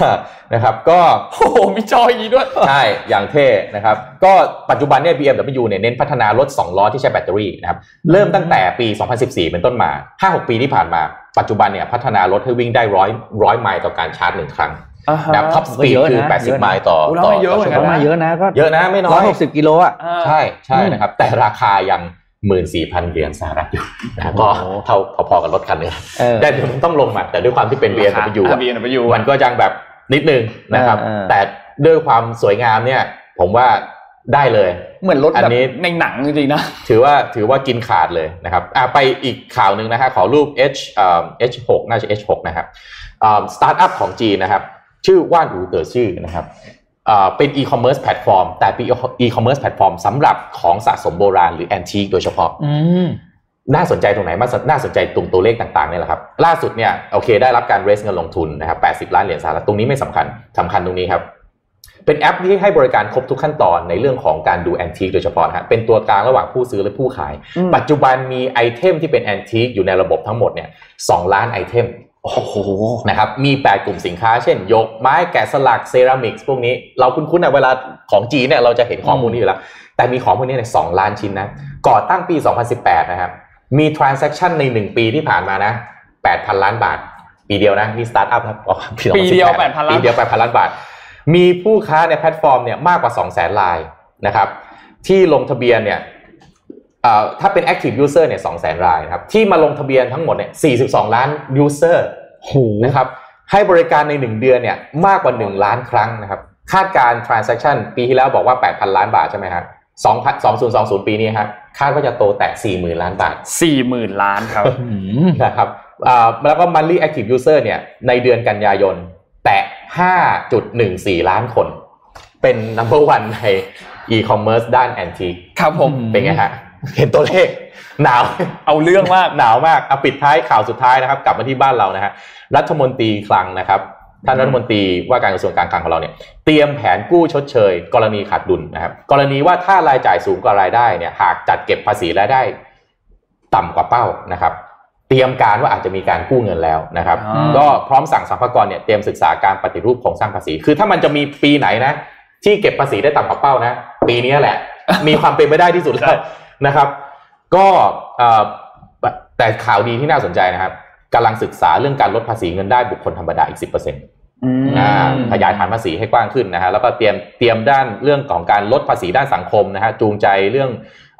S4: นะครับ ก็
S3: โอ้โหมีจออยางงีด้วย
S4: ใช่อย่างเท่นะครับ ก็ปัจจุบันเนี่ย BMW เนี่ยเน้นพัฒนารถ 2 ล้อที่ใช้แบตเตอรี่นะครับ เริ่มตั้งแต่ปี 2014 เป็นต้นมา 5-6 ปีที่ผ่านมา ปัจจุบันเนี่ยพัฒนารถให้วิ่งได้ร้อยร้อยไมล์ต่อการชาร์จหนึ่งครั้งนะครับท็อปสปีด
S5: เยอะนะ
S4: คือ
S5: เย
S4: 80
S5: อะนะ
S4: ไมล์ต่อ
S3: โอ้แล้ว
S4: ต่อ
S3: ไม่เยอะ
S4: ต่อ
S3: เหมือน
S4: ชั่ว
S3: กัน
S4: โมง
S5: มา
S3: นะ
S5: เยอะนะก็
S4: เยอะนะไม่น้
S5: ร้
S4: อ
S5: อย
S4: ย
S5: หกสิบกิโลอ่ะ
S3: อ่า
S4: ใช่ใช่
S5: อืม
S4: นะครับ แต่ราคายังหมื่นสี่พันเหรียญสหรัฐอยู่นะครับก็
S5: โอ้โห
S4: เท่าพอๆกับรถคันหนึง
S5: เออ
S4: แต่เดี๋ยวมันต้องลงมา แต่ด้วยความที่เป็น BMW อะ
S3: BMW
S4: มันก็ยังแบบนิดนึงนะครับ
S5: เออเออ
S4: แต่ด้วยความสวยงามเนี่ย ผมว่าได้เลย
S3: เหมือนรถ
S4: อัน
S3: แบบ
S4: นี้
S3: ในหนังจริงๆนะ
S4: ถือว่าถือว่ากินขาดเลยนะครับอ่ะไปอีกข่าวหนึ่งนะฮะขอรูป H เอ่อ H6 น่าจะ H6 นะครับสตาร์ทอัพของจีนนะครับ ชื่อว่านอูเตอร์ชื่อนะครับอ่าเป็นอีคอมเมิร์ซแพลตฟอร์มแต่เป็นอีคอมเมิร์ซแพลตฟอร์มสำหรับของสะสมโบราณหรือแอนทีคโดยเฉพาะ
S5: อืม
S4: น่าสนใจตรงไหนมากน่าสนใจตรงตัวเลขต่างๆเนี่ยแหละครับ ล่าสุดเนี่ยโอเคได้รับการเรสเงินลงทุนนะครับ80 ล้านเหรียญสหรัฐตรงนี้ไม่สำคัญสำคัญตรงนี้ครับ เป็นแอปที่ให้บริการครบทุกขั้นตอนในเรื่องของการดูแอนทีคโดยเฉพาะนะฮะเป็นตัวกลางระหว่างผู้ซื้อและผู้ขาย
S3: อืม
S4: ปัจจุบันมีไอเทมที่เป็นแอนทีคอยู่ในระบบทั้งหมดเนี่ยสองล้านไอเทมโอ้โหนะครับมี 8 กลุ่มสินค้า เช่นยกไม้แกะสลักเซรามิกพวกนี้ เราคุ้นๆนะเวลาของจีนเนี่ยเราจะเห็นของพวกนี้อยู่แล้ว แต่มีของพวกนี้เนี่ยสองล้านชิ้นนะ ก่อตั้งปี 2018 นะครับ มี transaction ใน 1 ปีที่ผ่านมานะ 8,000 ล้านบาท ปีเดียวนะ มีสตาร์ทอัพครับอ๋อ
S3: ปีเดียว
S4: 2018
S3: 8,000ล้าน
S4: ปีเดียว 8,000 ล้านบาท มีผู้ค้าในแพลตฟอร์มเนี่ยมากกว่า 200,000รายนะครับ ที่ลงทะเบียนเนี่ยเอ่อถ้าเป็น active user เนี่ย200,000 รายนะครับ ที่มาลงทะเบียนทั้งหมดเนี่ย42 ล้าน user นะครับ ให้บริการใน 1 เดือนเนี่ยมากกว่า 1 ล้านครั้งนะครับ คาดการณ์ transaction ปีที่แล้วบอกว่า 8,000 ล้านบาทใช่ไหมครับ2020 ปีนี้ครับคาดว่าจะโตแตะ 40,000 ล้านบาท
S3: สี่หมื่นล้านครับ
S4: นะครับอ่าแล้วก็ monthly active user เนี่ย ในเดือนกันยายน แตะ 5.14 ล้านคน เป็น number one ใน e-commerce ด้าน antique
S3: ครับผม
S5: อืม
S4: เป็นไงฮะ เห็นตัวเลข หนาว
S3: เอาเรื่องมาก
S4: หนาวมากเอาปิดท้ายข่าวสุดท้ายนะครับ กลับมาที่บ้านเรานะฮะ รัฐมนตรีคลังนะครับ ท่านรัฐมนตรีว่าการกระทรวงการคลังของเราเนี่ย เตรียมแผนกู้ชดเชย กรณีขาดดุลนะครับ กรณีว่าถ้ารายจ่ายสูงกว่ารายได้เนี่ย หากจัดเก็บภาษีรายได้ต่ำกว่าเป้านะครับ เตรียมการว่าอาจจะมีการกู้เงินแล้วนะครับ
S3: อ่า
S4: ก็พร้อมสั่งสรรพากรเนี่ยเตรียมศึกษาการปฏิรูปโครงสร้างภาษี คือถ้ามันจะมีปีไหนนะ ที่เก็บภาษีได้ต่ำกว่าเป้านะ ปีนี้แหละ มีความเป็นไปได้ที่สุดแล้วนะครับ ก็เอ่อแต่ข่าวดีที่น่าสนใจนะครับกำลังศึกษาเรื่องการลดภาษีเงินได้บุคคลธรรมดาอีก 10%อ
S3: อืม่
S4: าขยายฐานภาษีให้กว้างขึ้นนะฮะแล้วก็เตรียมเตรียมด้านเรื่องของการลดภาษีด้านสังคมนะฮะจูงใจเรื่อง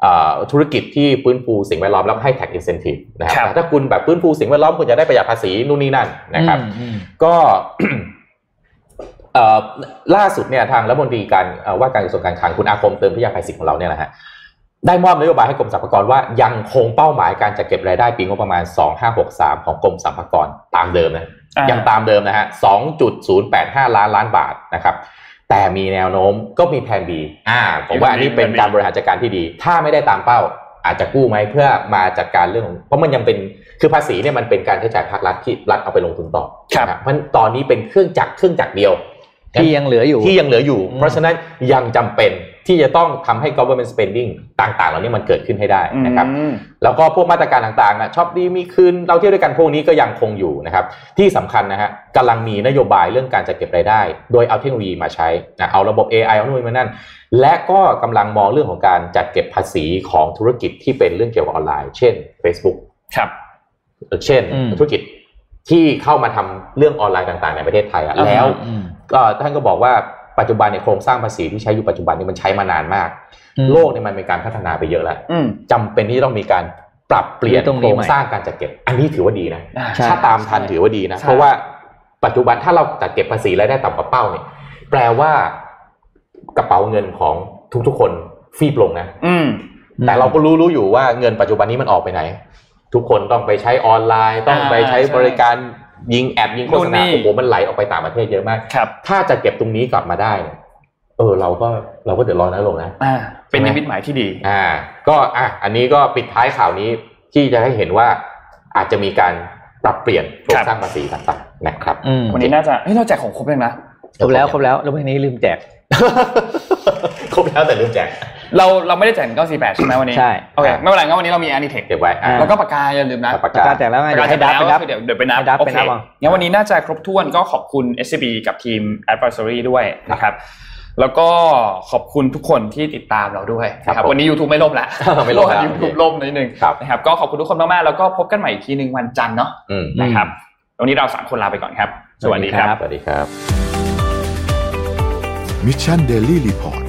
S4: อ่าธุรกิจที่ฟื้นฟูสิ่งแวดล้อมแล้วก็ให้ tax incentive นะครับ
S3: ครับ
S4: แต่ถ้าคุณแบบฟื้นฟูสิ่งแวดล้อมคุณจะได้ประหยัดภาษีนู่นนี่นั่นนะครับ
S5: อืม
S4: ก็ เอ่อล่าสุดเนี่ยทางรัฐมนตรีการเอ่อว่าการกระทรวงการคลังคุณอาคมเติมพิยาภัยศิษย์ของเราเนี่ยนะฮะได้มอบนโยบายให้กรมสรรพากรว่ายังคงเป้าหมายการจัดเก็บรายได้ปีงบประมาณ 2563 ของกรมสรรพากรตามเดิมนะ
S3: อ่า
S4: ยังตามเดิมนะฮะ 2.085 ล้านล้านบาทนะครับ แต่มีแนวโน้มก็มีแผน B อ่า ผมว่าอันนี้เป็นการบริหารจัดการที่ดี ถ้าไม่ได้ตามเป้าอาจจะกู้ไหมเพื่อมาจัดการเรื่องของเพราะมันยังเป็น คือภาษีเนี่ยมันเป็นการใช้จ่ายภาครัฐที่รัฐเอาไปลงทุนต่อ
S3: ครับ
S4: นะเพราะตอนนี้เป็นเครื่องจักรเครื่องจักรเดียว
S5: ที่ยังเหลืออยู่
S4: ที่ยังเหลืออยู่
S5: อืม
S4: เพราะฉะนั้นยังจำเป็นที่จะต้องทำให้ government spending ต่างๆ เหล่านี้มันเกิดขึ้นให้ได้นะครับ
S3: อืม
S4: แล้วก็พวกมาตรการต่างๆนะช็อปดีมีคืนเราเที่ยวด้วยกันพวกนี้ก็ยังคงอยู่นะครับ ที่สำคัญนะฮะกำลังมีนโยบายเรื่องการจัดเก็บรายได้ โดยเอาเทคโนโลยีมาใช้นะเอาระบบ AI เอาโน่นมานั่น และก็กำลังมองเรื่องของการจัดเก็บภาษีของธุรกิจที่เป็นเรื่องเกี่ยวกับออนไลน์ เช่น Facebook
S3: ครับ
S4: เอ่อเช่น
S5: อืม
S4: ธุรกิจที่เข้ามาทำเรื่องออนไลน์ต่างๆ ในประเทศไทยอะ
S3: อ่าฮะ
S4: แล้ว
S5: อืม
S4: ก็ท่านก็บอกว่าปัจจุบันเนี่ยโครงสร้างภาษีที่ใช้อยู่ปัจจุบันนี่มันใช้มานานมาก
S5: อืม
S4: โลกเนี่ยมันมีการพัฒนาไปเยอะแล้ว
S3: อืม
S4: จำเป็นที่จะต้องมีการปรับเปลี่ยน
S5: ตรงนี้
S4: โครง
S5: ใหม่
S4: สร้างการจัดเก็บ อันนี้ถือว่าดีนะ
S5: ใช่
S4: ถ้าตามทันถือว่าดีนะ
S3: ใช่
S4: เพราะว่าปัจจุบันถ้าเราจัดเก็บภาษีรายได้ต่ำกว่าเป้าเนี่ย แปลว่ากระเป๋าเงินของทุกๆคนฟีบลงนะ
S3: อืม
S4: แต่เราก็รู้รู้อยู่ว่าเงินปัจจุบันนี้มันออกไปไหน ทุกคนต้องไปใช้ออนไลน์ ต้องไปใช้
S3: อ่าใช่
S4: บริการยิงแอดยิงโฆษ
S3: นู่นนี่
S4: ณาโอ้โหมันไหลออกไปต่างประเทศเยอะมาก
S3: ครับ
S4: ถ้าจะเก็บตรงนี้กลับมาได้เนี่ยเออ เราก็เราก็เดือดร้อนน้อยลงนะ
S3: อ่า เป็นนิมิตหมายที่ดี
S4: อ่าก็อ่ะอันนี้ก็ปิดท้ายข่าวนี้ที่จะให้เห็นว่าอาจจะมีการปรับเปลี่ยนโคร
S3: ค
S4: ง
S3: รับ
S4: สร้างภาษีต่างๆนะครับ
S5: อืม
S3: วันนี้น่าจะเฮ้ยเราแจกของครบยังนะ
S5: ครบแล้วครบแล้วแล้ววันนี้ลืมแจก
S4: ครบแล้วแต่ลืมแจก
S3: เราเราไม่ได้แจก948 ใช่ไหมวันนี้
S5: ใช่
S3: โอเค ไม่เป็นไรงั้นวันนี้เรามี Anitech
S4: เก็บไว้อ่ะ
S3: แล้วก็ปากกาอย่าลืมนะ
S4: ปาก
S5: ปาก
S4: กา
S5: กาแจกแล้วไง
S3: ปากกาจะ
S5: เดี๋ยวให้ดับ
S3: แล้วก็
S5: ไปดับ
S3: คือเดี๋ยวเดี๋ยวไปนับ
S5: ให้ดับ
S3: โอ
S5: ไป
S3: เค
S5: นับเอางั้
S3: งั้นวันนี้น่าจะครบถ้วนก็ขอบคุณ SCB กับทีม Advisory ด้วยนะครับ แล้วก็ขอบคุณทุกคนที่ติดตามเราด้วยนะค
S4: ครั
S3: รับบ
S4: ผม
S3: วันนี้ YouTube ไม่ล่มละ
S4: ไม่ล่มแล้ว
S3: ยูทูบ
S4: โอเค
S3: ล่มนิดนึง
S4: ครับ
S3: นะครับก็ขอบคุณทุกคนมากๆแล้วก็พบกันใหม่อีกทีหนึ่งวันจันทร์เนาะ
S4: อืม
S3: นะครับวันนี้เราสามคนลาไปก่อนครับ สวัสดีครับ
S4: สวัสดีครับ
S1: มิชชันเดลี่รีพอร์ต